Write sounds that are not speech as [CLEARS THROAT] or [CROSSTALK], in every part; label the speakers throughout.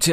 Speaker 1: Til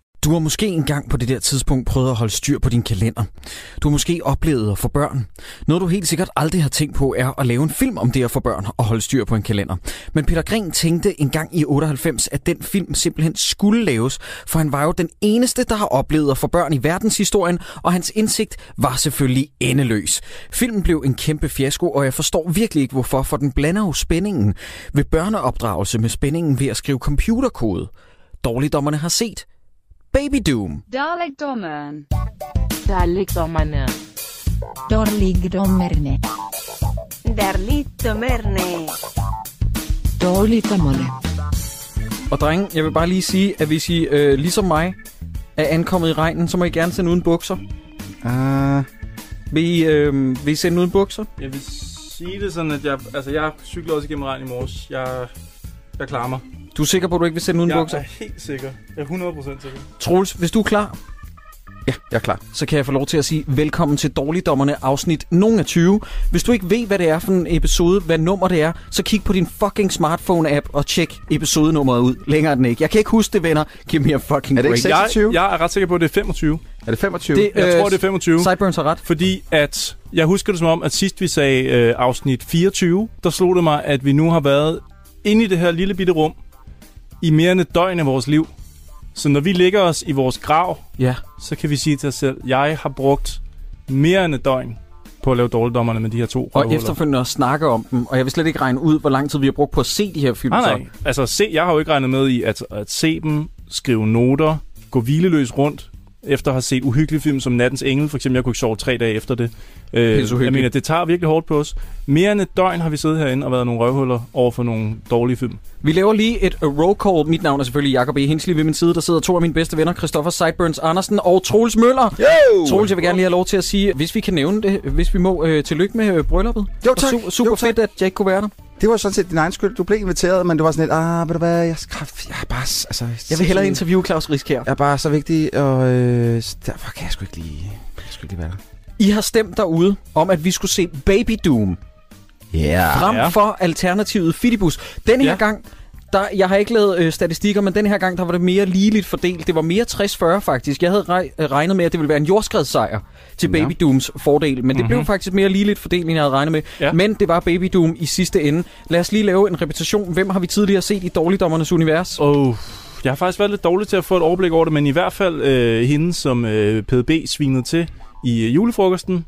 Speaker 1: Du har måske engang på det der tidspunkt prøvet at holde styr på din kalender. Du har måske oplevet at få børn. Noget du helt sikkert aldrig har tænkt på er at lave en film om det at få børn og holde styr på en kalender. Men Peter Gren tænkte engang i 98, at den film simpelthen skulle laves, for han var jo den eneste, der har oplevet at få børn i verdenshistorien, og hans indsigt var selvfølgelig endeløs. Filmen blev en kæmpe fiasko, og jeg forstår virkelig ikke hvorfor, for den blander jo spændingen ved børneopdragelse med spændingen ved at skrive computerkode. Dårligdommerne har set Baby Doom.
Speaker 2: Dalekdommeren.
Speaker 3: Dalekdommerne.
Speaker 4: Dårligdommerne.
Speaker 5: Darligdommerne.
Speaker 3: Dårligdommerne.
Speaker 1: Og drenge, jeg vil bare lige sige, at hvis I, øh, ligesom mig, er ankommet i regnen, så må I gerne sende uden bukser.
Speaker 6: Ah,
Speaker 1: Vil I, øh, vil I sende uden bukser?
Speaker 7: Jeg vil sige det sådan, at jeg, altså, jeg cyklede også igennem regn i morges. Jeg, jeg klarer mig.
Speaker 1: Du er sikker på, at du ikke vil sende uden
Speaker 7: jeg
Speaker 1: bukser?
Speaker 7: er helt sikker. Jeg er 100% sikker.
Speaker 1: Troels, hvis du er klar,
Speaker 6: ja, jeg er klar.
Speaker 1: så kan jeg få lov til at sige velkommen til Dårligdommerne afsnit nogen af 20. Hvis du ikke ved, hvad det er for en episode, hvad nummer det er, så kig på din fucking smartphone-app og tjek episodenummeret ud. Længere er den ikke. Jeg kan ikke huske det, venner. Giv me a fucking
Speaker 6: Er det ikke
Speaker 1: break.
Speaker 6: seks- 26?
Speaker 7: Jeg, jeg er ret sikker på, at det er 25.
Speaker 6: Er det 25?
Speaker 1: Det-
Speaker 7: Jeg
Speaker 1: Øh,
Speaker 7: tror, det er 25.
Speaker 1: Sideburns har ret.
Speaker 7: Fordi at, jeg husker det som om, at sidst vi sagde øh, afsnit 24, der slog det mig, at vi nu har været inde i det her lille bitte rum i mere end et døgn af vores liv. Så når vi ligger os i vores grav,
Speaker 1: Ja.
Speaker 7: så kan vi sige til os selv, jeg har brugt mere end et døgn på at lave dårligdommerne med de her to
Speaker 1: Og
Speaker 7: røvhuller."
Speaker 1: efterfølgende at snakke om dem. Og jeg vil slet ikke regne ud, hvor lang tid vi har brugt på at se de her film.
Speaker 7: Nej,
Speaker 1: så.
Speaker 7: nej. Altså, se, jeg har jo ikke regnet med i at, at se dem, skrive noter, gå hvileløs rundt, efter at have set uhyggelige film som Nattens Engel, for eksempel. Jeg kunne ikke sove tre dage efter det. Øh,
Speaker 1: Pisse uhyggeligt.
Speaker 7: jeg mener, det tager virkelig hårdt på os. Mere end et døgn har vi siddet herinde og været nogle røvhuller over for nogle dårlige film.
Speaker 1: Vi laver lige et øh, roll call. Mit navn er selvfølgelig Jakob E. Hensley. Ved min side, der sidder to af mine bedste venner, Christoffer Sideburns Andersen og Troels Møller.
Speaker 6: Jo!
Speaker 1: Troels, jeg vil gerne lige have lov til at sige, hvis vi kan nævne det, hvis vi må, øh, tillykke med øh, brylluppet.
Speaker 6: Jo, tak.
Speaker 1: Og su- super
Speaker 6: Jo, tak.
Speaker 1: fedt, at jeg ikke kunne være der.
Speaker 6: Det var sådan set din egen skyld. Du blev inviteret, men du var sådan lidt, ah, ved du hvad, jeg skal jeg er bare... s- Altså,
Speaker 1: Jeg vil hellere interviewe Claus Riskær.
Speaker 6: Jeg er bare så vigtig, og øh, så derfor kan jeg sgu ikke lige, jeg kan sgu ikke lige være der.
Speaker 1: I har stemt derude om, at vi skulle se Baby Doom
Speaker 6: Yeah.
Speaker 1: frem
Speaker 7: Ja.
Speaker 1: for alternativet Fidibus. Denne her
Speaker 7: Ja.
Speaker 1: gang, der, jeg har ikke lavet øh, statistikker, men den her gang, der var det mere ligeligt fordelt. Det var mere 60-40 faktisk. Jeg havde reg- øh, regnet med, at det ville være en jordskredssejr til
Speaker 6: Ja.
Speaker 1: Baby Dooms fordel, men det mm-hmm. blev
Speaker 7: Mhm.
Speaker 1: faktisk mere ligeligt fordelt, end jeg havde regnet med. Ja.
Speaker 7: Ja.
Speaker 1: Men det var Baby Doom i sidste ende. Lad os lige lave en repetition. Hvem har vi tidligere set i Dårligdommernes Univers?
Speaker 7: Oh. Jeg har faktisk været lidt dårlig til at få et overblik over det, men i hvert fald øh, hende, som øh, PDB svinede til i øh, julefrokosten,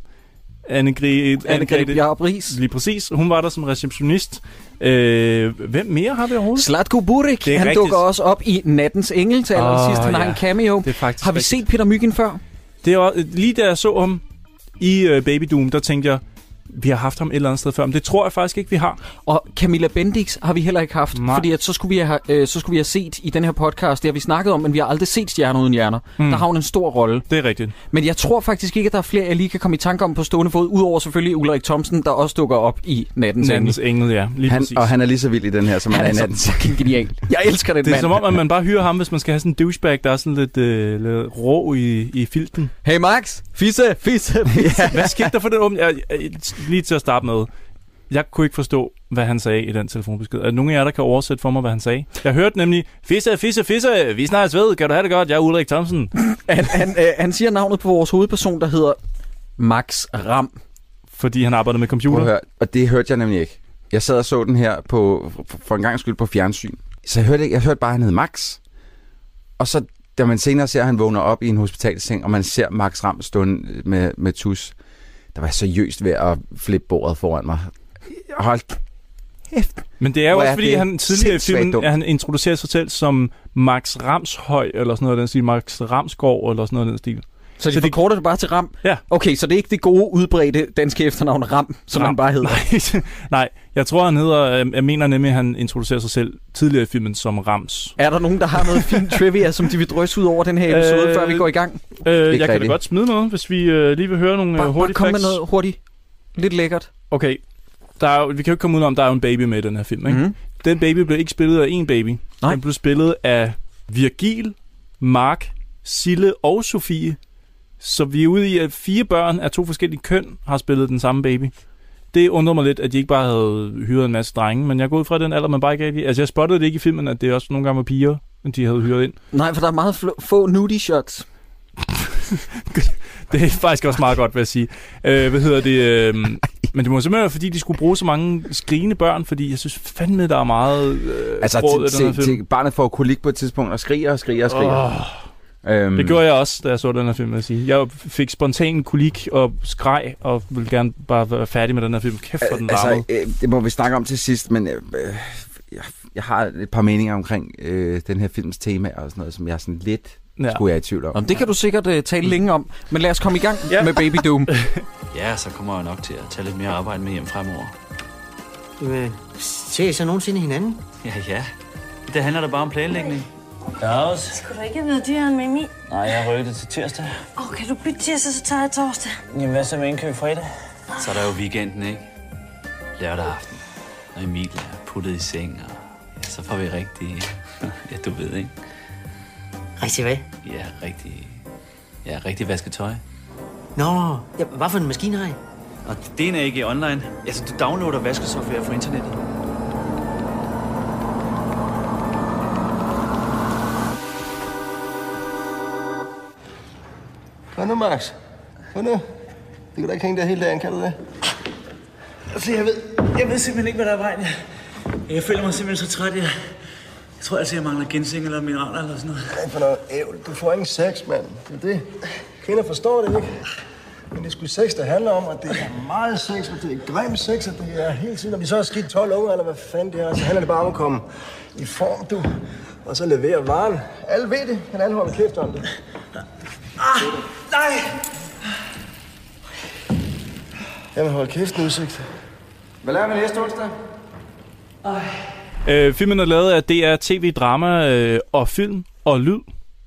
Speaker 7: Anne-Grethe.
Speaker 1: Anne-Grethe Bjarup Riis.
Speaker 7: Lige præcis. Hun var der som receptionist. Øh, hvem mere har vi overhovedet?
Speaker 1: Slatko Burik,
Speaker 7: Det er
Speaker 1: han
Speaker 7: rigtigt.
Speaker 1: dukker også op i Nattens Engel til allersidst.
Speaker 7: Åh,
Speaker 1: Han har
Speaker 7: ja.
Speaker 1: en cameo.
Speaker 7: Det er faktisk
Speaker 1: Har vi
Speaker 7: rigtigt.
Speaker 1: set Peter Myggen før?
Speaker 7: Det var, lige da jeg så ham i øh, Baby Doom, der tænkte jeg, vi har haft ham et eller andet sted før, men det tror jeg faktisk ikke, vi har.
Speaker 1: Og Camilla Bendix har vi heller ikke haft, Nej.
Speaker 7: Nej.
Speaker 1: fordi at så, skulle vi have, øh, så skulle vi have set i den her podcast, det har vi snakket om, men vi har aldrig set Stjerner uden hjerner. Mm.
Speaker 7: Mm.
Speaker 1: Der har hun en stor rolle.
Speaker 7: Det er rigtigt.
Speaker 1: Men jeg tror faktisk ikke, at der er flere, jeg lige kan komme i tanke om på stående fod, udover selvfølgelig Ulrik Thomsen, der også dukker op i Nattens Engel.
Speaker 7: Nattens engel, ja. Lige
Speaker 6: Han,
Speaker 7: præcis.
Speaker 6: og han er lige så vild i den her, som
Speaker 1: Han
Speaker 6: han,
Speaker 1: er
Speaker 6: er i
Speaker 1: så
Speaker 6: natten.
Speaker 1: fucking genial. Jeg elsker den
Speaker 7: det er
Speaker 1: mand.
Speaker 7: som om, at man bare hyrer ham, hvis man skal have sådan en douchebag, der er sådan lidt, øh, lidt rå i, i
Speaker 6: [LAUGHS]
Speaker 7: filten.
Speaker 1: Hey Max, fisse, fisse, fisse.
Speaker 7: Hvad skete der for den åbne? Jeg, jeg, lige til at starte med. Jeg kunne ikke forstå, hvad han sagde i den telefonbesked. Er der nogen af jer, der kan oversætte for mig, hvad han sagde? Jeg hørte nemlig, Fisse, Fisse, Fisse, vi snakkes ved. Kan du have det godt? Jeg er Ulrik Thomsen.
Speaker 1: han, han, øh, han siger navnet på vores hovedperson, der hedder Max Ram.
Speaker 7: Fordi han arbejder med
Speaker 6: Prøv at
Speaker 7: computer.
Speaker 6: høre, og det hørte jeg nemlig ikke. Jeg sad og så den her på, for- for en gang skyld på fjernsyn. Så jeg hørte, ikke, jeg hørte bare, at han hed Max. Og så, da man senere ser, at han vågner op i en hospitalseng, og man ser Max Ram stående med, med tus, der var jeg seriøst ved at flippe bordet foran mig. Hold
Speaker 7: Men det er jo
Speaker 6: Hvor
Speaker 7: også,
Speaker 6: er
Speaker 7: fordi
Speaker 6: det
Speaker 7: han tidligere i
Speaker 6: sindssygt
Speaker 7: filmen,
Speaker 6: dumt.
Speaker 7: at han introducerer sig selv som Max Ramshøj, eller sådan noget af den stil. Max Ramsgaard, eller sådan noget af den
Speaker 6: [LAUGHS]
Speaker 7: stil.
Speaker 1: Så de
Speaker 7: Så det-
Speaker 1: forkorter det bare til Ram?
Speaker 7: Ja.
Speaker 1: Okay, så det er ikke det gode, udbredte danske efternavn Ram, som
Speaker 7: Ram.
Speaker 1: han bare hedder.
Speaker 7: Nej, [LAUGHS] nej, jeg tror, han hedder... øh, Jeg mener nemlig, at han introducerer sig selv tidligere i filmen som Rams.
Speaker 1: Er der nogen, der har noget
Speaker 7: [LAUGHS]
Speaker 1: fint trivia, som de vil drysse ud over den her episode, øh,
Speaker 7: Øh,
Speaker 1: før vi går i gang?
Speaker 7: Øh, jeg kan da
Speaker 6: rigtigt.
Speaker 7: godt smide noget, hvis vi øh, lige vil høre nogle øh,
Speaker 1: Bare, bare
Speaker 7: hurtige
Speaker 1: kom med
Speaker 7: facts.
Speaker 1: noget hurtigt. Lidt lækkert.
Speaker 7: Okay, der er, jo- vi kan jo ikke komme udenom, der er jo en baby med i den her film, ikke? Mm.
Speaker 1: Mm.
Speaker 7: Den baby blev ikke spillet af én baby.
Speaker 1: Nej.
Speaker 7: Den blev spillet af Virgil, Mark, Sille og Sofie. Så vi er ude i, at fire børn af to forskellige køn har spillet den samme baby. Det undrede mig lidt, at de ikke bare havde hyret en masse drenge, men jeg går ud fra at den alder, man bare ikke rigtig... Altså, jeg spottede det ikke i filmen, at det også nogle gange var piger, de havde hyret ind.
Speaker 1: Nej, for der er meget fl- få nudie shots.
Speaker 7: Det er faktisk også meget godt, vil jeg sige. Øh, hvad hedder det? Øh, men det må simpelthen være, fordi de skulle bruge så mange skrigende børn, fordi jeg synes fandme, der er meget øh,
Speaker 6: Altså,
Speaker 7: råd af
Speaker 6: til,
Speaker 7: den her
Speaker 6: til,
Speaker 7: film.
Speaker 6: til, barnet får kolik på et tidspunkt og skriger og skriger og skriger.
Speaker 7: Åh.
Speaker 6: Oh, øhm,
Speaker 7: Det gjorde jeg også, da jeg så den her film, vil jeg sige. Jeg fik spontan kolik og skreg, og ville gerne bare være færdig med den her film. Kæft, for den
Speaker 6: altså,
Speaker 7: larmede.
Speaker 6: øh, det må vi snakke om til sidst, men øh, øh, jeg, jeg har et par meninger omkring øh, den her films tema og sådan noget, som jeg sådan lidt ja.
Speaker 7: Ja.
Speaker 6: skulle jeg i tvivl om.
Speaker 1: Nå, men det kan du sikkert uh,
Speaker 7: Mm.
Speaker 1: tale længe om, men lad os komme i gang ja. med Baby
Speaker 7: [LAUGHS]
Speaker 1: Doom.
Speaker 2: Ja, så kommer jeg nok til at tage lidt mere arbejde med hjem fremover.
Speaker 4: Øh, ser I så nogensinde hinanden?
Speaker 2: Ja, ja. Det handler da bare om planlægning.
Speaker 5: Dags.
Speaker 8: Skulle du ikke vide dyrere end med min?
Speaker 5: Nej, jeg rykker det til tirsdag.
Speaker 8: Åh, kan du bytte tirsdag, så tager jeg torsdag.
Speaker 5: Jamen, hvad så med indkøb fredag?
Speaker 2: Så er der jo weekenden, ikke? Lørdag aften. Når Emil er puttet i seng, og ja, så får vi rigtig... [LAUGHS] ja, du ved, ikke?
Speaker 4: Rigtig hvad?
Speaker 2: Ja, rigtig... Ja, rigtig vasketøj.
Speaker 4: Nå, ja, hvad for en maskine har I?
Speaker 2: Og det er ikke online. Altså, du downloader vaskesoftware fra internettet.
Speaker 9: Hvad nu, Max? Hvad nu? Det kan da ikke hænge der hele dagen, kan du det?
Speaker 5: Altså, jeg ved, jeg ved simpelthen ikke, hvad der er vejen. Jeg, jeg føler mig simpelthen så træt, jeg... Jeg tror altså, jeg mangler ginseng eller mineraler eller sådan noget.
Speaker 9: Hvad for noget ævl? Du får ingen sex, mand. Det er det. Kvinder forstår det ikke. Men det er sgu sex, det handler om, og det er meget sex, og det er grim sex, og det er hele tiden, når vi så har skidt 12 unger, eller hvad fanden det er, så handler det bare om at komme i form, du. Og så levere varen. Alle ved det, men alle holder kæft om det.
Speaker 5: Nej!
Speaker 9: Jamen, hold kæft nu, udsigt. Hvad laver vi næste onsdag?
Speaker 7: Øh, filmen er lavet af DR TV Drama øh, og Film og Lyd,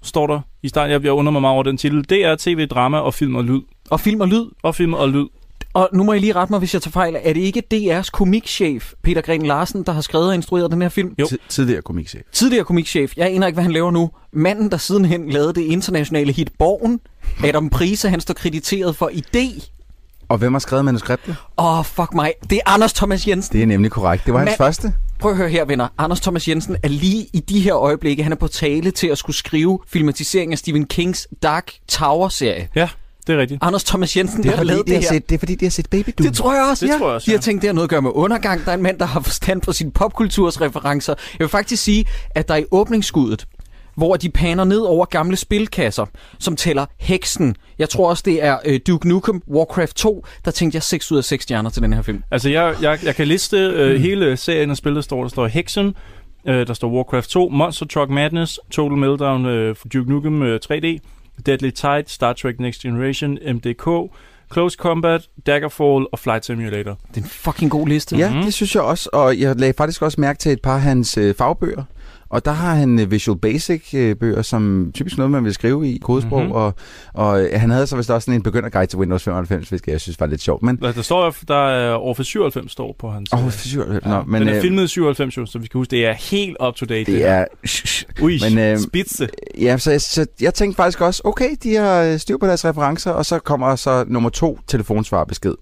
Speaker 7: står der i starten. Jeg, jeg undrer mig meget over den titel. DR TV Drama og Film og Lyd.
Speaker 1: Og film og lyd.
Speaker 7: Og Film og Lyd.
Speaker 1: Og nu må jeg lige rette mig, hvis jeg tager fejl. Er det ikke DR's komikchef, Peter Gren Larsen, der har skrevet og instrueret den her film?
Speaker 7: Jo.
Speaker 6: Tid- Tidligere komikchef.
Speaker 1: Tidligere komikchef, jeg aner ikke, hvad han laver nu. Manden, der sidenhen lavede det internationale hit
Speaker 7: [LAUGHS]
Speaker 1: Borgen. Adam Prise, han står krediteret for idé.
Speaker 6: Og hvem har skrevet manuskriptet?
Speaker 1: Åh, oh, fuck mig. Det er Anders Thomas Jensen.
Speaker 6: Det er nemlig korrekt. Det var hans
Speaker 1: Men-
Speaker 6: første.
Speaker 1: Prøv at høre her, venner. Anders Thomas Jensen er lige i de her øjeblikke, han er på tale til at skulle skrive filmatisering af Stephen Kings Dark Tower-serie.
Speaker 7: Ja, det er rigtigt.
Speaker 1: Anders Thomas Jensen,
Speaker 6: Det
Speaker 1: der
Speaker 6: er,
Speaker 1: har
Speaker 6: fordi,
Speaker 1: lavet
Speaker 6: de
Speaker 1: det
Speaker 6: har
Speaker 1: her.
Speaker 6: set, det er fordi, de har set Baby Doom.
Speaker 1: Det tror jeg også,
Speaker 7: Det
Speaker 1: ja.
Speaker 7: tror jeg også,
Speaker 1: De har
Speaker 7: ja.
Speaker 1: tænkt, det har noget at gøre med undergang. Der er en mand, der har forstand på sine popkultursreferencer. Jeg vil faktisk sige, at der i åbningsskuddet, hvor de paner ned over gamle spilkasser, som tæller heksen. Jeg tror også, det er øh, Duke Nukem Warcraft 2, der tænkte jeg 6 ud af 6 stjerner til den her film.
Speaker 7: Altså, jeg, jeg, jeg kan liste
Speaker 6: Mm.
Speaker 7: øh, hele serien af spil, der står. Der står Hexen, øh, der står Warcraft 2, Monster Truck Madness, Total Meltdown, øh, Duke Nukem øh, 3D, Deadly Tide, Star Trek Next Generation, MDK, Close Combat, Daggerfall og Flight Simulator.
Speaker 1: Det er en fucking god liste.
Speaker 6: Ja,
Speaker 7: Mhm.
Speaker 6: det synes jeg også, og jeg lagde faktisk også mærke til et par af hans øh, fagbøger. Og der har han øh, Visual Basic-bøger, som typisk noget, man vil skrive i kodesprog.
Speaker 7: Mhm.
Speaker 6: Mm-hmm. Og, og øh, han havde så vist også sådan en begynderguide til Windows 95, hvilket jeg synes var lidt sjovt. Men,
Speaker 7: Der, der står, jo- der er over for 97 står på hans...
Speaker 6: åh,
Speaker 7: øh,
Speaker 6: for syv, nå, men
Speaker 7: den er
Speaker 6: øh,
Speaker 7: filmet i 97, jo, så vi skal huske, det er helt up to date.
Speaker 6: det er...
Speaker 7: Ui, men,
Speaker 6: men,
Speaker 7: øh,
Speaker 6: øh,
Speaker 7: spidse.
Speaker 6: Ja, så jeg, så jeg tænkte faktisk også, okay, de har øh, styr på deres referencer, og så kommer så nummer to telefonsvarbesked,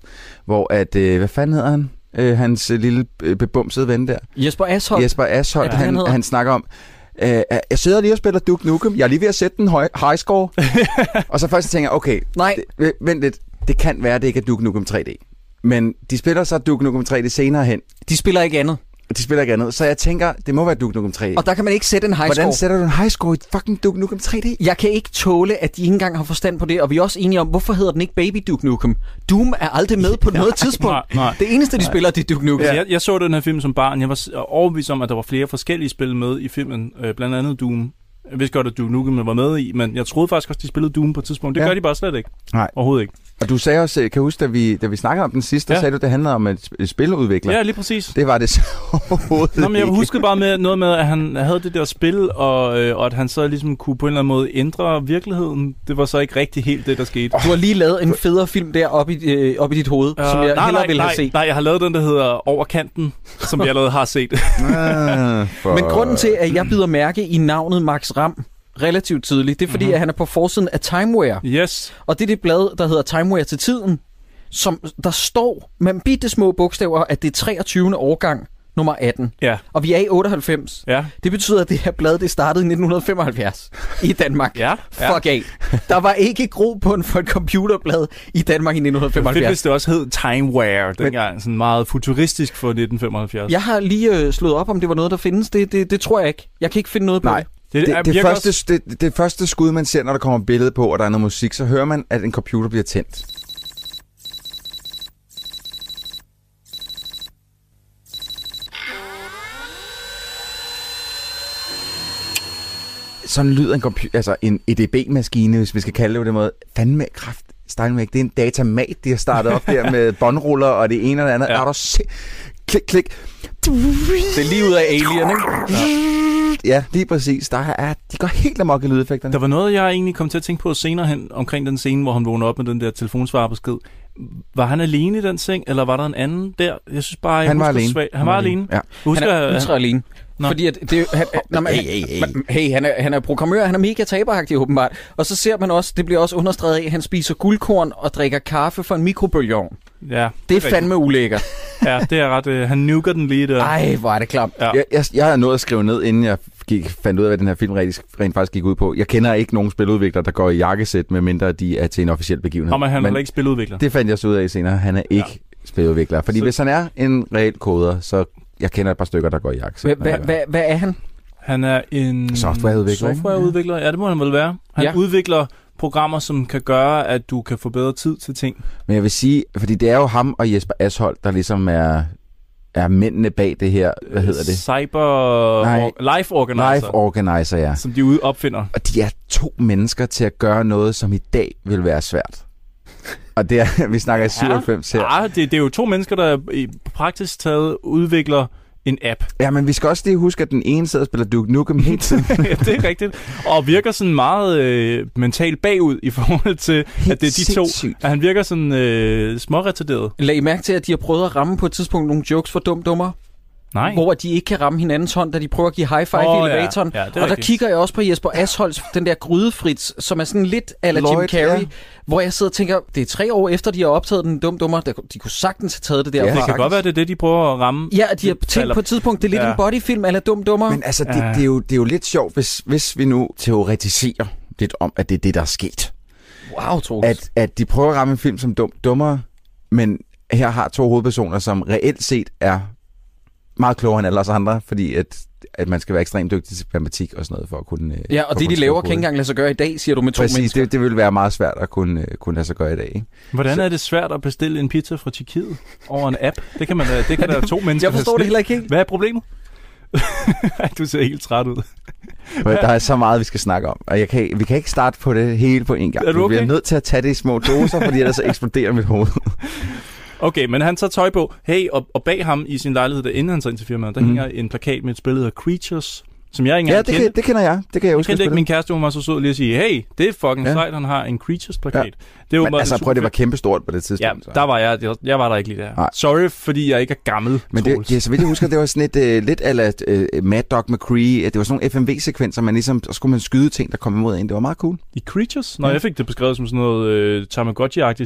Speaker 6: hvor at, øh, hvad fanden hedder han? Øh, hans øh, lille øh, bebumsede ven der.
Speaker 1: Jesper Asholm.
Speaker 6: Jesper Asholdt,
Speaker 1: Ja.
Speaker 6: ja. han,
Speaker 1: Han hedder-
Speaker 6: han snakker om, øh, jeg sidder lige og spiller Duke Nukem, jeg er lige ved at sætte den høj, high
Speaker 1: [LAUGHS]
Speaker 6: score. og så først tænker jeg, okay,
Speaker 1: Nej,
Speaker 6: det, v- vent lidt, det kan være, det ikke er Duke Nukem 3D. Men de spiller så Duke Nukem 3D senere hen,
Speaker 1: de spiller ikke andet.
Speaker 6: og de spiller ikke andet. Så jeg tænker, det må være Duke Nukem 3D.
Speaker 1: Og der kan man ikke sætte en high
Speaker 6: Hvordan
Speaker 1: score.
Speaker 6: sætter du en high score i fucking Duke Nukem 3D?
Speaker 1: Jeg kan ikke tåle, at de ikke engang har forstand på det, og vi er også enige om, hvorfor hedder den ikke Baby Duke Nukem? Doom er aldrig med
Speaker 7: [LAUGHS]
Speaker 1: på noget tidspunkt.
Speaker 7: nej, nej.
Speaker 1: Det eneste, de spiller, det er Duke Nukem.
Speaker 7: Ja. Altså, Jeg, jeg så den her film som barn. Jeg var s- overbevist om, at der var flere forskellige spil med i filmen. Øh, blandt andet Doom. Jeg vidste godt, at Duke Nukem var med i, men jeg troede faktisk også, de spillede Doom på et tidspunkt. Det
Speaker 6: Ja.
Speaker 7: gør de bare slet ikke.
Speaker 6: Nej.
Speaker 7: Overhovedet ikke.
Speaker 6: Og du sagde også, øh, kan jeg huske, da vi, da vi snakkede om den sidste,
Speaker 7: Ja.
Speaker 6: ja. sagde du, det handlede om et sp- et spiludvikler.
Speaker 7: Ja, lige præcis.
Speaker 6: Det var det så [LAUGHS] overhovedet
Speaker 7: Nå, men jeg
Speaker 6: ikke.
Speaker 7: huskede bare med, noget med, at han havde det der spil, og, øh, og at han så ligesom kunne på en eller anden måde ændre virkeligheden. Det var så ikke rigtig helt det, der skete.
Speaker 1: Du har lige lavet en federe film der oppe i, øh, op i dit hoved, som jeg
Speaker 7: nej,
Speaker 1: hellere
Speaker 7: nej,
Speaker 1: ville have
Speaker 7: nej,
Speaker 1: set.
Speaker 7: Nej, jeg har lavet den, der hedder Over kanten, som jeg allerede har set.
Speaker 6: Ah, for...
Speaker 1: Men grunden til, at jeg bider mærke i navnet Max Ram, relativt tidligt. Det er
Speaker 7: Mhm.
Speaker 1: fordi, mm-hmm. at han er på forsiden af Timeware.
Speaker 7: Yes.
Speaker 1: Og det er det blad, der hedder Timeware til tiden, som der står med bitte små bogstaver, at det er 23. årgang nummer 18.
Speaker 7: Ja.
Speaker 1: Og vi er i 98.
Speaker 7: Ja.
Speaker 1: Det betyder, at det her blad, det startede i 1975 i Danmark.
Speaker 7: Ja, ja.
Speaker 1: Fuck af. Der var ikke grobund for et computerblad i Danmark i
Speaker 7: Fedt,
Speaker 1: 1975.
Speaker 7: hvis det også hed Timeware dengang. Sådan meget futuristisk for 1975.
Speaker 1: Jeg har lige øh, slået op, om det var noget, der findes. Det, det, det tror jeg ikke. Jeg kan ikke finde noget på
Speaker 6: Nej.
Speaker 1: det.
Speaker 7: Det,
Speaker 6: Det, det,
Speaker 7: virker
Speaker 6: første,
Speaker 7: også-
Speaker 6: det, det første skud, man ser, når der kommer et billede på, og der er noget musik, så hører man, at en computer bliver tændt. Sådan lyder en, compu- altså en EDB-maskine, hvis vi skal kalde det på den måde. Fandme kraft. Steinmæk, det er en datamat, de har startet op
Speaker 7: [LAUGHS]
Speaker 6: der med båndruller og det ene og det andet.
Speaker 7: Ja.
Speaker 6: Ja. Er du se- klik, klik.
Speaker 1: Det er lige ud af Alien, ikke?
Speaker 6: Ja, lige præcis. Der er, de går helt amok i lydeffekterne.
Speaker 7: Der var noget, jeg egentlig kom til at tænke på senere hen, omkring den scene, hvor han vågner op med den der telefonsvarebesked. Var han alene i den seng, eller var der en anden der? Jeg synes bare, jeg
Speaker 6: Han var
Speaker 7: husker
Speaker 6: alene.
Speaker 7: svagt- Han var alene.
Speaker 6: Ja.
Speaker 7: Jeg Husker, øh,
Speaker 1: han er
Speaker 7: at-
Speaker 1: ultra alene.
Speaker 7: Nå.
Speaker 1: Fordi at det, han, når man, hey, hey, hey. hey han, er, han er programmør, han er mega taberagtig åbenbart. Og så ser man også, det bliver også understreget af, at han spiser guldkorn og drikker kaffe fra en mikrobølgeovn.
Speaker 7: ja,
Speaker 1: Det er
Speaker 7: rigtigt.
Speaker 1: fandme ulækkert.
Speaker 7: Ja, det er ret. Øh, han nuker den lige der.
Speaker 1: Ej, hvor er det klamt.
Speaker 7: Ja.
Speaker 6: Jeg, jeg, jeg har nået at skrive ned, inden jeg gik, fandt ud af, hvad den her film rent, rent faktisk gik ud på. Jeg kender ikke nogen spiludvikler, der går i jakkesæt, medmindre de er til en officiel begivenhed.
Speaker 7: Og man, han er heller ikke spiludvikler.
Speaker 6: Det fandt jeg så ud af senere. Han er ikke ja. spiludvikler. Fordi
Speaker 7: Så-
Speaker 6: så... hvis han er en reel koder, så jeg kender et par stykker, der går i
Speaker 1: Hvad
Speaker 6: jakkesæt.
Speaker 1: hva, hva, hvad er han?
Speaker 7: Han er en
Speaker 6: Softwareudvikler, ikke?
Speaker 7: Softwareudvikler, ja, det må han vel være. Han
Speaker 1: Ja.
Speaker 7: ja. udvikler programmer, som kan gøre, at du kan få bedre tid til ting.
Speaker 6: Men jeg vil sige, fordi det er jo ham og Jesper Ashold, der ligesom er, er mændene bag det her, hvad hedder det?
Speaker 7: Cyber...
Speaker 6: Nej.
Speaker 7: or- Life Organizer.
Speaker 6: Life Organizer, ja.
Speaker 7: Som de ude opfinder.
Speaker 6: Og de er to mennesker til at gøre noget, som i dag vil være svært. Og det er, [LAUGHS] vi snakker i 97 her.
Speaker 1: Ah.
Speaker 7: Ja, Ah, det, det er jo to mennesker, der i praktisk taget udvikler en app. [LAUGHS]
Speaker 6: Ja, men vi skal også lige huske, at den ene sidder og spiller Duke Nukem hele
Speaker 1: [LAUGHS]
Speaker 6: tiden.
Speaker 7: ja, det er rigtigt. Og virker sådan meget øh, mentalt bagud i forhold til, at det er de to.
Speaker 6: sindssygt.
Speaker 7: At han virker sådan øh, småretarderet.
Speaker 1: Lag I mærke til, at de har prøvet at ramme på et tidspunkt nogle jokes for dum dummer,
Speaker 7: Nej.
Speaker 1: hvor at de ikke kan ramme hinandens hånd, da de prøver at give high five
Speaker 7: Åh,
Speaker 1: oh, i
Speaker 7: ja.
Speaker 1: elevatoren.
Speaker 7: Ja, det er
Speaker 1: og der
Speaker 7: rigtigt.
Speaker 1: kigger jeg også på Jesper Asholds, den der grydefrits, som er sådan lidt ala Jim
Speaker 6: Lloyd,
Speaker 1: Carrey,
Speaker 6: ja.
Speaker 1: hvor jeg sidder og tænker, det er tre år efter, de har optaget den dum dummer, der- de kunne sagtens have taget det
Speaker 6: Ja.
Speaker 1: derfra.
Speaker 7: det kan
Speaker 6: faktisk.
Speaker 7: godt være, det er det, de prøver at ramme.
Speaker 1: Ja, og de har
Speaker 7: Det
Speaker 1: tænkt
Speaker 7: falder-
Speaker 1: på et tidspunkt, det er lidt ja.
Speaker 7: Ja.
Speaker 1: en bodyfilm eller dum dummer.
Speaker 6: men
Speaker 1: Men,
Speaker 6: altså, det,
Speaker 7: Ja.
Speaker 6: det, er jo, det er jo lidt sjovt, hvis, hvis vi nu teoretiserer lidt om, at det er det, der er sket.
Speaker 1: wow, Troels.
Speaker 6: At, at de prøver at ramme en film som dum, dummere, men her har to hovedpersoner, som reelt set er meget klogere end alle os andre, fordi at, at man skal være ekstremt dygtig til matematik og sådan noget, for at kunne... øh,
Speaker 1: ja,
Speaker 6: for at
Speaker 1: og det,
Speaker 6: kunne
Speaker 1: de
Speaker 6: skrive
Speaker 1: laver, kan
Speaker 6: kode.
Speaker 1: ikke engang lade sig gøre i dag, siger du med to
Speaker 6: Præcis,
Speaker 1: mennesker.
Speaker 6: det, det ville være meget svært at kunne, øh, kunne lade sig gøre i dag, ikke?
Speaker 7: Hvordan er det svært at bestille en pizza fra Tjekkiet over en app? Det kan man da- det
Speaker 1: [LAUGHS]
Speaker 7: kan der to mennesker
Speaker 1: Jeg forstår det
Speaker 7: have
Speaker 1: heller ikke helt.
Speaker 7: snydt. Hvad er problemet? [LAUGHS] Ej, du ser helt træt ud.
Speaker 6: For Der er så meget, vi skal snakke om, og jeg kan, vi kan ikke starte på det hele på en gang.
Speaker 7: Er du
Speaker 6: Vi bliver
Speaker 7: okay?
Speaker 6: nødt til at tage det i små doser, fordi ellers så
Speaker 7: [LAUGHS]
Speaker 6: eksploderer mit hoved.
Speaker 7: Okay, men han tager tøj på. Hey, og, og bag ham i sin lejlighed, der inden han tager ind til firmaet, der mm. hænger en plakat med et billede af Creatures, som jeg ikke engang
Speaker 6: Mhm. Ja, det,
Speaker 7: kendte.
Speaker 6: kan, det kender jeg. Det kan jeg
Speaker 7: Jeg
Speaker 6: huske.
Speaker 7: kendte
Speaker 6: jeg
Speaker 7: ikke min kæreste, hun var så sød lige at sige, hey, det er fucking
Speaker 6: Ja.
Speaker 7: ja. sejt, han har en Creatures-plakat.
Speaker 6: Ja.
Speaker 7: Ja. Det
Speaker 6: spillede.
Speaker 7: åbenbart
Speaker 6: Men, altså,
Speaker 7: en
Speaker 6: prøv, det
Speaker 7: super
Speaker 6: var kæmpestort på det
Speaker 7: fed- Ja,
Speaker 6: tidspunkt. så.
Speaker 7: der var jeg. Jeg- Jeg var der ikke lige der.
Speaker 6: altså. Nej.
Speaker 7: Nej. Sorry, fordi jeg ikke er gammel,
Speaker 6: Men
Speaker 7: Troels.
Speaker 6: det, ja, så vidt jeg husker, det var sådan et, øh, lidt ala øh, Mad Dog McCree. Det var sådan nogle FMV-sekvenser, man ligesom, så skulle man skyde ting, der kom imod en. Det var meget cool.
Speaker 7: I Creatures? Nå,
Speaker 6: Ja.
Speaker 7: jeg fik det beskrevet som sådan noget øh, Tamagotchi-agtigt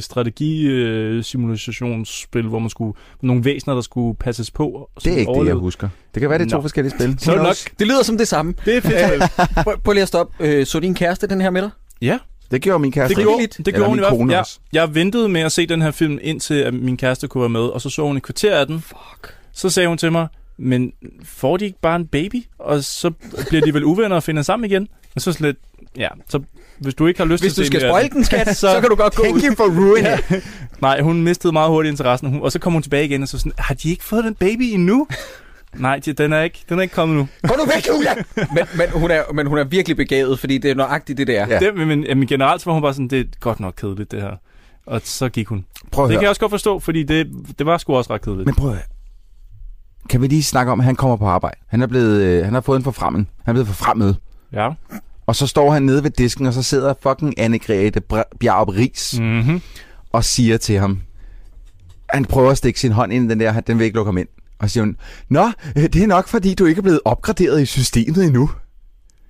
Speaker 7: strategi-simulationsspil, hvor man skulle nogle væsener, der skulle passes på. Og
Speaker 6: Det er ikke det, jeg
Speaker 7: overlevede.
Speaker 6: husker. Det kan være, det er to
Speaker 7: Nå.
Speaker 6: forskellige spil.
Speaker 7: Så er det
Speaker 6: Who
Speaker 7: nok.
Speaker 6: knows?
Speaker 1: Det lyder som det samme.
Speaker 7: Det er
Speaker 6: [LAUGHS]
Speaker 7: fedt.
Speaker 1: Prøv, prøv lige at stoppe. Øh, så din kæreste den her med dig?
Speaker 7: ja,
Speaker 6: Det gjorde min
Speaker 1: Altså,
Speaker 6: kæreste.
Speaker 7: det
Speaker 6: også.
Speaker 7: gjorde, det
Speaker 6: Eller
Speaker 7: gjorde hun i
Speaker 6: min
Speaker 7: hvert fald.
Speaker 6: kone
Speaker 7: Jeg,
Speaker 6: også.
Speaker 7: jeg ventede med at se den her film, indtil at min kæreste kunne være med, og så så hun et kvarter af den.
Speaker 1: Fuck.
Speaker 7: Så sagde hun til mig, men får de ikke bare en baby? Og så bliver de vel uvenner og finder sammen igen? Og så slet, ja, så hvis du ikke har lyst
Speaker 1: Hvis
Speaker 7: til
Speaker 1: du
Speaker 7: at se
Speaker 1: skal
Speaker 7: mere af
Speaker 1: spoil den,
Speaker 7: [LAUGHS]
Speaker 1: skat, så, så kan du godt gå ud.
Speaker 6: Thank you for ruining it.
Speaker 7: Nej, hun mistede meget hurtigt interessen, hun, og så kom hun tilbage igen og så sådan, har de ikke fået den baby
Speaker 1: [LAUGHS]
Speaker 7: endnu? Nej, de, den, er ikke, den er ikke kommet nu.
Speaker 1: Gå nu væk, Julia! [LAUGHS] men, men, hun er, men hun er virkelig begavet, fordi det er nøjagtigt det, det er.
Speaker 6: Ja.
Speaker 7: Ja. Det, men, men generelt så var hun bare sådan, det er godt nok kedeligt det her. Og så gik hun.
Speaker 6: Prøv at
Speaker 7: Det
Speaker 6: høre.
Speaker 7: kan jeg også godt forstå, fordi det, det var sgu også ret kedeligt.
Speaker 6: Men prøv at høre. Kan vi lige snakke om, at han kommer på arbejde? Han, er blevet, øh, han har fået en forfremmen. Han er blevet forfremmet.
Speaker 7: Ja.
Speaker 6: Og så står han nede ved disken, og så sidder fucking Anne-Grethe Br- Bjarup Ries mm.
Speaker 7: Mm-hmm.
Speaker 6: og siger til ham, han prøver at stikke sin hånd ind i den der, den vil ikke lukke ham ind. Og siger hun, Nå, øh, det er nok fordi, du ikke er blevet opgraderet i systemet endnu.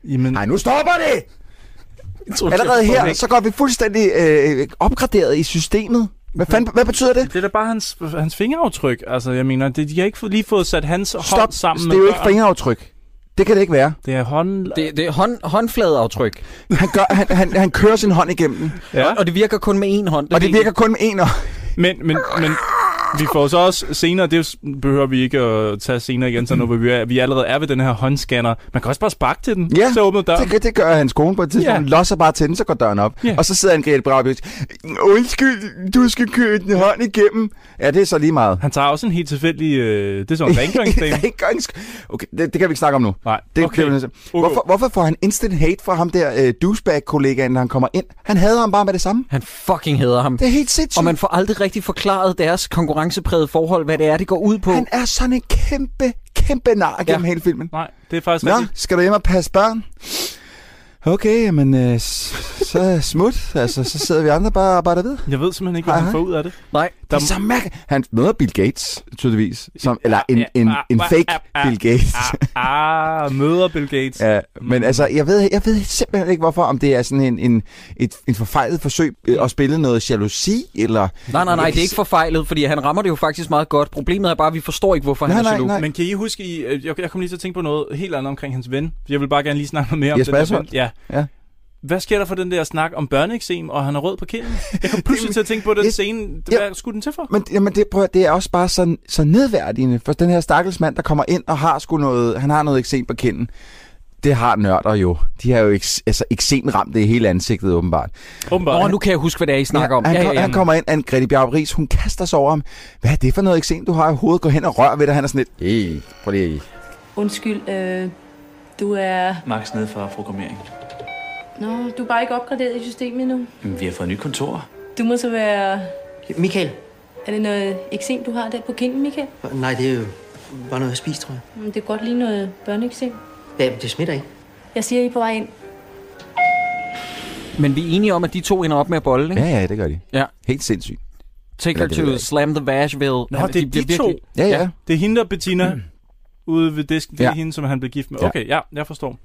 Speaker 7: Jamen,
Speaker 10: Nej, nu stopper det!
Speaker 7: jeg tror, vi skal
Speaker 6: Allerede
Speaker 7: prøve
Speaker 6: her,
Speaker 7: det.
Speaker 6: så går vi fuldstændig øh, opgraderet i systemet. Hvad, fanden, hvad betyder det?
Speaker 7: Det er da bare hans, hans fingeraftryk. Altså, jeg mener, det, de har ikke få- lige fået sat hans
Speaker 6: Stop, Altså,
Speaker 7: hånd sammen
Speaker 6: det er jo
Speaker 7: med
Speaker 6: ikke
Speaker 7: døren.
Speaker 6: fingeraftryk. Det kan det ikke være.
Speaker 7: Det er hånden... Det...
Speaker 1: Det, det er hånd, håndfladeaftryk.
Speaker 6: Han, gør, han, han, han kører sin hånd igennem den,
Speaker 7: Ja.
Speaker 1: Og det virker kun med én hånd.
Speaker 6: og det virker kun med en. og-
Speaker 7: Men, men, men vi får så også senere, det er jo s- behøver vi ikke at tage senere igen, så når vi, er, vi allerede er ved den her håndscanner. Man kan også bare sparke til den,
Speaker 6: Ja,
Speaker 7: så åbner døren.
Speaker 6: Det, gør- det gør hans kone på et tidspunkt.
Speaker 7: Ja.
Speaker 6: Yeah. Losser bare til den, så går døren op.
Speaker 7: Ja.
Speaker 6: Og så sidder Henriette Braabjørn. Undskyld, du skal køre din hånd igennem. Ja, det er så lige meget.
Speaker 7: Han tager også en helt tilfældig... Øh, det
Speaker 6: [LAUGHS]
Speaker 7: er sådan en rengøringsdame.
Speaker 6: Rengørings- okay, det, det kan vi ikke snakke om nu.
Speaker 7: Nej,
Speaker 6: Det,
Speaker 7: okay.
Speaker 6: okay. det, det hvorfor, hvorfor får han instant hate fra ham der øh, douchebag-kollegaen, når han kommer ind? Han hader ham bare med det samme.
Speaker 1: Han fucking hader ham.
Speaker 6: Det er helt sindssygt.
Speaker 1: Og man får aldrig rigtig forklaret deres konkurrencepræget forhold, hvad det er, det går ud på.
Speaker 6: Han er sådan en kæmpe, kæmpe nar gennem
Speaker 1: Ja.
Speaker 6: ja. hele filmen.
Speaker 7: Nej, det er faktisk
Speaker 6: Nå,
Speaker 7: rigtigt.
Speaker 6: skal du hjem og passe børn? Okay, jamen, øh, s- så smut. Altså, så sidder vi andre bare og arbejder videre.
Speaker 7: Jeg ved simpelthen ikke, hvad han
Speaker 6: Hej,
Speaker 7: får
Speaker 6: hej.
Speaker 7: ud af det.
Speaker 1: Nej,
Speaker 6: Det er så mærkeligt. Han møder Bill Gates, tydeligvis. Som, eller en,
Speaker 7: Ja,
Speaker 6: en,
Speaker 7: ah,
Speaker 6: en
Speaker 7: ah,
Speaker 6: fake
Speaker 7: ah, ah,
Speaker 6: Bill Gates.
Speaker 7: Ah, ah, møder Bill
Speaker 6: [LAUGHS]
Speaker 7: Gates.
Speaker 6: Ja, men altså, jeg ved, jeg ved simpelthen ikke, hvorfor. Om det er sådan en, en, et, en forfejlet forsøg øh, at spille noget jalousi, eller...
Speaker 1: nej, nej, nej, det er ikke forfejlet, fordi han rammer det jo faktisk meget godt. Problemet er bare, at vi forstår ikke, hvorfor
Speaker 6: Nej,
Speaker 1: han er
Speaker 6: nej,
Speaker 1: jaloux.
Speaker 6: nej.
Speaker 7: Men kan I huske, I, øh, jeg, jeg kom lige til at tænke på noget helt andet omkring hans ven. Jeg vil bare gerne lige snakke noget mere om
Speaker 6: Jesper
Speaker 7: den der ven.
Speaker 6: Asholt?
Speaker 7: Ja.
Speaker 6: Ja.
Speaker 7: Hvad sker der for den der snak om børneeksem, og han er rød på kinden? Jeg kom pludselig til at tænke på den
Speaker 6: Yes.
Speaker 7: scene.
Speaker 6: Ja.
Speaker 7: Hvad skulle den til for?
Speaker 6: Men jamen, det, prøv, at- det er også bare så, så nedværdigende for den her stakkels mand, der kommer ind og har sgu noget, han har noget eksem på kinden. Det har nørder jo. De har jo eks, altså eksemramte i hele ansigtet, åbenbart.
Speaker 1: Åh,
Speaker 7: Åbenbart.
Speaker 1: oh, nu kan jeg huske, hvad det er, I snakker om.
Speaker 6: Han,
Speaker 1: Ja,
Speaker 6: kom,
Speaker 1: ja, ja.
Speaker 6: han kommer ind, Anne-Grethe Bjarup Riis, hun kaster sig over ham. Hvad er det for noget eksem, du har i hovedet? Gå hen og rør ved det. Han er sådan lidt, "Ej, prøv lige.
Speaker 8: Undskyld, øh, du er...
Speaker 2: Max nede fra programmering.
Speaker 8: Nå, du er bare ikke opgraderet i systemet endnu.
Speaker 2: Jamen, vi har fået nyt kontor.
Speaker 8: Du må så være...
Speaker 11: Michael.
Speaker 8: Er det noget eksem, du har der på kinden, Michael?
Speaker 11: Nej, det er jo bare noget at spise, tror jeg.
Speaker 8: Mm, Det er godt lige noget børneeksem.
Speaker 11: Ja, det smitter ikke.
Speaker 8: Jeg siger, I er på vej ind.
Speaker 1: Men vi er enige om, at de to ender op med at bolle, ikke?
Speaker 6: Ja, ja, det gør de.
Speaker 1: Ja.
Speaker 6: Helt sindssygt.
Speaker 1: Take her
Speaker 6: Eller det ved
Speaker 1: to
Speaker 6: jeg ikke.
Speaker 1: slam the Bashville. Nå,
Speaker 7: Nå, det er de to.
Speaker 6: Ja, ja. ja.
Speaker 7: Det er hende og Bettina
Speaker 6: [CLEARS THROAT]
Speaker 7: mm. ude ved disken. Det er
Speaker 6: Ja.
Speaker 7: hende, som han blev gift med.
Speaker 6: Ja.
Speaker 7: Okay, ja, jeg forstår.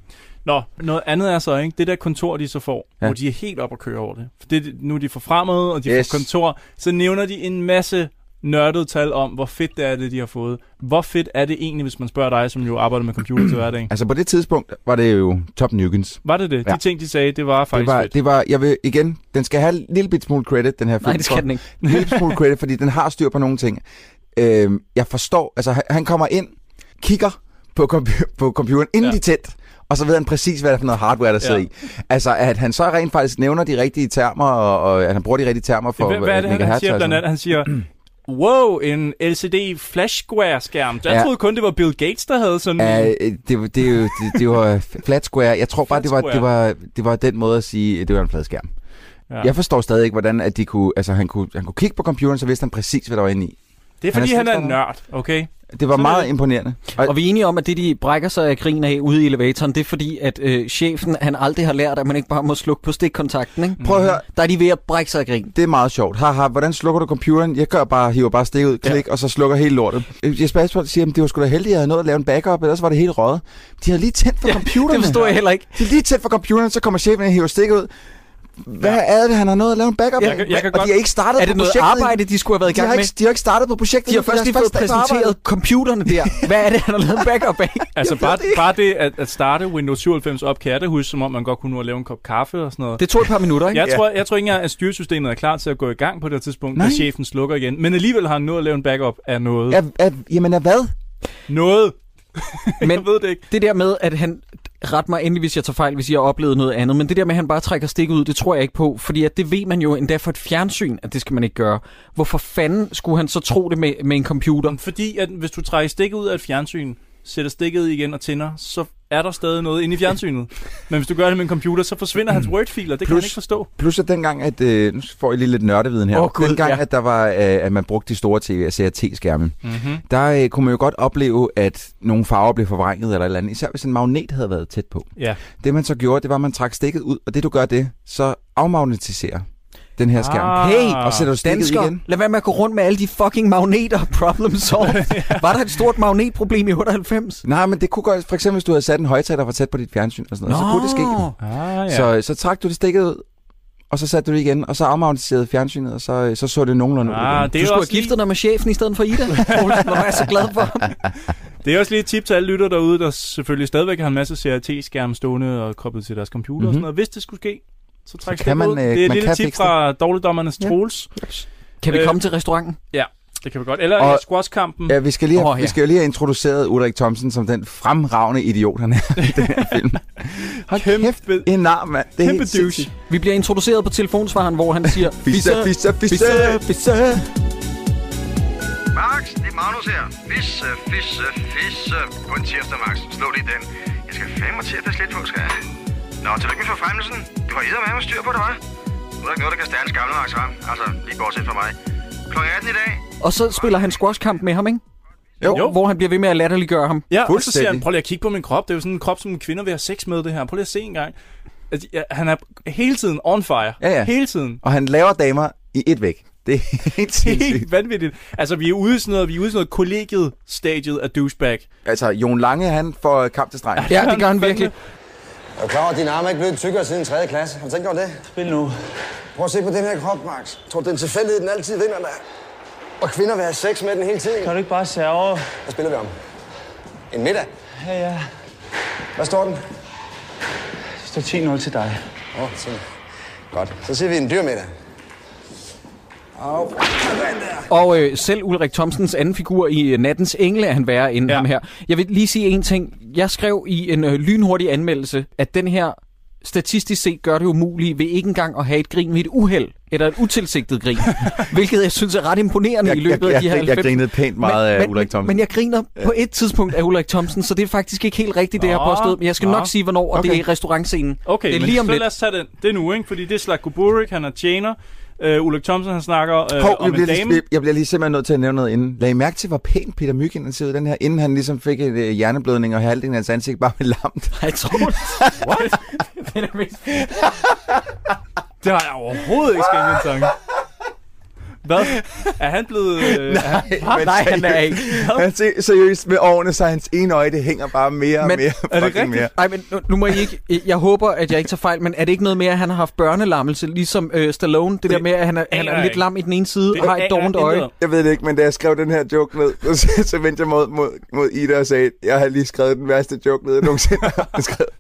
Speaker 7: Nå, noget andet er så, ikke? Det der kontor, de så får, ja.
Speaker 6: Ja.
Speaker 7: hvor de er helt op at køre over det. For det, nu er de forfremmede, og de yes.
Speaker 6: Yes.
Speaker 7: får kontor. Så nævner de en masse nørdede tal om, hvor fedt det er, det de har fået. Hvor fedt er det egentlig, hvis man spørger dig, som jo arbejder med computer til hverdag?
Speaker 6: [CLEARS THROAT] Altså på det tidspunkt var det jo top Nukens.
Speaker 7: Var det det? Ja.
Speaker 6: Ja.
Speaker 7: De ting, de sagde, det var
Speaker 6: Det
Speaker 7: faktisk
Speaker 6: var,
Speaker 7: fedt.
Speaker 6: det var, jeg vil igen, den skal have en lille bit smule credit, den her film.
Speaker 1: Nej, det
Speaker 6: for-
Speaker 1: skal den ikke.
Speaker 6: en lille smule credit, fordi den har styr på nogle ting. Øhm, jeg forstår, altså han- han kommer ind, kigger på, compu- på computeren, inden
Speaker 7: Ja.
Speaker 6: ja. de er tændt, og så ved han præcis, hvad det er for noget hardware, der sidder
Speaker 7: Ja.
Speaker 6: i. Altså, at han så rent faktisk nævner de rigtige termer, og, og at han bruger de rigtige termer for øh,
Speaker 7: Hvad, hvad er det, han, han
Speaker 6: megahertz
Speaker 7: siger
Speaker 6: og sådan
Speaker 7: blandt andet?
Speaker 6: noget.
Speaker 7: Han siger,
Speaker 6: [CLEARS THROAT]
Speaker 7: wow, en LCD flash square skærm. Jeg
Speaker 6: Ja.
Speaker 7: troede kun, det var Bill Gates, der havde sådan en.
Speaker 6: Ja, øh, det, var- det, er jo- det, det var øh, flat square. Jeg tror bare, det var,
Speaker 7: Flat
Speaker 6: det, var, det var den måde at sige, at det var en flad skærm.
Speaker 7: Ja.
Speaker 6: Ja. Jeg forstår stadig ikke, hvordan at de kunne, altså, han, kunne, han kunne kigge på computeren, så vidste han præcis, hvad der var inde i.
Speaker 7: Det er
Speaker 6: han er
Speaker 7: fordi, han er, han er en
Speaker 6: stikstander.
Speaker 7: nørd, okay? Altså,
Speaker 6: Det var
Speaker 7: Sådan er
Speaker 6: meget
Speaker 7: det.
Speaker 6: imponerende.
Speaker 1: Og vi er enige om, at det, de brækker sig af grin af ude i elevatoren, det er fordi, at øh, chefen, han aldrig har lært, at man ikke bare må slukke på stikkontakten, ikke?
Speaker 6: Prøv at høre,
Speaker 1: Der er de ved at brække sig af grin.
Speaker 6: Det er meget sjovt. Haha, hvordan slukker du computeren? Jeg gør bare, hiver bare stik ud, klik, ja. og så slukker hele lortet. Øh, Jesper Asbjørn siger, at det var sgu da heldigt, at jeg havde nået at lave en backup, ellers var det helt røget. De havde lige tændt for ja,
Speaker 1: [LAUGHS]
Speaker 6: computeren.
Speaker 1: Det forstår jeg heller ikke.
Speaker 6: De er lige tæt for computeren, så kommer chefen og hiver stikket ud. Hvad ja. er det, han har nået at lave en backup?
Speaker 7: Jeg
Speaker 6: af?
Speaker 7: kan- jeg kan
Speaker 6: og
Speaker 7: godt-
Speaker 6: de har ikke startet
Speaker 1: Er det
Speaker 6: på
Speaker 1: noget
Speaker 6: projektet.
Speaker 1: arbejde, de skulle have været i
Speaker 6: de,
Speaker 1: gang
Speaker 6: har
Speaker 1: med?
Speaker 6: ikke, de har ikke startet på projektet.
Speaker 1: De har
Speaker 6: endnu,
Speaker 1: først
Speaker 6: deres
Speaker 1: lige fået
Speaker 6: første dag på
Speaker 1: præsenteret
Speaker 6: arbejde.
Speaker 1: computerne der. Hvad er det, han har lavet en backup af?
Speaker 7: Altså,
Speaker 6: Jeg ved
Speaker 7: bare,
Speaker 6: det ikke.
Speaker 7: bare det at, at starte Windows 97 op, kan jeg da huske, som om man godt kunne nå at lave en kop kaffe og sådan noget.
Speaker 1: Det tog et par minutter, ikke?
Speaker 7: jeg, tror, jeg tror ikke engang, at styresystemet er klar til at gå i gang på det her tidspunkt, Nej.
Speaker 6: Nej.
Speaker 7: da chefen slukker igen. Men alligevel har han nået at lave en backup af noget. Ja.
Speaker 6: Er, er, jamen, er hvad?
Speaker 7: Noget!
Speaker 1: Men
Speaker 7: Jeg ved det ikke.
Speaker 1: det der med, at han... Ret mig endelig, hvis jeg tager fejl, hvis jeg har oplevet noget andet. Men det der med, at han bare trækker stikket ud, det tror jeg ikke på. Fordi at det ved man jo endda for et fjernsyn, at det skal man ikke gøre. Hvorfor fanden skulle han så tro det med, med en computer?
Speaker 7: Fordi at hvis du trækker stikket ud af et fjernsyn, sætter stikket i igen og tænder, så er der stadig noget inde i fjernsynet. Men hvis du gør det med en computer, så forsvinder hans Word-filer. Det kan man
Speaker 6: Plus-
Speaker 7: ikke forstå.
Speaker 6: Plus at dengang, at... Øh, nu får I lige lidt nørdeviden her.
Speaker 1: Åh, Gud,
Speaker 6: dengang,
Speaker 1: ja.
Speaker 6: at, der var, øh, at man brugte de store altså tv- og CRT-skærme,
Speaker 7: Mm-hmm.
Speaker 6: der øh, kunne man jo godt opleve, at nogle farver blev forvrænget eller et eller andet. Især hvis en magnet havde været tæt på.
Speaker 7: Ja.
Speaker 6: Det man så gjorde, det var, at man trak stikket ud, og det du gør det, så afmagnetiserer den her skærm.
Speaker 7: Ah.
Speaker 6: Og sætter du stikket
Speaker 1: Danskere,
Speaker 6: igen.
Speaker 1: lad være med at gå rundt med alle de fucking magneter. [LAUGHS] Problem solved. Var der et stort magnetproblem i 98?
Speaker 6: Nej, men det kunne godt, for eksempel hvis du havde sat en højtaler for tæt på dit fjernsyn og sådan noget, så kunne det ske.
Speaker 1: Nå.
Speaker 7: Ah, ja.
Speaker 6: Ja. Så, så trak du det stikket ud, og så satte du det igen, og så afmagnetiserede fjernsynet, og så så, så det nogenlunde ud. igen.
Speaker 7: ah, det,
Speaker 1: Du
Speaker 7: er
Speaker 1: skulle have
Speaker 7: også lige,
Speaker 1: giftet dig med chefen i stedet for [LAUGHS] Ida. Poulsen, hvor var jeg så glad for ham.
Speaker 7: det er også lige et tip til alle lytter derude, der selvfølgelig stadigvæk har en masse CRT-skærme stående og koblet til deres computer mm-hmm. og
Speaker 6: Mhm.
Speaker 7: sådan noget. Hvis det skulle ske, så træk
Speaker 6: Så
Speaker 7: stikket
Speaker 6: kan man,
Speaker 7: ud.
Speaker 6: øh,
Speaker 7: Det er et
Speaker 6: man
Speaker 7: lille
Speaker 6: kan
Speaker 7: tip
Speaker 6: fikse det.
Speaker 7: fra dårligdommernes
Speaker 6: Ja.
Speaker 7: Troels.
Speaker 1: Kan vi
Speaker 7: Øh.
Speaker 1: komme til restauranten?
Speaker 7: Det kan vi godt. Eller
Speaker 6: Og-
Speaker 7: og... squashkampen.
Speaker 6: Ja, vi skal lige have,
Speaker 1: Åh,
Speaker 6: oh,
Speaker 1: ja.
Speaker 6: ja. vi skal jo lige have introduceret Ulrik Thomsen som den fremragende idiot, han er i
Speaker 1: [LAUGHS]
Speaker 6: den her film. Hold
Speaker 7: Kæmpe-
Speaker 6: kæft, en arm, mand. Det er
Speaker 7: Kæmpe
Speaker 6: helt
Speaker 7: douche.
Speaker 6: sindssygt.
Speaker 1: Vi bliver introduceret på telefonsvaren, hvor han
Speaker 6: [LAUGHS]
Speaker 1: siger...
Speaker 6: Fisse, fisse, fisse.
Speaker 1: fisse.
Speaker 12: Max, det er Magnus her. Fisse, fisse, fisse. På en tirsdag, Max. Slå lige den. Jeg skal fandme til at lidt på, skal jeg. Nå, tillykke med forfremmelsen. Du har æder med med styr på det, hva'? Nu er der ikke noget, der kan stærne gamle Max, hva'? Altså, lige bortset fra mig. Klokken 18 i dag.
Speaker 1: Og så spiller han squashkamp med ham, ikke?
Speaker 6: Jo.
Speaker 7: Jo.
Speaker 1: Hvor han bliver ved med at latterliggøre ham.
Speaker 7: Ja, og så
Speaker 6: Fuldstændig.
Speaker 7: siger han, prøv lige at kigge på min krop. Det er jo sådan en krop, som kvinder vil have sex med det her. Prøv lige at se en gang. Altså, ja, han er hele tiden on fire.
Speaker 6: Ja, ja.
Speaker 7: Hele tiden.
Speaker 6: Og han laver damer i et væk.
Speaker 1: [LAUGHS]
Speaker 6: Det er helt sindssygt.
Speaker 7: Helt vanvittigt. Altså, vi er ude i sådan noget, vi er ude i sådan noget kollegiet-stadiet af douchebag.
Speaker 6: Altså, Jon Lange, han får kamp til stregen.
Speaker 1: Ja, det gør han virkelig.
Speaker 13: Er du klar over, at dine arme er ikke blevet tykkere siden 3. klasse? Har du tænkt over det?
Speaker 2: Spil nu.
Speaker 13: Prøv at se på den her krop, Max. Tror du, det er en tilfældighed, den altid vinder, der? Og kvinder vil have sex med den hele tiden.
Speaker 2: Kan du ikke bare serve?
Speaker 13: Hvad spiller vi om? En middag?
Speaker 2: Ja, ja.
Speaker 13: Hvad står den?
Speaker 2: Det står 10-0 til dig.
Speaker 13: Åh, oh, se. Godt. Så siger vi en dyr middag. Au. Sådan der.
Speaker 1: Og øh, selv Ulrik Thomsens anden figur i øh, Nattens Engle er han værre end ja.
Speaker 7: Ja.
Speaker 1: ham her. Jeg vil lige sige en ting. Jeg skrev i en øh, lynhurtig anmeldelse, at den her statistisk set gør det umuligt ved ikke engang at have et grin ved et uheld, eller et utilsigtet grin, hvilket jeg synes er ret imponerende i løbet af de her
Speaker 6: jeg, jeg
Speaker 1: 90.
Speaker 6: grinede pænt meget
Speaker 1: men,
Speaker 6: af
Speaker 1: men,
Speaker 6: Ulrik Thomsen.
Speaker 1: Men jeg griner på et tidspunkt af Ulrik Thomsen, så det er faktisk ikke helt rigtigt, det jeg
Speaker 7: Nå,
Speaker 1: har påstået. Men jeg skal
Speaker 7: nå.
Speaker 1: nok sige, hvornår, og det
Speaker 6: Okay.
Speaker 1: er i restaurantscenen.
Speaker 7: Okay,
Speaker 1: det er
Speaker 7: men
Speaker 1: lige om
Speaker 7: så
Speaker 1: lidt.
Speaker 7: lad os tage den. Det er nu, ikke? Fordi det er Slatko Burik, han er tjener. Øh, Ulrik Thomsen, han snakker øh,
Speaker 6: Hov, jeg,
Speaker 7: om en
Speaker 6: bliver
Speaker 7: dame.
Speaker 6: lige, jeg bliver lige simpelthen nødt til at nævne noget inden. Lag I mærke til, hvor pænt Peter Myggen han ser ud i den her, inden han ligesom fik en øh, hjerneblødning, og halvdelen af hans ansigt bare blev lamt.
Speaker 1: Jeg tror, What? det er det mest
Speaker 7: Det har jeg overhovedet ikke skænket en tanke. Hvad? Er han blevet...
Speaker 6: [LAUGHS]
Speaker 7: Øh, er han,
Speaker 6: men
Speaker 1: Nej, han er
Speaker 6: seriøst.
Speaker 1: ikke.
Speaker 6: Han ser seriøst med årene, så hans ene øje, det hænger bare mere og
Speaker 1: Men-
Speaker 6: mere.
Speaker 1: er det
Speaker 6: fucking
Speaker 7: rigtigt?
Speaker 6: Mere.
Speaker 1: Nej, men nu, nu må I ikke... Jeg håber, at jeg ikke tager fejl, men er det ikke noget med, at han har haft børnelammelse, ligesom øh, Stallone? Det, det der med, at han er, han
Speaker 7: aner
Speaker 1: er
Speaker 7: jeg
Speaker 1: lidt
Speaker 7: ikke.
Speaker 1: lam i den ene side
Speaker 7: det
Speaker 1: og har
Speaker 7: aner
Speaker 1: et dovent øje?
Speaker 7: intet om.
Speaker 6: Jeg ved det ikke, men da jeg skrev den her joke ned, så, så vendte jeg mod, mod, mod Ida og sagde, jeg har lige skrevet den værste joke ned, jeg nogensinde har skrevet.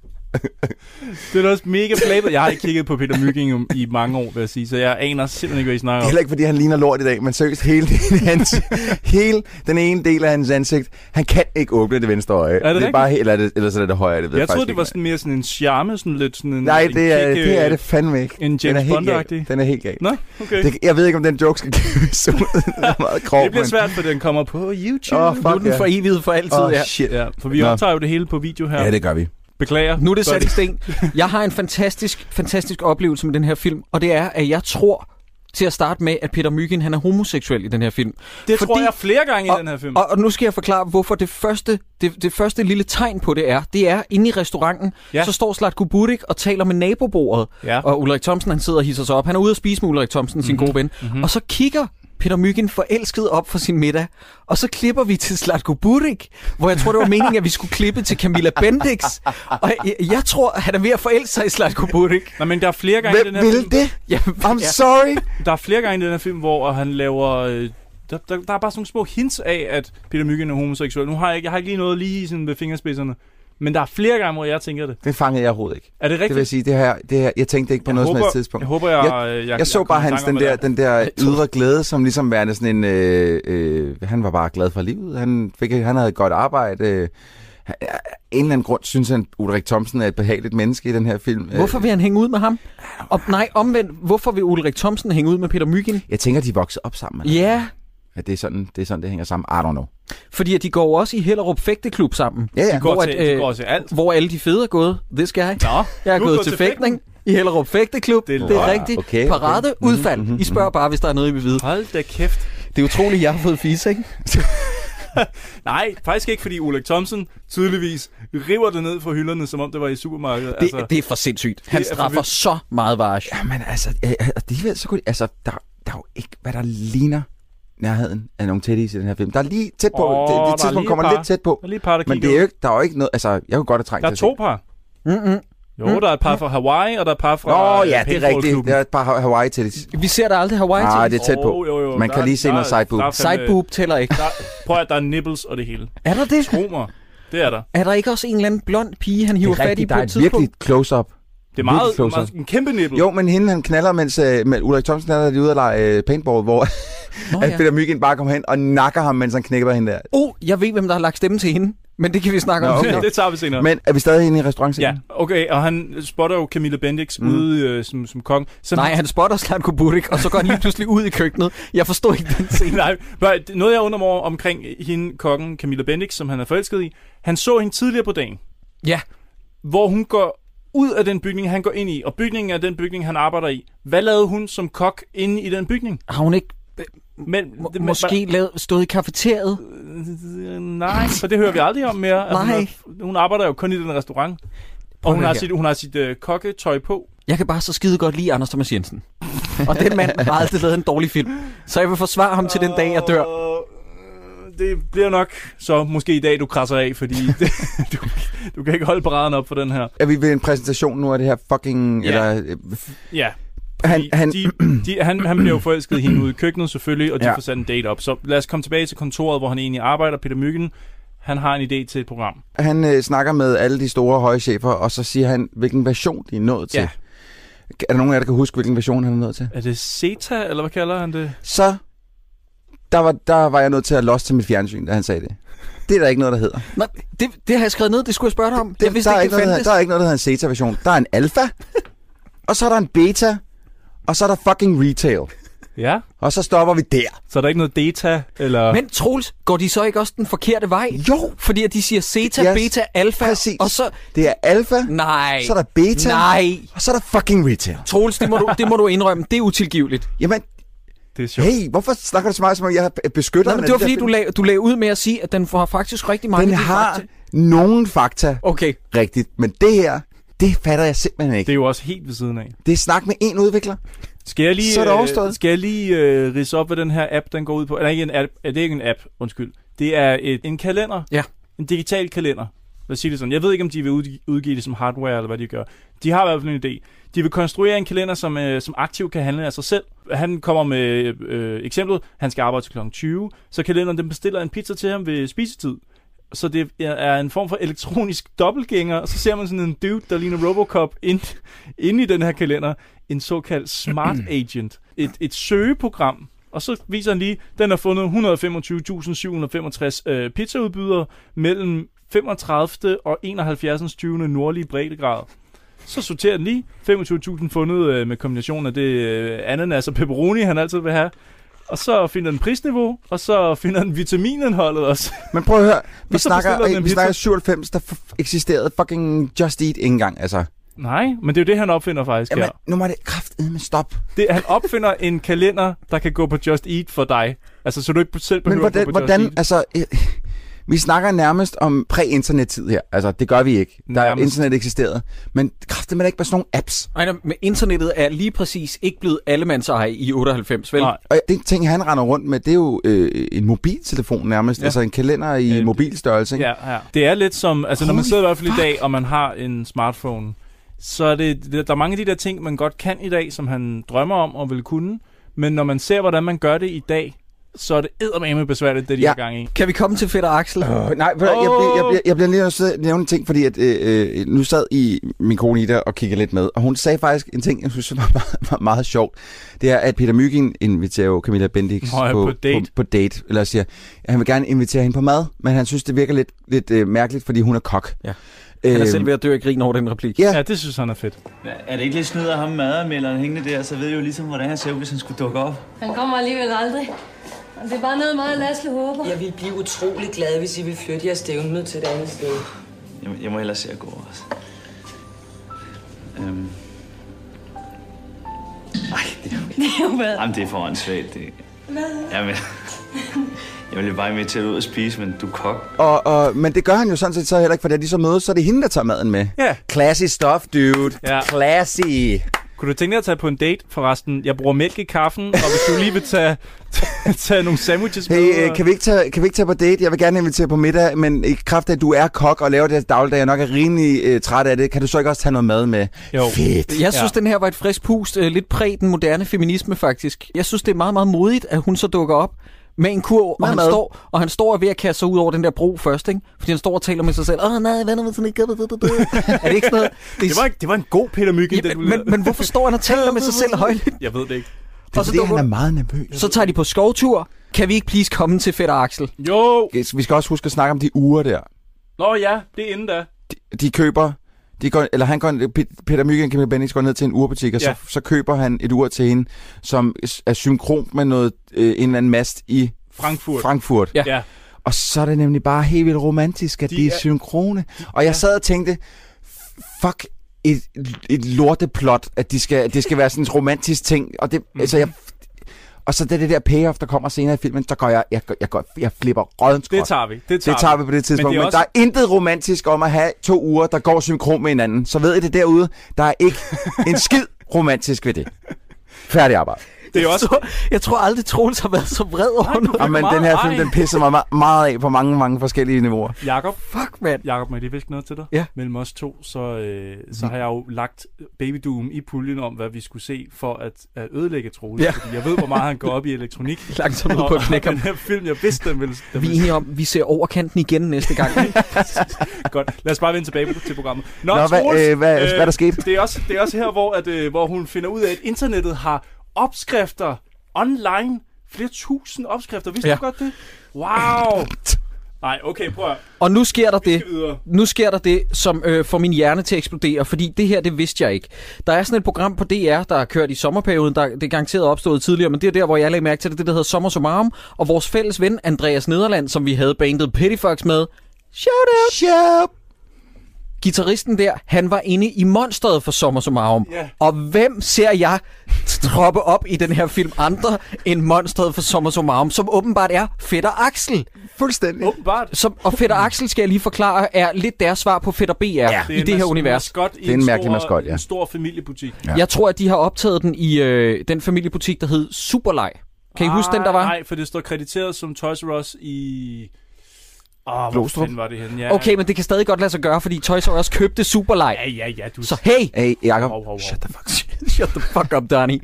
Speaker 7: Det er da også mega flabet. Jeg har ikke kigget på Peter Myking i mange år, vil jeg sige, så jeg aner simpelthen ikke, hvad I
Speaker 6: Det
Speaker 7: snakker
Speaker 6: er
Speaker 7: om.
Speaker 6: heller ikke, fordi han ligner lort i dag, men seriøst, hele, den, hans, hele den ene del af hans ansigt, han kan ikke åbne det venstre øje.
Speaker 7: det
Speaker 6: det er
Speaker 7: rigtigt?
Speaker 6: bare, he- eller, er det, eller så er det højre, det ved
Speaker 7: Jeg troede,
Speaker 6: faktisk
Speaker 7: det var
Speaker 6: ikke,
Speaker 7: sådan mere sådan en charme, sådan lidt sådan en...
Speaker 6: hvad- Nej,
Speaker 7: en
Speaker 6: det er,
Speaker 7: kæk,
Speaker 6: det er
Speaker 7: øh,
Speaker 6: det fandme ikke.
Speaker 7: En
Speaker 6: Den er
Speaker 7: James
Speaker 6: helt gal.
Speaker 7: Bond-agtig.
Speaker 6: Den er helt gal.
Speaker 7: Nå, okay. Det,
Speaker 6: Det, jeg ved ikke, om den joke skal gives ud. Den er meget krog,
Speaker 7: det bliver
Speaker 6: men-
Speaker 7: svært, for den kommer på YouTube.
Speaker 6: Åh, oh,
Speaker 7: Oh,
Speaker 1: Nu er
Speaker 6: fuck
Speaker 1: den for
Speaker 6: ja.
Speaker 1: evigt for altid,
Speaker 6: Åh,
Speaker 1: ja.
Speaker 6: shit.
Speaker 7: ja, for vi
Speaker 6: Nå.
Speaker 7: optager jo det hele på video her.
Speaker 6: Ja, det gør vi.
Speaker 7: Beklager.
Speaker 1: Nu er det sat i
Speaker 7: Godt.
Speaker 1: sten. Jeg har en fantastisk, fantastisk oplevelse med den her film, og det er, at jeg tror til at starte med, at Peter Mygind, han er homoseksuel i den her film.
Speaker 7: Det
Speaker 1: Fordi-
Speaker 7: tror jeg flere gange i den her film.
Speaker 1: Og, og nu skal jeg forklare, hvorfor det første, det, det første lille tegn på det er. Det er, inde i restauranten, ja.
Speaker 7: Ja.
Speaker 1: så står Slatko Budik og taler med nabobordet.
Speaker 7: Ja. Mhm.
Speaker 1: Og Ulrik Thomsen, han sidder og hisser sig op. Han er ude at spise med Ulrik Thomsen, sin gode ven. Og så kigger Peter Myggen forelsket op for sin middag. Og så klipper vi til Slatko Budik, hvor jeg tror, det var meningen, at vi skulle klippe til Camilla Bendix. Og jeg, jeg tror, han er ved at forelske sig i Slatko Budik.
Speaker 7: Nej, men der er flere gange i den
Speaker 6: Hvem
Speaker 7: her film.
Speaker 6: vil det?
Speaker 1: Ja,
Speaker 7: [LAUGHS]
Speaker 6: I'm sorry.
Speaker 7: Der er flere gange i den her film, hvor han laver... øh, Der, der, der er bare sådan nogle små hints af, at Peter Myggen er homoseksuel. Nu har jeg, ikke- jeg har ikke lige noget lige sådan ved fingerspidserne. Men der er flere gange, hvor jeg tænker det.
Speaker 6: Det fangede jeg overhovedet ikke.
Speaker 7: Er det rigtigt?
Speaker 6: Det vil jeg sige, det her, det her, jeg tænkte ikke på
Speaker 7: Jeg
Speaker 6: noget
Speaker 7: håber,
Speaker 6: som helst tidspunkt.
Speaker 7: Jeg håber, jeg... Jeg, jeg,
Speaker 6: jeg så
Speaker 7: kommer
Speaker 6: bare
Speaker 7: i
Speaker 6: hans
Speaker 7: tanke om,
Speaker 6: den
Speaker 7: hvad
Speaker 6: der,
Speaker 7: det er.
Speaker 6: den der ydre glæde, som ligesom værende sådan en... Øh, øh, han var bare glad for livet. Han, fik, han havde et godt arbejde. Øh, han- af en eller anden grund synes han, Ulrik Thomsen er et behageligt menneske i den her film. Øh,
Speaker 1: Hvorfor vil han hænge ud med ham? Og, nej, omvendt, hvorfor vil Ulrik Thomsen hænge ud med Peter Myggen?
Speaker 6: Øh, Jeg tænker, de voksede op sammen. eller?
Speaker 1: Ja,
Speaker 6: At det, er sådan, det er sådan, det hænger sammen. I don't know.
Speaker 1: Fordi at de går jo også i Hellerup Fægteklub sammen.
Speaker 6: Ja, ja.
Speaker 7: De går,
Speaker 1: hvor
Speaker 7: til,
Speaker 1: at, øh,
Speaker 7: de går til alt.
Speaker 1: Hvor alle de fede er gået. Det skal jeg.
Speaker 7: Nå,
Speaker 1: Jeg er
Speaker 7: du
Speaker 1: gået til fægtning i Hellerup Fægteklub. Det
Speaker 7: Det er
Speaker 1: er, det er
Speaker 6: løgn.
Speaker 1: rigtigt.
Speaker 6: Okay, Mhm. okay.
Speaker 1: Parade, udfald. I spørger bare, hvis der er noget, I vil vide.
Speaker 7: Hold da kæft.
Speaker 1: Det er utroligt, jeg har fået fise, ikke?
Speaker 7: Nej, faktisk ikke, fordi Ulrik Thomsen tydeligvis river det ned fra hylderne, som om det var i supermarkedet.
Speaker 1: Det, altså, det er for sindssygt. Han
Speaker 7: Det er for
Speaker 1: straffer
Speaker 7: vildt.
Speaker 1: så meget varage.
Speaker 6: Jamen altså, øh, alligevel så kunne de, altså, der, der er jo ikke, hvad der ligner nærheden af nogle tættis i den her film. Der er lige tæt på,
Speaker 7: Åh,
Speaker 6: oh,
Speaker 7: der
Speaker 6: det,
Speaker 7: er
Speaker 6: det tidspunkt
Speaker 7: lige et
Speaker 6: kommer
Speaker 7: par.
Speaker 6: lidt tæt på.
Speaker 7: Der er lige et par, der
Speaker 6: Men
Speaker 7: kigger
Speaker 6: det er jo
Speaker 7: ud.
Speaker 6: ikke, der er jo ikke noget, altså, jeg kunne godt have trængt
Speaker 7: der er
Speaker 6: til at se Mm-hmm.
Speaker 7: to par.
Speaker 1: Mm-mm.
Speaker 7: Jo, der er et par fra Hawaii, og der er et par fra
Speaker 6: Åh oh,
Speaker 7: øh,
Speaker 6: ja, det er rigtigt.
Speaker 7: paintballklubben.
Speaker 6: Der er et par Ha- Hawaii tættis.
Speaker 1: Vi ser der aldrig Hawaii
Speaker 6: Nej,
Speaker 1: ah,
Speaker 6: det
Speaker 1: det...
Speaker 6: er tæt på.
Speaker 7: Jo, jo, jo.
Speaker 6: Man
Speaker 7: Der
Speaker 6: kan
Speaker 7: er-
Speaker 6: lige se
Speaker 7: der
Speaker 6: noget
Speaker 7: er-
Speaker 6: sideboob.
Speaker 7: der er fandme-
Speaker 1: Sideboob tæller ikke.
Speaker 7: Der, prøv at der er nipples og det hele.
Speaker 1: Er der det?
Speaker 7: Tro mig. Det er der.
Speaker 1: Er der ikke også en eller anden blond pige, han
Speaker 6: Det
Speaker 1: hiver
Speaker 6: er
Speaker 1: fat i
Speaker 6: rigtigt, der
Speaker 1: på
Speaker 6: er
Speaker 1: et
Speaker 6: et virkelig
Speaker 1: tidspunkt?
Speaker 6: close-up.
Speaker 7: Det er meget,
Speaker 6: Virkelig
Speaker 7: meget en kæmpe nipple. [LAUGHS]
Speaker 6: Jo, men hende han knaller, mens øh, med Ulrik Thomsen er der ude og lege øh, paintball, hvor
Speaker 1: Nå,
Speaker 6: [LAUGHS] at
Speaker 1: ja.
Speaker 6: Peter Mygind bare kommer hen og nakker ham, mens han knækker hende der.
Speaker 1: Oh, jeg ved, hvem der har lagt stemme til hende. Men det kan vi snakke
Speaker 6: Nå,
Speaker 1: om.
Speaker 6: okay.
Speaker 1: senere.
Speaker 7: det tager vi senere.
Speaker 6: Men er vi stadig inde i
Speaker 7: Ja,
Speaker 6: restaurantscenen?
Speaker 7: okay, og han spotter jo Camilla Bendix mm. ude øh, som, som kong. Som,
Speaker 1: Nej, han spotter Slatko Burik, og så går han lige pludselig ud i køkkenet. Jeg forstod ikke den scene.
Speaker 7: [LAUGHS] Nej, but noget jeg undrer mig over omkring hende, kokken Camilla Bendix, som han er forelsket i. Han så hende tidligere på dagen,
Speaker 1: Ja,
Speaker 7: hvor hun går ud af den bygning, han går ind i, og bygningen er den bygning, han arbejder i. Hvad lavede hun som kok inde i den bygning?
Speaker 1: har hun ikke
Speaker 7: Men,
Speaker 1: må-
Speaker 7: men-
Speaker 1: måske lavet, stået i kafeteriet?
Speaker 7: Øh, Nej, for det hører vi aldrig om mere. Altså,
Speaker 1: Nej.
Speaker 7: Hun, er, hun arbejder jo kun i den restaurant.
Speaker 1: Prøv
Speaker 7: Og
Speaker 1: at
Speaker 7: hun
Speaker 1: høre
Speaker 7: har,
Speaker 1: her.
Speaker 7: sit, hun har sit øh, kokketøj på.
Speaker 1: Jeg kan bare så skide godt lide Anders Thomas Jensen. Og den mand har aldrig lavet en dårlig film. Så jeg vil forsvare ham til den dag, jeg dør.
Speaker 7: Og, øh, Det bliver nok så måske i dag, du krasser af, fordi [LAUGHS] det, du, du kan ikke holde paraden op for den her.
Speaker 6: Er vi ved en præsentation nu af det her fucking...
Speaker 7: Ja.
Speaker 6: Eller, øh,
Speaker 7: Ja,
Speaker 6: han, han,
Speaker 7: de, de, han, han bliver jo forelsket i hende ude i køkkenet selvfølgelig, og de
Speaker 6: Ja.
Speaker 7: ja. får sat en date op. Så lad os komme tilbage til kontoret, hvor han egentlig arbejder. Peter Myggen, han har en idé til et program.
Speaker 6: han øh, snakker med alle de store høje chefer, og så siger han, hvilken version de er nået til.
Speaker 7: Ja.
Speaker 6: Er der nogen af jer, der kan huske, hvilken version han er nået til?
Speaker 7: Er det CETA, eller hvad kalder han det?
Speaker 6: Så der var, der var jeg nødt til at losse til mit fjernsyn, da han sagde det. Det er der ikke noget, der hedder.
Speaker 1: Nej, det, det har jeg skrevet ned, det skulle jeg spørge dig om. Jeg vidste
Speaker 6: der, er
Speaker 1: ikke,
Speaker 6: noget,
Speaker 1: det
Speaker 6: der, hedder-
Speaker 1: fandtes.
Speaker 6: der er ikke noget, der hedder en Zeta-version. Der er en alfa, og så er der en beta, og så er der fucking retail.
Speaker 7: Ja,
Speaker 6: Og så stopper vi der.
Speaker 7: så er der ikke noget data, eller...
Speaker 1: Men Troels, går de så ikke også den forkerte vej?
Speaker 6: Jo.
Speaker 1: Fordi at de siger zeta,
Speaker 6: Yes,
Speaker 1: yes, beta, alfa,
Speaker 6: præcis.
Speaker 1: og så...
Speaker 6: Det er alfa,
Speaker 1: Nej.
Speaker 6: så er der beta,
Speaker 1: Nej.
Speaker 6: og så er der fucking retail.
Speaker 1: Troels, det må, du, det må du indrømme. Det er utilgiveligt.
Speaker 6: Jamen,
Speaker 7: Det er sjovt.
Speaker 6: hey, hvorfor snakker du så meget, som om jeg har beskyttet
Speaker 1: Nej, men det var fordi, du lagde, du lagde ud med at sige, at den har faktisk rigtig mange...
Speaker 6: Den
Speaker 1: af de
Speaker 6: har
Speaker 1: fakta.
Speaker 6: nogen fakta
Speaker 1: Okay.
Speaker 6: rigtigt, men det her, det fatter jeg simpelthen
Speaker 7: Det
Speaker 6: ikke.
Speaker 7: er jo også helt ved siden af.
Speaker 6: Det er snak med én udvikler.
Speaker 7: Skal jeg lige,
Speaker 6: Så er det overstået.
Speaker 7: øh, skal jeg lige øh, rise op, hvad den her app den går ud på? Nej, ikke en app. Er det er ikke en app? Undskyld. Det er et, en kalender.
Speaker 1: Ja.
Speaker 7: En digital kalender. Lad os sige det sådan. Jeg ved ikke, om de vil udgi- udgive det som hardware, eller hvad de gør. De har i hvert fald en idé. De vil konstruere en kalender, som, øh, som aktivt kan handle af sig selv. Han kommer med øh, eksemplet. Han skal arbejde til kl. 20. Så kalenderen den bestiller en pizza til ham ved spisetid. Så det er en form for elektronisk dobbeltgænger, og så ser man sådan en dude, der ligner Robocop ind, inde i den her kalender. En såkaldt smart agent. Et, et søgeprogram. Og så viser han lige, den har fundet 125.765 øh, pizzaudbydere mellem 35. og 71. 20. nordlige breddegrad. Så sorterer den lige. 25.000 fundet øh, med kombinationen af det øh, ananas og pepperoni, han altid vil have. Og så finder den prisniveau, og så finder den vitaminindholdet også. [LAUGHS]
Speaker 6: Men prøv at høre, vi
Speaker 7: Og så
Speaker 6: snakker,
Speaker 7: bestiller den en
Speaker 6: øh, vi
Speaker 7: pizza.
Speaker 6: snakker 97, der f- eksisterede fucking Just Eat ikke engang, altså.
Speaker 7: Nej, men det er jo det, han opfinder faktisk
Speaker 6: Jamen,
Speaker 7: her.
Speaker 6: nu må det kraftedeme stoppe.
Speaker 7: Det, han opfinder en kalender, der kan gå på Just Eat for dig. Altså, så du ikke selv
Speaker 6: Men
Speaker 7: behøver at
Speaker 6: hvordan,
Speaker 7: gå på Just
Speaker 6: hvordan
Speaker 7: Eat.
Speaker 6: altså, øh, vi snakker nærmest om præ-internet-tid her. Altså, det gør vi ikke. Der er
Speaker 7: Nærmest.
Speaker 6: internet eksisterede. Men kræfter man ikke bare sådan nogle apps.
Speaker 1: Ej, nå, men internettet er lige præcis ikke blevet allemands eje i 98, vel?
Speaker 7: Nej.
Speaker 6: Og den ting, han render rundt med, det er jo øh, en mobiltelefon nærmest. Ja.
Speaker 7: Ja.
Speaker 6: Altså en kalender i
Speaker 7: Øh,
Speaker 6: mobilstørrelse, ikke?
Speaker 7: Ja, ja. Det er lidt som, altså når man
Speaker 6: Holy
Speaker 7: sidder i hvert fald i
Speaker 6: fuck.
Speaker 7: dag, og man har en smartphone, så er det, det- der er mange af de der ting, man godt kan i dag, som han drømmer om og vil kunne. Men når man ser, hvordan man gør det i dag, så er det eddermame besværligt, det de
Speaker 6: Ja.
Speaker 7: ja. har gang i.
Speaker 1: Kan vi komme til Fætter Axel?
Speaker 6: Øh, nej, for jeg, jeg, bliver- jeg, bliver- jeg bliver lige nødt til at nævne en ting, fordi at, øh, øh, nu sad i min kone Ida og kiggede lidt med, og hun sagde faktisk en ting, jeg synes [LAUGHS] var meget, meget, meget sjovt. Det er, at Peter Mygin inviterer jo Camilla Bendix
Speaker 7: Nå ja, på date.
Speaker 6: På, på date, eller siger, at han vil gerne invitere hende på mad, men han synes, det virker lidt, lidt øh, mærkeligt, fordi hun er kok. Øh,
Speaker 1: Ja. Han er selv ved at dø af grin over den replik.
Speaker 6: Ja,
Speaker 7: Ja, det synes han er fedt.
Speaker 2: Er det ikke lidt snyd af ham madanmelderen hængende der, så ved jeg jo ligesom, hvordan han ser ud, hvis han skulle dukke op.
Speaker 8: Han kommer alligevel aldrig. Og det er bare noget, mig og Lasle håber.
Speaker 11: Jeg ville blive utrolig glad, hvis I ville flytte jeres stævnmøde til et andet sted.
Speaker 2: Jeg, jeg må hellere se at gå også. Øhm. Ej, det er jo...
Speaker 11: Jo, hvad?
Speaker 2: Jamen, det er for åndssvagt, det. Hvad? Jamen, [LAUGHS] Jeg ville bare invitere dig ud og spise, men du er kok.
Speaker 6: Og, og, men det gør han jo sådan set så heller ikke, for da de så mødes, så er det hende, der tager maden med.
Speaker 7: Ja.
Speaker 6: Classy stuff, dude. Ja. Classy.
Speaker 7: Kunne du tænke dig at tage på en date forresten? Jeg bruger mælk i kaffen, og hvis du lige vil tage, [LAUGHS] tage nogle sandwiches med...
Speaker 6: Hey, øh,
Speaker 7: og-
Speaker 6: kan, vi ikke tage, kan vi ikke tage på date? Jeg vil gerne invitere på middag, men i kraft af, at du er kok og laver det her dagligdag, og nok er rimelig øh, træt af det, kan du så ikke også tage noget mad med?
Speaker 7: Jo.
Speaker 6: Fedt.
Speaker 1: Jeg synes, ja. den her var et frisk pust, øh, lidt præg den moderne feminisme faktisk. Jeg synes, det er meget, meget modigt, at hun så dukker op med en kurv, og
Speaker 6: Med
Speaker 1: han,
Speaker 6: mad.
Speaker 1: står, og han står og er ved at kaste sig ud over den der bro først, ikke? Fordi han står og taler med sig selv. Åh nej, hvad er det med sådan ikke? Er det ikke sådan noget? Det,
Speaker 7: [LAUGHS] Det var, ikke, det var en god Peter Myggen,
Speaker 1: ja, men, men, men hvorfor står han og taler med sig selv
Speaker 6: [LAUGHS]
Speaker 1: højt?
Speaker 7: Jeg ved det ikke.
Speaker 6: Det er fordi,
Speaker 1: dukker-
Speaker 6: han er meget nervøs.
Speaker 1: Så tager de på skovtur. Kan vi ikke please komme til Fætter Axel?
Speaker 7: Jo!
Speaker 6: Vi skal også huske at snakke om de uger der.
Speaker 7: Nå ja, det er inden da.
Speaker 6: de køber, de går, eller han går, Pe- Peter Myggen og Camilla Bendix går ned til en urbutik, og ja.
Speaker 7: Ja.
Speaker 6: så, så køber han et ur til hende, som s- er synkront med noget, øh, en eller anden mast i
Speaker 7: Frankfurt.
Speaker 6: Frankfurt.
Speaker 1: Ja.
Speaker 7: Ja.
Speaker 6: Og så er det nemlig bare helt vildt romantisk, at de,
Speaker 7: De
Speaker 6: de er
Speaker 7: er-
Speaker 6: synkrone. Og jeg sad og tænkte, fuck et, et lorteplot, at de skal, at det skal være sådan en romantisk ting. Og, det,
Speaker 7: Mhm.
Speaker 6: mm. altså, jeg, og så det, det der payoff, der kommer senere i filmen, der går jeg, jeg, jeg, går, jeg flipper rådens
Speaker 7: Det tager vi. Det tager,
Speaker 6: det tager vi på det tidspunkt. Men,
Speaker 7: det
Speaker 6: det
Speaker 7: er
Speaker 6: men
Speaker 7: også-
Speaker 6: der er intet romantisk om at have to uger, der går synkron med hinanden. Så ved I det derude, der er ikke en skid romantisk ved det. Færdig arbejde.
Speaker 7: Det er også...
Speaker 1: Jeg tror aldrig, Troels har været så vred over noget.
Speaker 6: Og men
Speaker 7: meget-
Speaker 6: den her film,
Speaker 7: ej.
Speaker 6: den pisser mig me- meget af på mange, mange forskellige niveauer.
Speaker 7: Jakob,
Speaker 1: Fuck, mand.
Speaker 7: Jakob, må jeg lige viske noget til dig?
Speaker 1: Ja.
Speaker 7: Mellem os to, så, øh, så har jeg jo lagt Baby Doom i puljen om, hvad vi skulle se for at, at ødelægge Troels.
Speaker 1: Ja.
Speaker 7: Ja. Fordi jeg ved, hvor meget han går op i elektronik.
Speaker 1: [LAUGHS] Langsomt ud
Speaker 7: Og-
Speaker 1: på
Speaker 7: og
Speaker 1: et knæk.
Speaker 7: den her film, jeg vidste, den ville... Den
Speaker 1: Vi er
Speaker 7: ville
Speaker 1: enige om, vi ser over kanten igen næste gang.
Speaker 7: [LAUGHS] godt. Lad os bare vende tilbage til programmet.
Speaker 6: Nå, hvad,
Speaker 7: Troels,
Speaker 6: øh, hvad, hvad er der skete?
Speaker 7: Det er også, det er også her, hvor, at, øh, hvor hun finder ud af, at internettet har opskrifter online. Flere tusind opskrifter. Vidste
Speaker 1: Ja.
Speaker 7: ja. du godt det? Wow! Nej, okay, prøv at
Speaker 1: Og nu sker der
Speaker 7: vi
Speaker 1: det.
Speaker 7: skal videre.
Speaker 1: Nu sker der det, som øh, får min hjerne til at eksplodere, fordi det her, det vidste jeg ikke. Der er sådan et program på DR, der har kørt i sommerperioden, der det er garanteret opstået tidligere, men det er der, hvor jeg lagde mærke til det, det der hedder Sommer Summarum, og vores fælles ven, Andreas Nederland, som vi havde bandet Pettifox med, shout out!
Speaker 6: Yep.
Speaker 1: Gitaristen der, han var inde i monsteret for Sommer Summarum.
Speaker 7: Ja.
Speaker 1: Og hvem ser jeg troppe op i den her film andre end monsteret for Sommer Summarum, som åbenbart er Fætter Axel?
Speaker 6: Fuldstændig.
Speaker 7: Åbenbart.
Speaker 1: Som, og Fætter Axel, skal jeg lige forklare, er lidt deres svar på Fætter BR ja, i det her univers.
Speaker 7: Maskot i
Speaker 6: Det er en mærkelig
Speaker 7: stor,
Speaker 6: maskot, ja.
Speaker 7: En stor familiebutik.
Speaker 1: Ja. Jeg tror, at de har optaget den i øh, den familiebutik, der hed Superleg. Kan I huske den, der var?
Speaker 7: Nej, for det står krediteret som Toys R Us i... Ah, hvor
Speaker 6: Glostrup.
Speaker 7: fanden var det henne? Ja.
Speaker 1: Okay, men det kan stadig godt lade sig gøre, fordi Toys R Us købte Superleg.
Speaker 7: Ja, ja, ja, du...
Speaker 1: Så hey!
Speaker 6: Hey, Jacob.
Speaker 7: Hov, hov, hov.
Speaker 6: Shut the fuck up.
Speaker 1: Shut the fuck up, Donnie.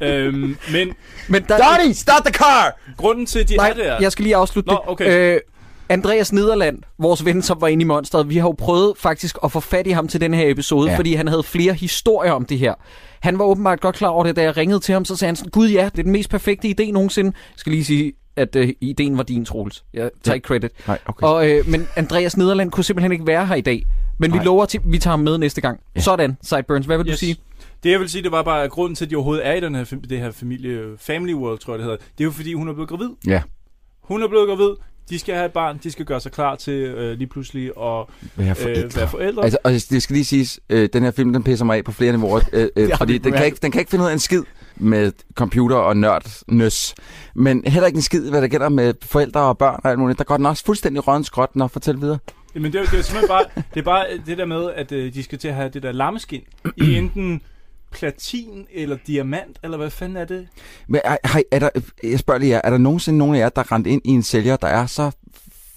Speaker 7: Øhm, men
Speaker 1: Men der,
Speaker 6: Donnie, start the car!
Speaker 7: grunden til, at de er
Speaker 1: Nej,
Speaker 7: der...
Speaker 1: jeg skal lige afslutte
Speaker 7: Nå,
Speaker 1: det.
Speaker 7: okay.
Speaker 1: Øh, Andreas Nederland, vores ven, som var inde i Monsteret, vi har jo prøvet faktisk at få fat i ham til den her episode,
Speaker 6: Ja.
Speaker 1: ja. fordi han havde flere historier om det her. Han var åbenbart godt klar over det, da jeg ringede til ham, så sagde han sådan, Gud ja, det er den mest perfekte idé nogensinde. Jeg skal lige sige, at øh, ideen var din, Troels. Jeg tager ikke credit.
Speaker 6: Nej, okay.
Speaker 1: Og, øh, men Andreas Nederland kunne simpelthen ikke være her i dag. Men vi
Speaker 6: Nej.
Speaker 1: lover til, at vi tager ham med næste gang. Ja. Sådan, Sideburns. Hvad vil yes. du sige?
Speaker 7: Det jeg vil sige, det var bare at grunden til, at de overhovedet er i den her, fam- det her familie, family world, tror jeg det hedder. Det er jo fordi, hun er blevet gravid.
Speaker 6: Ja.
Speaker 7: Hun er blevet gravid. De skal have et barn. De skal gøre sig klar til øh, lige pludselig at
Speaker 6: Hvad er
Speaker 7: øh, være forældre.
Speaker 6: Altså, og det skal lige siges, øh, den her film, den pisser mig af på flere niveauer, øh, [LAUGHS] øh,
Speaker 1: har
Speaker 6: fordi
Speaker 1: vi
Speaker 6: den kan,
Speaker 1: bemærket.
Speaker 6: ikke, den kan ikke finde ud af en skid med computer og nørdnøs. Men heller ikke en skid, hvad der gælder med forældre og børn og alt muligt. Der går den også fuldstændig rådens gråt, når fortæl videre.
Speaker 7: Jamen, det er, jo- det er jo simpelthen bare det, er bare øh, det der med, at øh, de skal til at have det der lammeskin i
Speaker 1: [CLEARS THROAT]
Speaker 7: enten platin eller diamant, eller hvad fanden er det?
Speaker 6: Men er, er, er der, jeg spørger lige jer, er der nogensinde nogen af jer, der er rendt ind i en sælger, der er så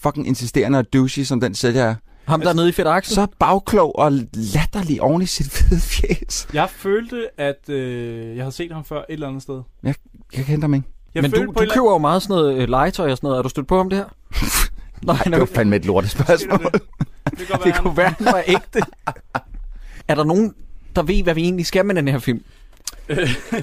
Speaker 6: fucking insisterende og douchey, som den sælger er?
Speaker 1: Ham
Speaker 7: Altså,
Speaker 1: dernede i Fedt Axel?
Speaker 6: Så bagklog og latterlig oven i sit hvide fjes.
Speaker 7: Jeg følte, at øh, jeg havde set ham før et eller andet sted.
Speaker 6: Jeg kan hente ham, ikke?
Speaker 7: Jeg
Speaker 1: men
Speaker 7: følte
Speaker 1: du,
Speaker 7: på
Speaker 1: du
Speaker 7: et eller-
Speaker 1: køber jo meget sådan noget øh, legetøj og sådan noget. Er du stødt på ham det
Speaker 6: [LAUGHS]
Speaker 1: her? Nej,
Speaker 6: Det var fandme et lortet spørgsmål.
Speaker 7: Det, det, kan
Speaker 1: altså- [LAUGHS] det
Speaker 7: godt være,
Speaker 1: kunne være, han var ægte. er der nogen, der ved, hvad vi egentlig skal med den her film?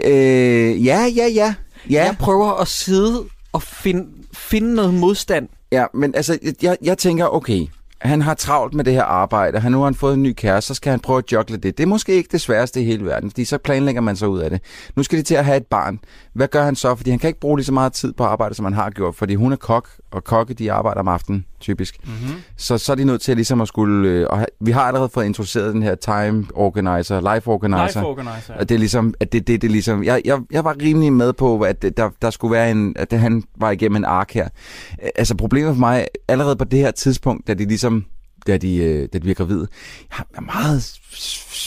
Speaker 6: øh, ja, ja, ja. Ja.
Speaker 1: Jeg prøver at sidde og finde, finde noget modstand.
Speaker 6: Ja, men altså, jeg, jeg tænker, okay, han har travlt med det her arbejde, han nu har han fået en ny kæreste, så skal han prøve at joggle det. Det er måske ikke det sværeste i hele verden, fordi så planlægger man sig ud af det. Nu skal de til at have et barn. Hvad gør han så? Fordi han kan ikke bruge lige så meget tid på arbejde, som han har gjort, fordi hun er kok, og kokke de arbejder om aftenen. typisk. Mm-hmm. Så, så er de nødt til at ligesom at skulle... Øh, og ha- vi har allerede fået introduceret den her time organizer, life organizer.
Speaker 1: altså.
Speaker 7: Life organizer, ja.
Speaker 6: Og det er ligesom... At det, det, det er ligesom jeg, jeg, jeg var rimelig med på, at det- der, der skulle være en... At det, han var igennem en ark her. Øh, Altså problemet for mig, allerede på det her tidspunkt, da de ligesom da de, øh, da de bliver gravide. Jeg har meget s-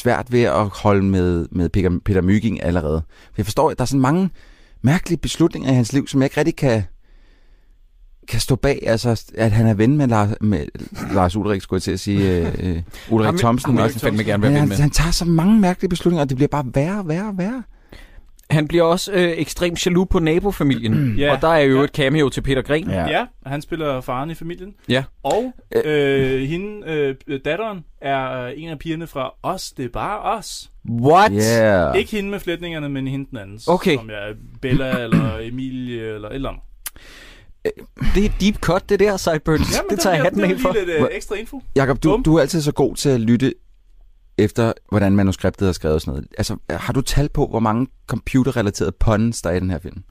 Speaker 6: svært ved at holde med, med Peter, Peter Myking allerede. For Jeg forstår, at der er sådan mange mærkelige beslutninger i hans liv, som jeg ikke rigtig kan, kan stå bag. Altså, at han er ven med Lars, med Lars Ulrik, skulle jeg til at sige. Øh, øh, Ulrik
Speaker 1: Ham vil-
Speaker 6: Thomsen.
Speaker 1: ham vil
Speaker 6: også.
Speaker 1: jeg fandme gerne være
Speaker 6: Men
Speaker 1: ven
Speaker 6: han,
Speaker 1: med.
Speaker 6: Han tager så mange mærkelige beslutninger, og det bliver bare værre og værre og værre.
Speaker 1: Han bliver også øh, ekstremt jaloux på nabofamilien, [CLEARS THROAT]
Speaker 7: Ja.
Speaker 1: ja. og der er jo et cameo til Peter Gren.
Speaker 7: Ja. ja, han spiller faren i familien.
Speaker 1: Ja.
Speaker 7: Og øh, hende, øh, datteren, er øh, en af pigerne fra Os, det er bare os.
Speaker 1: What?
Speaker 6: Yeah.
Speaker 7: Ikke hende med flætningerne, men hende den anden.
Speaker 1: Okay.
Speaker 7: Som jeg er Bella eller Emilie eller et eller andet.
Speaker 1: Det er et deep cut, det der, Sideburns.
Speaker 7: Jamen,
Speaker 1: det
Speaker 7: der
Speaker 1: tager jeg
Speaker 7: bliver-
Speaker 1: hatten
Speaker 7: det var
Speaker 1: af for.
Speaker 7: lige lidt, øh, ekstra info.
Speaker 6: Jakob, du, du er altid så god til at lytte efter, hvordan manuskriptet er skrevet og sådan noget. Altså, har du tal på, hvor mange computerrelaterede puns, der er i den her film?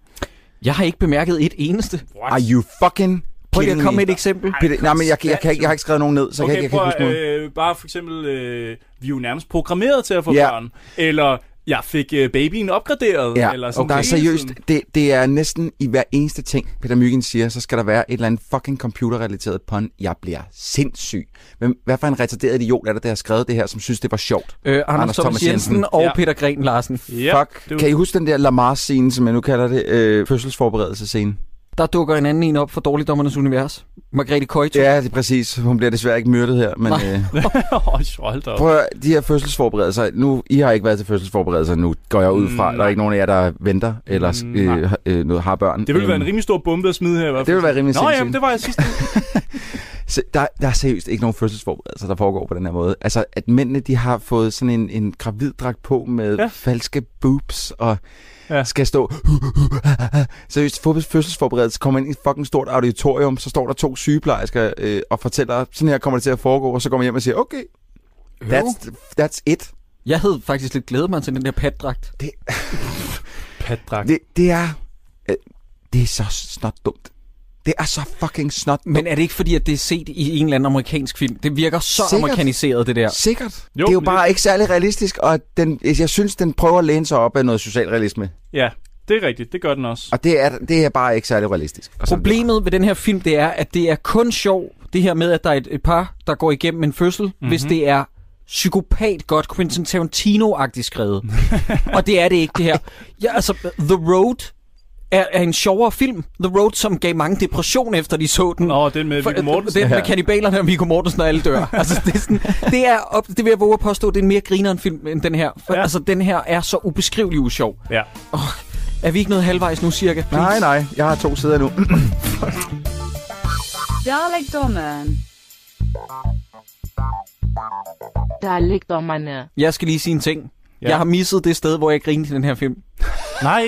Speaker 1: Jeg har ikke bemærket et eneste. Øh,
Speaker 6: What? Are you fucking
Speaker 1: Prøv lige at
Speaker 6: kidding
Speaker 1: komme
Speaker 6: me?
Speaker 1: med et eksempel.
Speaker 6: Peter, nej, men jeg, jeg, jeg, kan ikke, jeg har ikke skrevet nogen ned, så
Speaker 7: okay,
Speaker 6: jeg, kan ikke-
Speaker 7: prøv,
Speaker 6: jeg kan ikke huske noget.
Speaker 7: øh, bare for eksempel, øh, vi er jo nærmest programmeret til at få
Speaker 6: Ja.
Speaker 7: børn. Eller, jeg fik øh, babyen opgraderet.
Speaker 6: Ja,
Speaker 7: eller
Speaker 6: og der er
Speaker 7: hele
Speaker 6: seriøst,
Speaker 7: tiden.
Speaker 6: det, det er næsten i hver eneste ting, Peter Myggen siger, så skal der være et eller andet fucking computerrelateret pun. Jeg bliver sindssyg. Hvem, hvad for en retarderet idiot er det, der har skrevet det her, som synes, det var sjovt?
Speaker 1: Øh, Anders, Anders Thomas Jensen, Jensen og
Speaker 6: Ja.
Speaker 1: ja. Peter Gren Larsen.
Speaker 6: Fuck. Kan I huske den der Lamar-scene, som jeg nu kalder det, øh, fødselsforberedelsescene?
Speaker 1: Der dukker en anden en op fra Dårligdommernes Univers. Margrethe Køjto.
Speaker 6: Ja, det er præcis. Hun bliver desværre ikke myrdet her, men...
Speaker 1: Nej.
Speaker 6: Øh,
Speaker 7: Åh, [LAUGHS] hold da op.
Speaker 6: Prøv at, høre, de her fødselsforberedelser, nu, I har ikke været til fødselsforberedelser nu, går jeg ud fra.
Speaker 7: Mm,
Speaker 6: der er ikke nogen af jer, der venter, eller
Speaker 7: Mm,
Speaker 6: øh, har- øh, noget, har børn.
Speaker 7: Det ville være en
Speaker 6: Øhm,
Speaker 7: rimelig stor bombe at smide her i hvert fald.
Speaker 6: Det ville være rimelig
Speaker 7: Nå,
Speaker 6: sindssygt.
Speaker 7: jamen, det var jeg sidste
Speaker 6: [LAUGHS] Så der, der er seriøst ikke nogen fødselsforberedelser, der foregår på den her måde. Altså, at mændene, de har fået sådan en, en graviddragt på med ja.
Speaker 7: Ja.
Speaker 6: falske boobs, og
Speaker 7: ja.
Speaker 6: skal stå... [LAUGHS] Seriøst, fod- fødselsforberedelse kommer ind i et fucking stort auditorium, så står der to sygeplejersker øh, og fortæller, sådan her kommer det til at foregå, og så går man hjem og siger, okay, that's, that's it.
Speaker 1: Jeg havde faktisk lidt glædet mig til den der patdragt.
Speaker 6: Det,
Speaker 7: Patdragt.
Speaker 6: Det, det er... Øh, det er så snot dumt. Det er så fucking snot dumt.
Speaker 1: Men er det ikke fordi, at det er set i en eller anden amerikansk film? Det virker så
Speaker 6: Sikkert.
Speaker 1: Sikkert. amerikaniseret, det der.
Speaker 6: Sikkert. Jo,
Speaker 1: Jo,
Speaker 6: det er jo
Speaker 1: men
Speaker 6: bare ikke særlig realistisk, og den, jeg synes, den prøver at læne sig op af noget socialrealisme.
Speaker 7: Ja, det er rigtigt. Det gør den også.
Speaker 6: Og det er, det er bare ikke særlig realistisk. Og sådan-
Speaker 1: Problemet ved den her film, det er, at det er kun sjov, det her med, at der er et, et par, der går igennem en fødsel, mm-hmm. hvis det er psykopat godt Quentin Tarantino-agtigt skrevet. og det er det ikke, det her. Ja, altså, The Road er, er en sjovere film. The Road, som gav mange depression, efter de så den.
Speaker 7: Nå, den med Viggo Mortensen.
Speaker 1: Den
Speaker 7: Ja.
Speaker 1: med kannibalerne og Viggo Mortensen og alle dør. altså, det, er sådan, det, er op, det vil jeg våge at påstå, det er en mere grineren film end den her. For, ja. Altså, den her er så ubeskrivelig usjov.
Speaker 7: Ja.
Speaker 1: Oh, er vi ikke nået halvvejs nu, cirka? Please.
Speaker 6: Nej, nej. Jeg har to sider nu.
Speaker 3: Dårligdommen. Dårligdommerne.
Speaker 1: Jeg skal lige sige en ting. Ja. Jeg har misset det sted, hvor jeg grinede i den her film.
Speaker 7: Nej!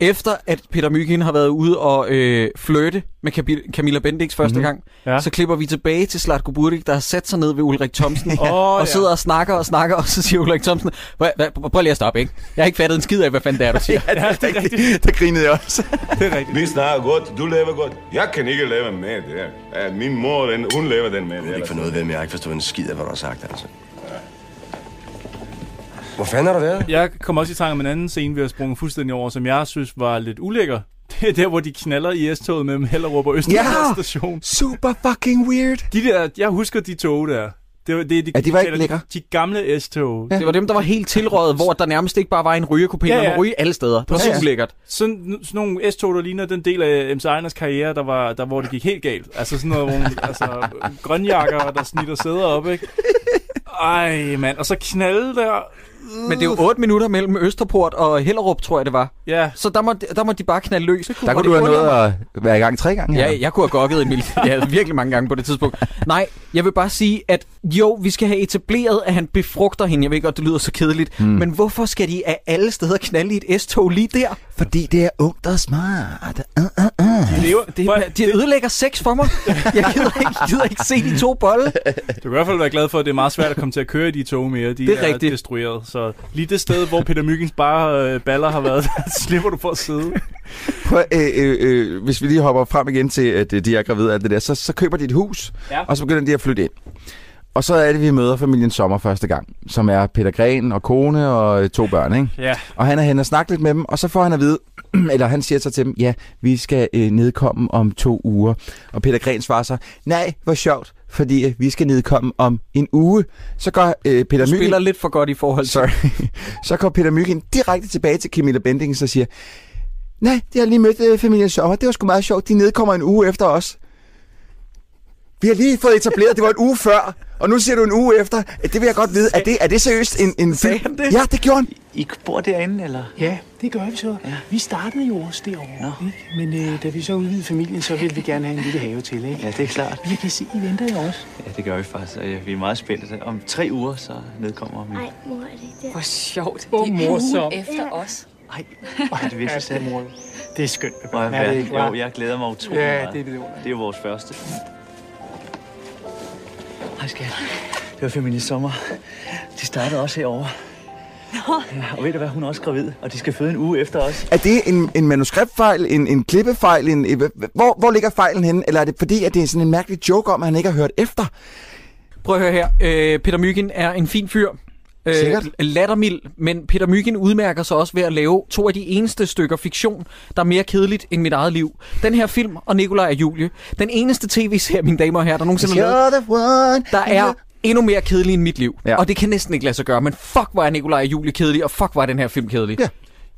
Speaker 1: Efter at Peter Myggen har været ude og øh, flirte med Kabi- Camilla Bendix første mm-hmm. gang,
Speaker 7: Ja.
Speaker 1: ja. så klipper vi tilbage til Slatko Burdik, der har sat sig ned ved Ulrik Thomsen,
Speaker 7: Åh,
Speaker 1: og
Speaker 7: ja.
Speaker 1: sidder og snakker og snakker, og så siger Ulrik Thomsen, "Hva- hva- prøv lige at stoppe, ikke? Jeg har ikke fattet en skid af, hvad fanden det er, du siger.
Speaker 7: Ja, det er
Speaker 6: [LAUGHS]
Speaker 7: rigtigt.
Speaker 6: Der grinede jeg også.
Speaker 7: det er rigtigt.
Speaker 14: Vi snakker godt, du laver godt. Jeg kan ikke lave med det her. Ja, Min mor, den, hun laver den med det.
Speaker 12: ikke få noget ved, men jeg har ikke forstået en skid af, hvad du har sagt, altså.
Speaker 9: Hvor fanden har du været?
Speaker 7: Jeg kom også i tanke om en anden scene, vi har sprunget fuldstændig over, som jeg synes var lidt ulækker. [LAUGHS] Det er der, hvor de knaller i S-toget mellem Hellerup og Østerbro
Speaker 6: Ja!
Speaker 7: station.
Speaker 6: Super fucking weird.
Speaker 7: De der, jeg husker de tog der. Det var, det er de,
Speaker 6: Ja, de var ikke lækre.
Speaker 7: De gamle S-tog.
Speaker 1: Det var dem, der var helt tilrådet, hvor der nærmest ikke bare var en rygekopé, ja,
Speaker 7: Ja,
Speaker 1: ja. man
Speaker 7: ja.
Speaker 1: må ryge alle steder. Det var
Speaker 7: Præcis.
Speaker 1: super lækkert.
Speaker 7: Sådan, sådan nogle S-tog, der ligner den del af MC Einers karriere, der var, der, hvor det gik helt galt. Altså sådan noget, hvor
Speaker 1: [LAUGHS]
Speaker 7: hun- altså, grønjakker, der snitter sæder op, ikke? Ej, mand. Og så knalde der.
Speaker 1: Men det er jo 8 minutter mellem Østerport og Hellerup, tror jeg det var.
Speaker 7: Ja.
Speaker 1: Så der må, der må de bare knalde løs.
Speaker 6: Der
Speaker 1: Og
Speaker 6: kunne
Speaker 1: det
Speaker 6: du have
Speaker 1: undrer
Speaker 6: noget
Speaker 1: mig-
Speaker 6: at være i gang tre gange.
Speaker 1: Ja,
Speaker 6: eller?
Speaker 1: jeg kunne have gokket en mil- [LAUGHS] ja, virkelig mange gange på det tidspunkt. Nej, jeg vil bare sige, at jo, vi skal have etableret, at han befrugter hende. Jeg ved godt, det lyder så kedeligt.
Speaker 6: Hmm.
Speaker 1: Mm. Men hvorfor skal de af alle steder knalde i et S-tog lige der?
Speaker 6: Fordi det er ungt og smart. Uh, uh, uh.
Speaker 7: De lever,
Speaker 1: Det, er- de ødelægger sex for
Speaker 6: [LAUGHS]
Speaker 1: mig. Jeg gider ikke, gider ikke se de to bolde.
Speaker 7: Du kan i hvert fald være glad for, at det er meget svært at komme til at køre i de tog mere. De
Speaker 1: Det er
Speaker 7: er,
Speaker 1: rigtigt.
Speaker 7: destrueret. Så lige det sted, hvor Peter Myggens bare øh, baller har været, der [LAUGHS] slipper du for at sidde.
Speaker 6: Prøv, øh, øh, øh, hvis vi lige hopper frem igen til, at øh, de er gravide og alt det der, så, så køber de et hus, ja. og så begynder de at flytte ind. Og så er det, vi møder familien Sommer første gang, som er Peter Gren og kone og øh, to børn, ikke?
Speaker 7: Ja.
Speaker 6: Og han er hen og snakker lidt med dem, og så får han at vide, [CLEARS THROAT] eller han siger så til dem, ja, vi skal øh, nedkomme om to uger. Og Peter Gren svarer så, nej, hvor sjovt, fordi øh, vi skal nedkomme om en uge. Så går øh, Peter
Speaker 1: Du
Speaker 6: Mygind...
Speaker 1: spiller lidt for godt i forhold til...
Speaker 6: Sorry. [LAUGHS] så går Peter Mygind direkte tilbage til Camilla Bending og siger, nej, det har lige mødt øh, familien Sommer, det var sgu meget sjovt, de nedkommer en uge efter os. Vi har lige fået etableret, det var en uge før, og nu siger du en uge efter. Det vil jeg godt vide. Er det, er det seriøst en, en
Speaker 5: Sagde han det?
Speaker 6: Ja, det gjorde han.
Speaker 2: I bor derinde, eller?
Speaker 15: Ja, det gør vi så. Ja. Vi startede jo også derovre, ja. ikke? Men øh, da vi så udvidede familien, så ville vi gerne have en lille have til, ikke?
Speaker 2: Ja, det er klart.
Speaker 15: Jeg kan se, I venter jo også.
Speaker 2: Ja, det gør vi faktisk. og, øh, Vi er meget spændte. Om tre uger, så nedkommer min.
Speaker 11: Nej, mor, er det ikke det?
Speaker 16: Hvor sjovt.
Speaker 11: Hvor
Speaker 16: Det er ugen
Speaker 11: morsomt.
Speaker 16: efter
Speaker 11: Ja.
Speaker 16: os.
Speaker 2: Nej, det vidste jeg selv.
Speaker 15: Det er skønt.
Speaker 2: Nå, jeg,
Speaker 15: Ja, det er
Speaker 2: jeg,
Speaker 15: ikke bare-
Speaker 2: jo, jeg glæder mig utrolig
Speaker 15: Ja,
Speaker 2: meget.
Speaker 15: det er det,
Speaker 2: Det er jo vores første.
Speaker 15: Hej, skat.
Speaker 2: Det var Familie Sommer. De startede også herovre.
Speaker 16: Nå.
Speaker 2: Ja, og ved du hvad, hun er også gravid, og de skal føde en uge efter os.
Speaker 6: Er det en, en manuskriptfejl, en, en klippefejl? En, en- hvor, hvor ligger fejlen henne? Eller er det fordi, at det er sådan en mærkelig joke om, at han ikke har hørt efter?
Speaker 1: Prøv at høre her. Øh, Peter Mygind er en fin fyr. Øh,
Speaker 6: Sikkert.
Speaker 1: Lattermild, men Peter Mygind udmærker sig også ved at lave to af de eneste stykker fiktion, der er mere kedeligt end mit eget liv. Den her film og Nikolaj og Julie. Den eneste tv-serie, mine damer og herrer, der nogensinde er lavet, der er endnu mere kedelig end mit liv. Ja. Og det kan næsten ikke lade sig gøre, men fuck, hvor er Nikolaj og Julie kedelig, og fuck, hvor er den her film kedelig. Ja.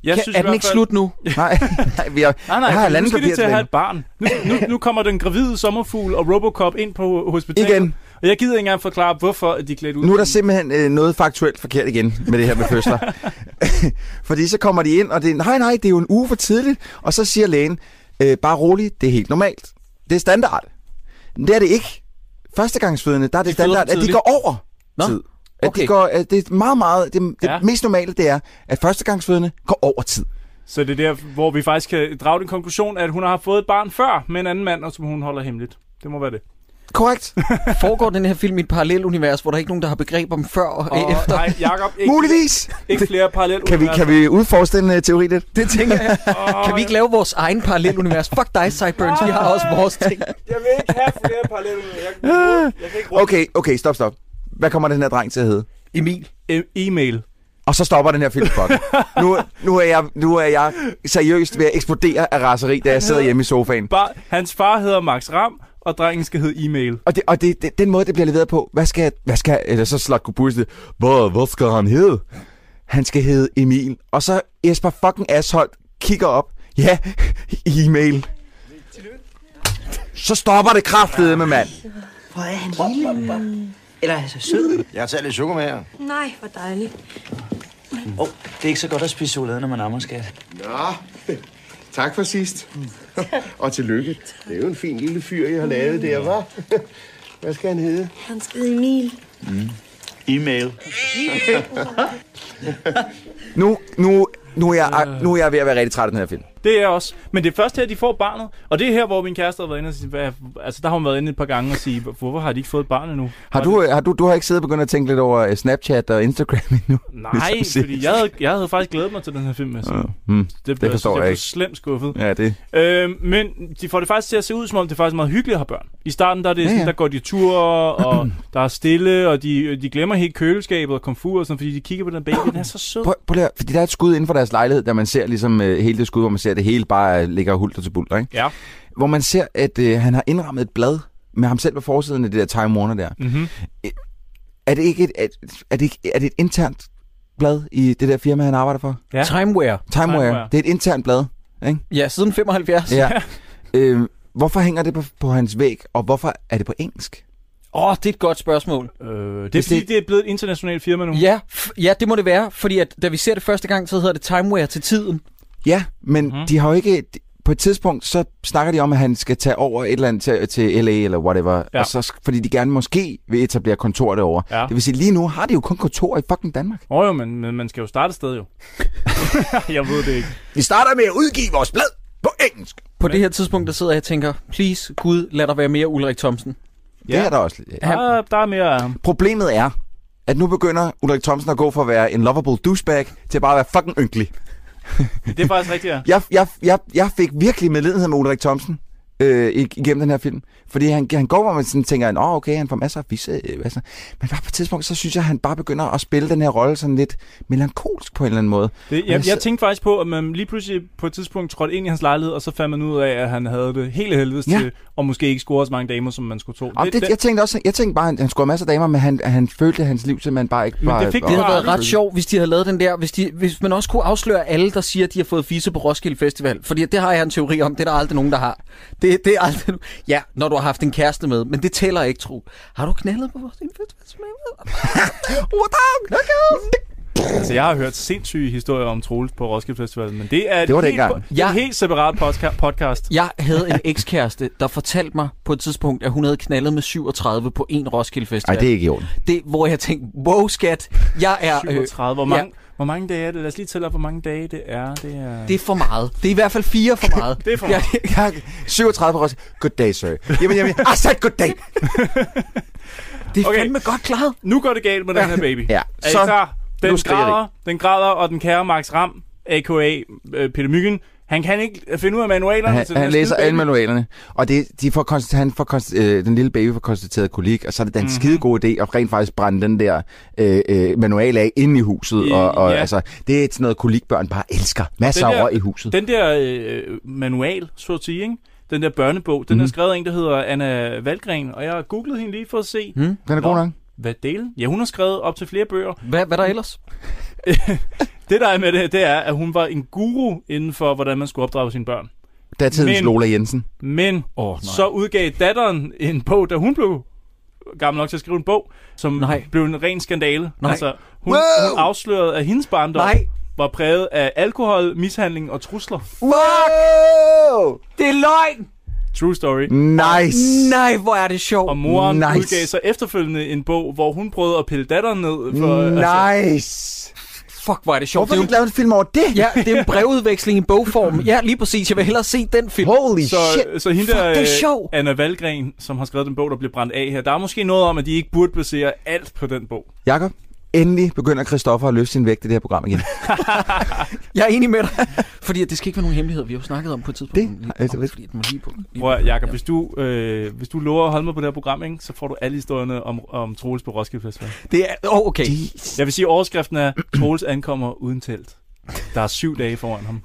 Speaker 7: Jeg
Speaker 1: kan,
Speaker 7: synes i
Speaker 1: er den
Speaker 7: hvert
Speaker 1: ikke
Speaker 7: fald-
Speaker 1: slut
Speaker 7: [LAUGHS]
Speaker 1: nu?
Speaker 6: Nej, [LAUGHS] nej, vi har, jeg har
Speaker 7: Nej, nej, for nu
Speaker 6: halvandet
Speaker 7: skal de
Speaker 6: papir
Speaker 7: til at
Speaker 6: tilbage.
Speaker 7: have et barn. Nu, nu, nu kommer den gravide sommerfugl og Robocop ind på hospitalet.
Speaker 6: Igen.
Speaker 7: Og jeg gider ikke engang forklare, hvorfor at de er klædt ud.
Speaker 6: Nu er der simpelthen øh, noget faktuelt forkert igen med det her med fødsler. [LAUGHS] Fordi så kommer de ind, og det er, nej, nej, det er jo en uge for tidligt. Og så siger lægen, øh, bare roligt, det er helt normalt. Det er standard. Men det er det ikke. Førstegangsfødende, der er det
Speaker 17: føder for
Speaker 6: standard, at de
Speaker 17: tidligt.
Speaker 6: går over Nå? tid. At okay. de går, at det er meget, meget, det, det
Speaker 7: Ja.
Speaker 6: ja. mest normale, det er, at førstegangsfødende går over tid.
Speaker 7: Så det er der, hvor vi faktisk kan drage den konklusion, at hun har fået et barn før med en anden mand, og som hun holder hemmeligt. Det må være det.
Speaker 6: Korrekt.
Speaker 1: Foregår den her film i et parallelt univers, hvor der ikke er nogen, der har begreb om før og,
Speaker 7: Og,
Speaker 1: og efter?
Speaker 7: nej, Jacob, ikke,
Speaker 6: Muligvis.
Speaker 7: Ikke flere parallelle
Speaker 6: Kan vi, kan vi udforske den øh, teori lidt?
Speaker 1: Det tænker jeg. kan vi ikke lave vores egen parallelunivers? Fuck dig, Sideburns, vi har også vores ting.
Speaker 7: Jeg vil ikke have flere parallelle
Speaker 6: Okay, okay, stop, stop. Hvad kommer den her dreng til at hedde?
Speaker 1: Emil.
Speaker 7: E-
Speaker 6: Øh.
Speaker 7: e-mail.
Speaker 6: Og så stopper den her film fuck. nu, nu, er jeg, nu er jeg seriøst ved at eksplodere af raseri, da jeg sidder hjemme i sofaen.
Speaker 7: Bar, hans far hedder Max Ram, og drengen skal hedde e-mail.
Speaker 6: Og, det, og det, det, den måde, det bliver leveret på, hvad skal, hvad skal, eller så slår Kubus det, hvor, hvor skal han hedde? Han skal hedde Emil. Og så Jesper fucking Asholdt kigger op. Ja, [LAUGHS] e-mail. Så stopper det kraftede med mand.
Speaker 16: Hvor er han lille? Eller altså sød?
Speaker 9: Jeg tager lidt sukker med her.
Speaker 8: Nej, hvor dejligt.
Speaker 2: Åh, oh, det er ikke så godt at spise chokolade, når man ammer, skat.
Speaker 18: Nå, tak for sidst.
Speaker 13: Mm.
Speaker 18: Og tillykke. Det er jo en fin lille fyr, jeg har lavet der, hva'? Hvad skal han hedde?
Speaker 11: Han skal hedde Emil.
Speaker 2: E-mail.
Speaker 6: Nu, nu, nu, er jeg, nu er jeg ved at være rigtig træt af den her film.
Speaker 7: Det er jeg også. Men det er først her, de får barnet. Og det er her, hvor min kæreste har været inde og sige, hvad, altså der har hun været inde et par gange og sige, hvorfor har de ikke fået et barn endnu?
Speaker 6: Har du, har du, du har ikke siddet og begyndt at tænke lidt over øh, Snapchat og Instagram endnu? [LAUGHS] Ligesom
Speaker 7: Nej, fordi jeg havde, jeg havde faktisk glædet mig til den her film. Altså.
Speaker 6: Ja, hmm, det forstår
Speaker 7: jeg synes,
Speaker 6: jeg
Speaker 7: blev
Speaker 6: ikke.
Speaker 7: slemt skuffet.
Speaker 6: Ja, det-
Speaker 7: Øh, men de får det faktisk til at se ud, som om det er faktisk meget hyggeligt at have børn. I starten, der, er det sådan, ja, ja. der går de ture,
Speaker 6: [CLEARS THROAT]
Speaker 7: og der er stille, og de, de glemmer helt køleskabet og komfur, og sådan, fordi de kigger på den baby, den er så [CLEARS THROAT] sød.
Speaker 6: Prøv, prøv lige, at- fordi der er et skud inden for deres lejlighed, der man ser ligesom øh, hele det skud, hvor man ser, at det hele bare øh, ligger hulter til bulter, ikke?
Speaker 7: Ja.
Speaker 6: Hvor man ser, at øh, han har indrammet et blad med ham selv på forsiden af det der Time Warner der.
Speaker 7: Mm-hmm.
Speaker 6: Er det ikke et, er, er det, ikke- er det et internt blad i det der firma, han arbejder for?
Speaker 7: Ja.
Speaker 1: Timeware.
Speaker 6: Timeware.
Speaker 1: Timeware.
Speaker 6: Det er et internt blad, ikke?
Speaker 1: Ja, siden 75.
Speaker 6: Ja. øh, hvorfor hænger det på, på hans væg, og hvorfor er det på engelsk?
Speaker 1: Åh, oh, det er et godt spørgsmål.
Speaker 7: Øh, det er fordi, det... det er blevet et internationalt firma nu.
Speaker 1: Ja, f- ja, det må det være, fordi at, da vi ser det første gang, så hedder det Timeware til tiden.
Speaker 6: Ja, men mm. de har jo ikke... de- På et tidspunkt, så snakker de om, at han skal tage over et eller andet til, til LA eller whatever.
Speaker 7: Ja.
Speaker 6: Ja. Og så, sk- fordi de gerne måske vil etablere kontor derovre.
Speaker 7: Ja.
Speaker 6: Ja. Det vil sige, lige nu har de jo kun kontor i fucking Danmark.
Speaker 7: Åh jo, men, men man skal jo starte et sted
Speaker 6: [LAUGHS]
Speaker 7: jo. jeg ved det ikke.
Speaker 6: Vi starter med at udgive vores blad på engelsk.
Speaker 1: På det her tidspunkt, der sidder jeg og tænker, please, Gud, lad der være mere Ulrik Thomsen.
Speaker 6: Ja. Det er der også. lidt-
Speaker 7: Ah, Der, der er mere af ham.
Speaker 6: Problemet er, at nu begynder Ulrik Thomsen at gå fra at være en lovable douchebag til bare at være fucking ynkelig.
Speaker 7: Det er faktisk rigtigt, ja.
Speaker 6: Jeg, jeg, jeg, jeg fik virkelig medlidenhed med Ulrik Thomsen øh, ig- igennem den her film. Fordi han, han går, hvor man sådan tænker, åh, okay, han får masser af visse. Øh, altså. Men bare på et tidspunkt, så synes jeg, han bare begynder at spille den her rolle sådan lidt melankolsk på en eller anden måde.
Speaker 7: Det,
Speaker 6: Og
Speaker 7: jeg,
Speaker 6: så-
Speaker 7: jeg tænkte faktisk på, at man lige pludselig på et tidspunkt trådte ind i hans lejlighed, og så fandt man ud af, at han havde det hele helvedes
Speaker 6: Ja.
Speaker 7: ja. til, og måske ikke scorede så mange damer, som man skulle tro.
Speaker 6: Om det, det, jeg tænkte også, jeg tænkte bare, at han skulle have masser af damer, men han, han følte, at hans liv simpelthen bare ikke var...
Speaker 1: det havde været ret sjovt, hvis de havde lavet den der, hvis, de, hvis man også kunne afsløre alle, der siger, at de har fået fisse på Roskilde Festival. Fordi det har jeg en teori om, det er der aldrig nogen, der har. Det, det er aldrig... Ja, når du har haft en kæreste med, men det tæller ikke, tro. Har du knaldet på Roskilde Festival? What up? Look out!
Speaker 7: Altså, jeg har hørt sindssyge historier om Troels på Roskilde Festival, men det er
Speaker 1: Det var
Speaker 7: et helt,
Speaker 1: dengang.
Speaker 7: po- det er en helt separat postka- podcast.
Speaker 1: Jeg havde en ekskæreste, der fortalte mig på et tidspunkt, at hun havde knaldet med 37 på en Roskilde Festival.
Speaker 6: Ej, det er ikke i orden.
Speaker 1: Det, hvor jeg tænkte, wow skat, jeg er... øh,
Speaker 7: 37. Hvor mange, hvor mange dage er det? Lad os lige tælle op, hvor mange dage det er. Det er,
Speaker 1: Ja, det er for meget. Det er i hvert fald fire for meget.
Speaker 7: [LAUGHS] Det er for meget.
Speaker 6: Jeg, 37 på Roskilde. Good day, sir. Jamen, jamen, ah, sat good day.
Speaker 1: det er okay. fandme godt klaret.
Speaker 7: Nu går det galt med den her baby.
Speaker 6: Ja.
Speaker 7: Er I
Speaker 6: Så-
Speaker 7: klar?
Speaker 6: nu
Speaker 7: Den
Speaker 6: skriger det
Speaker 7: græder, den græder, og den kære Max Ram, a.k.a. øh, Peter Myggen, han kan ikke finde ud af manualerne.
Speaker 6: Han,
Speaker 7: til den
Speaker 6: han
Speaker 7: her
Speaker 6: læser
Speaker 7: skide
Speaker 6: alle
Speaker 7: baby.
Speaker 6: manualerne, og det, de får konst, han får konst, øh, den lille baby får konstateret kolik, og så er det da en
Speaker 7: Mhm.
Speaker 6: mm-hmm. skide god idé at rent faktisk brænde den der øh, øh, manual af inde i huset. Og, og
Speaker 7: Ja.
Speaker 6: ja. altså, det er sådan noget, kolikbørn bare elsker. Masser
Speaker 7: Den
Speaker 6: af
Speaker 7: der-
Speaker 6: røg i huset.
Speaker 7: Den der øh, manual, så at sige, ikke? den der børnebog,
Speaker 6: Mhm.
Speaker 7: den mm. er skrevet af en, der hedder Anna Valgren, og jeg har googlet hende lige for at se.
Speaker 6: Mm, den er god nok.
Speaker 7: Hvad delen? Ja, hun har skrevet op til flere bøger.
Speaker 1: Hvad, hvad der ellers?
Speaker 7: det der er med det her, det er, at hun var en guru inden for, hvordan man skulle opdrage sine børn.
Speaker 6: Datidens
Speaker 7: Men-
Speaker 6: Lola Jensen.
Speaker 7: Men
Speaker 1: oh,
Speaker 7: så udgav datteren en bog, da hun blev gammel nok til at skrive en bog, som nej. blev en ren skandale.
Speaker 1: Nej.
Speaker 7: Altså, hun,
Speaker 1: Wow!
Speaker 7: hun afslørede, at hendes barndom
Speaker 1: Nej.
Speaker 7: var præget af alkohol, mishandling og trusler.
Speaker 6: Wow!
Speaker 1: Det er løgn!
Speaker 7: True story.
Speaker 1: Mm,
Speaker 6: Nice!
Speaker 1: Nej, hvor er det sjovt.
Speaker 7: Og moren
Speaker 6: Nice.
Speaker 7: udgav så efterfølgende en bog, hvor hun prøvede at pille datteren ned.
Speaker 1: Mm,
Speaker 7: For, altså,
Speaker 6: Nice!
Speaker 1: Fuck, hvor er det sjovt.
Speaker 6: Hvorfor har
Speaker 1: det
Speaker 6: du
Speaker 1: er
Speaker 6: ikke lavet en film over det?
Speaker 1: Ja, det er en brevudveksling i [LAUGHS] bogform. Ja, lige præcis. Jeg vil hellere se den film.
Speaker 6: Holy
Speaker 7: Så, så hende
Speaker 1: Fuck,
Speaker 7: der,
Speaker 1: det er
Speaker 7: øh,
Speaker 1: sjovt.
Speaker 7: Anna Valgren, som har skrevet den bog, der blev brændt af her, der er måske noget om, at de ikke burde basere alt på den bog.
Speaker 6: Jakob, endelig begynder Christoffer at løfte sin vægt i det her program igen.
Speaker 1: Jeg er enig med dig. Fordi at det skal ikke være nogen hemmelighed, vi har jo snakket om på et tidspunkt. Det,
Speaker 6: altså,
Speaker 1: fordi at den var lige på. lige
Speaker 7: Prøv
Speaker 1: på-
Speaker 7: at, Jacob, hvis du, øh, hvis du lover at holde mig på det her program, ikke, så får du alle historierne om, om Troels på Roskilde Festival.
Speaker 1: Det er, oh, okay.
Speaker 7: Jeg vil sige, at overskriften er, Troels ankommer uden telt. Der er syv dage foran ham.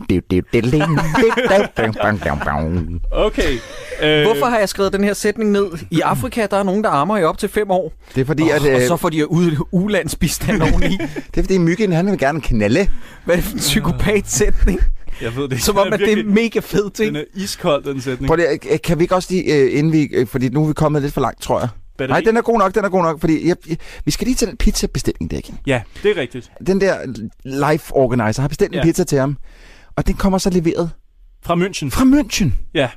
Speaker 7: Okay. Øh,
Speaker 1: Hvorfor har jeg skrevet den her sætning ned?
Speaker 7: [CLEARS THROAT]
Speaker 1: I Afrika, der er nogen, der armer i op til fem år.
Speaker 6: Det er fordi,
Speaker 1: og,
Speaker 6: at, øh,
Speaker 1: og så får de ud, ulandsbistand oveni.
Speaker 6: det er fordi Myggen, han vil gerne knalle.
Speaker 1: [LAUGHS] Hvad er det for en psykopat-sætning?
Speaker 7: Jeg ved [LAUGHS] det ikke.
Speaker 1: Som om,
Speaker 7: Den
Speaker 1: at det er en
Speaker 7: virkelig- øh,
Speaker 1: mega fed ting.
Speaker 7: Den er iskold, den sætning.
Speaker 6: Prøv lige, øh, kan vi ikke også lige, øh, inden vi, øh, fordi nu er vi kommet lidt for langt, tror jeg.
Speaker 7: Batteri?
Speaker 6: Nej, den er god nok, den er god nok, fordi jeg, jeg, vi skal lige til den pizza-bestilling der igen.
Speaker 7: Ja, det er rigtigt.
Speaker 6: Den der life organizer har bestilt en
Speaker 7: Ja.
Speaker 6: pizza til ham, og den kommer så leveret
Speaker 7: Fra München.
Speaker 6: fra München.
Speaker 7: Ja,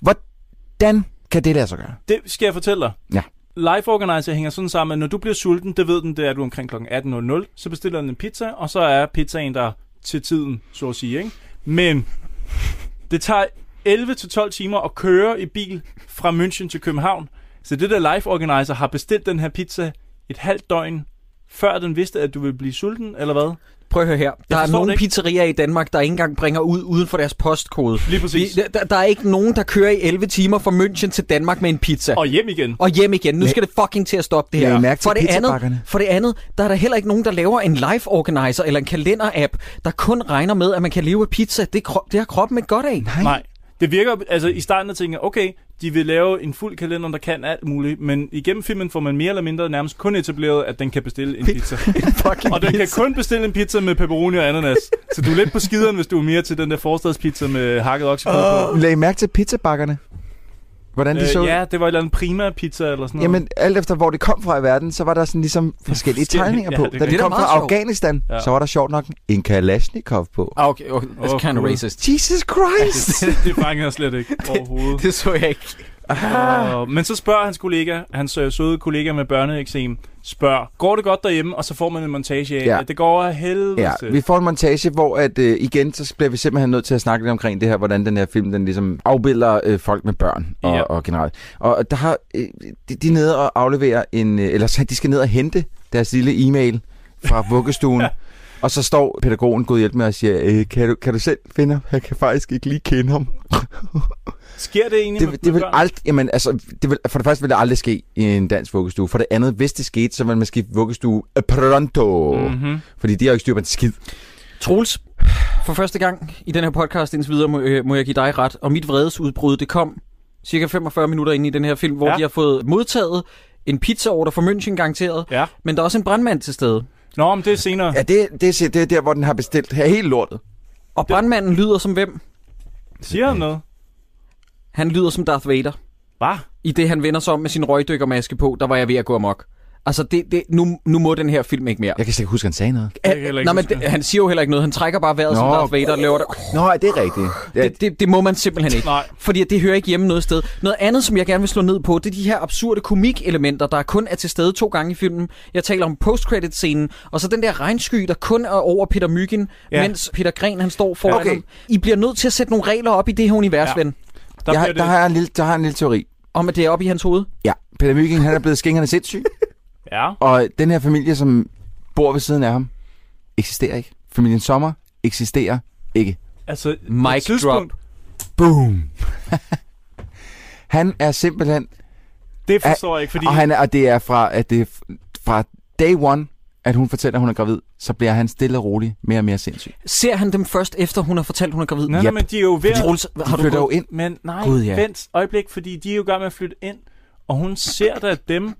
Speaker 6: Hvordan kan det lade sig gøre?
Speaker 7: det skal jeg fortælle dig.
Speaker 6: Ja.
Speaker 7: Life Organizer hænger sådan sammen, at når du bliver sulten, det ved den, det er du omkring kl. 18.00, så bestiller den en pizza, og så er pizzaen der til tiden, så at sige. Ikke? Men det tager 11-12 timer at køre i bil fra München til København, så det der Life Organizer har bestilt den her pizza et halvt døgn, før den vidste, at du ville blive sulten, eller hvad?
Speaker 1: Prøv at høre her. Der er
Speaker 7: forstår det
Speaker 1: nogle
Speaker 7: ikke.
Speaker 1: pizzerier i Danmark, der ikke engang bringer ud uden for deres postkode.
Speaker 7: Lige præcis.
Speaker 1: Vi- Der, der er ikke nogen, der kører i 11 timer fra München til Danmark med en pizza.
Speaker 7: Og hjem igen.
Speaker 1: og hjem igen. Nu skal det fucking til at stoppe det her.
Speaker 6: Lad I mærke til
Speaker 1: for, det andet,
Speaker 6: pizzabakkerne?
Speaker 1: for det andet, der er der heller ikke nogen, der laver en life organizer eller en kalender-app, der kun regner med, at man kan leve af pizza. Det, er krop, det har kroppen ikke godt af.
Speaker 7: Nej. Det virker, altså i starten der tænker jeg, okay, de vil lave en fuld kalender, der kan alt muligt, men igennem filmen får man mere eller mindre nærmest kun etableret, at den kan bestille en pizza.
Speaker 1: fucking
Speaker 7: og den kan
Speaker 1: pizza.
Speaker 7: kun bestille en pizza med pepperoni og ananas. Så du er lidt på skideren, hvis du er mere til den der forstadspizza med hakket oksekød på.
Speaker 6: Lad I mærke til pizzabakkerne? Hvordan de så ud?
Speaker 7: Øh, ja, det var et eller andet prima pizza eller sådan noget.
Speaker 6: Jamen, alt efter hvor det kom fra i verden, så var der sådan ligesom forskellige
Speaker 7: forskellige.
Speaker 6: tegninger
Speaker 7: Ja,
Speaker 6: på.
Speaker 7: det er
Speaker 6: Da det
Speaker 7: rigtigt.
Speaker 6: kom
Speaker 1: Det er da
Speaker 6: fra
Speaker 1: meget sjovt.
Speaker 6: Afghanistan,
Speaker 7: Ja.
Speaker 6: så var der sjovt nok en Kalashnikov på.
Speaker 1: Ah, Okay, okay. That's
Speaker 7: Åh,
Speaker 1: kind of
Speaker 7: Gud.
Speaker 1: racist. [LAUGHS]
Speaker 6: Jesus Christ!
Speaker 7: [LAUGHS] det, det fangede jeg slet ikke overhovedet.
Speaker 1: Det så jeg ikke.
Speaker 7: Og, men så spørger hans kollega, hans øh, søde kollega med børneeksem, spørger, går det godt derhjemme? Og så får man en montage af,
Speaker 6: Ja.
Speaker 7: ja. at det går af helvede.
Speaker 6: Ja,
Speaker 7: til.
Speaker 6: vi får en montage, hvor at, øh, igen, så bliver vi simpelthen nødt til at snakke lidt omkring det her, hvordan den her film, den ligesom afbilder øh, folk med børn og,
Speaker 7: Ja.
Speaker 6: ja. og generelt. Og der har, øh, de, de er nede og afleverer en, øh, eller så- de skal ned og hente deres lille e-mail fra vuggestuen. ja. Og så står pædagogen god hjælp med og siger, øh, kan, du, kan du selv finde ham? Jeg kan faktisk ikke lige kende ham.
Speaker 7: Sker det egentlig med-
Speaker 6: Det, det
Speaker 7: med
Speaker 6: vil
Speaker 7: børn?
Speaker 6: alt, jamen, altså, det vil, for det første vil det aldrig ske i en dansk vuggestue. For det andet, hvis det skete, så vil man skifte vuggestue pronto.
Speaker 1: Mhm.
Speaker 6: Mm-hmm. Fordi de har jo ikke styr på en skid.
Speaker 1: Troels, for første gang i den her podcast indtil videre, må, øh, må jeg give dig ret. Og mit vredesudbrud, det kom cirka 45 minutter inde i den her film, hvor ja.
Speaker 7: Ja.
Speaker 1: de har fået modtaget en pizzaorder fra München garanteret.
Speaker 7: Ja.
Speaker 1: Men der er også en brandmand til stede.
Speaker 7: Nå, men det er senere.
Speaker 6: Ja, det, det, er, det er der, hvor den har bestilt her helt lortet.
Speaker 1: Og brandmanden lyder som hvem?
Speaker 7: Siger han noget?
Speaker 1: Han lyder som Darth Vader.
Speaker 7: Hvad?
Speaker 1: I det, han vender sig om med sin røgdykkermaske på, der var jeg ved at gå amok. Altså, det, det, nu, nu må den her film ikke mere.
Speaker 6: Jeg kan sikkert huske, han sagde noget.
Speaker 1: Nej, men det, han siger jo heller ikke noget. Han trækker bare vejret Nå, som
Speaker 6: Nå,
Speaker 1: Darth Vader og laver det.
Speaker 6: Nå, er det rigtigt?
Speaker 1: Det, det, det må man simpelthen ikke.
Speaker 7: Nej.
Speaker 1: Fordi det hører ikke hjemme noget sted. Noget andet, som jeg gerne vil slå ned på, det er de her absurde komikelementer, der kun er til stede to gange i filmen. Jeg taler om post-credit-scenen, og så den der regnsky, der kun er over Peter Myggen, ja.
Speaker 7: Ja.
Speaker 1: mens Peter Gren han står foran okay.
Speaker 6: Okay.
Speaker 1: ham. I bliver nødt til at sætte nogle regler op i det her univers, ja. ven.
Speaker 6: Der, jeg, har- der, har jeg en lille, der har jeg en lille teori.
Speaker 1: Om at det er oppe i hans hoved.
Speaker 6: Ja, Peter Mygind, han er blevet skængerne sindssyg.
Speaker 7: Ja.
Speaker 6: Og den her familie, som bor ved siden af ham, eksisterer ikke. Familien Sommer eksisterer ikke.
Speaker 7: Altså,
Speaker 1: Mic
Speaker 7: på et tidspunkt,
Speaker 6: Boom. [LAUGHS] han er simpelthen...
Speaker 7: Det forstår jeg ikke, fordi-
Speaker 6: Og, han er, og det er fra, at det er f- fra day one, at hun fortæller, at hun er gravid, så bliver han stille og rolig mere og mere sindssyg.
Speaker 1: Ser han dem først, efter hun har fortalt, hun er gravid?
Speaker 7: Nej, nej, men de er jo ved at-
Speaker 1: Troels,
Speaker 6: De
Speaker 1: har du
Speaker 6: flytter
Speaker 1: gået-
Speaker 6: jo ind.
Speaker 7: Men nej,
Speaker 6: Gud, ja.
Speaker 7: vent øjeblik, fordi de er jo i gang med at flytte ind, og hun ser da dem.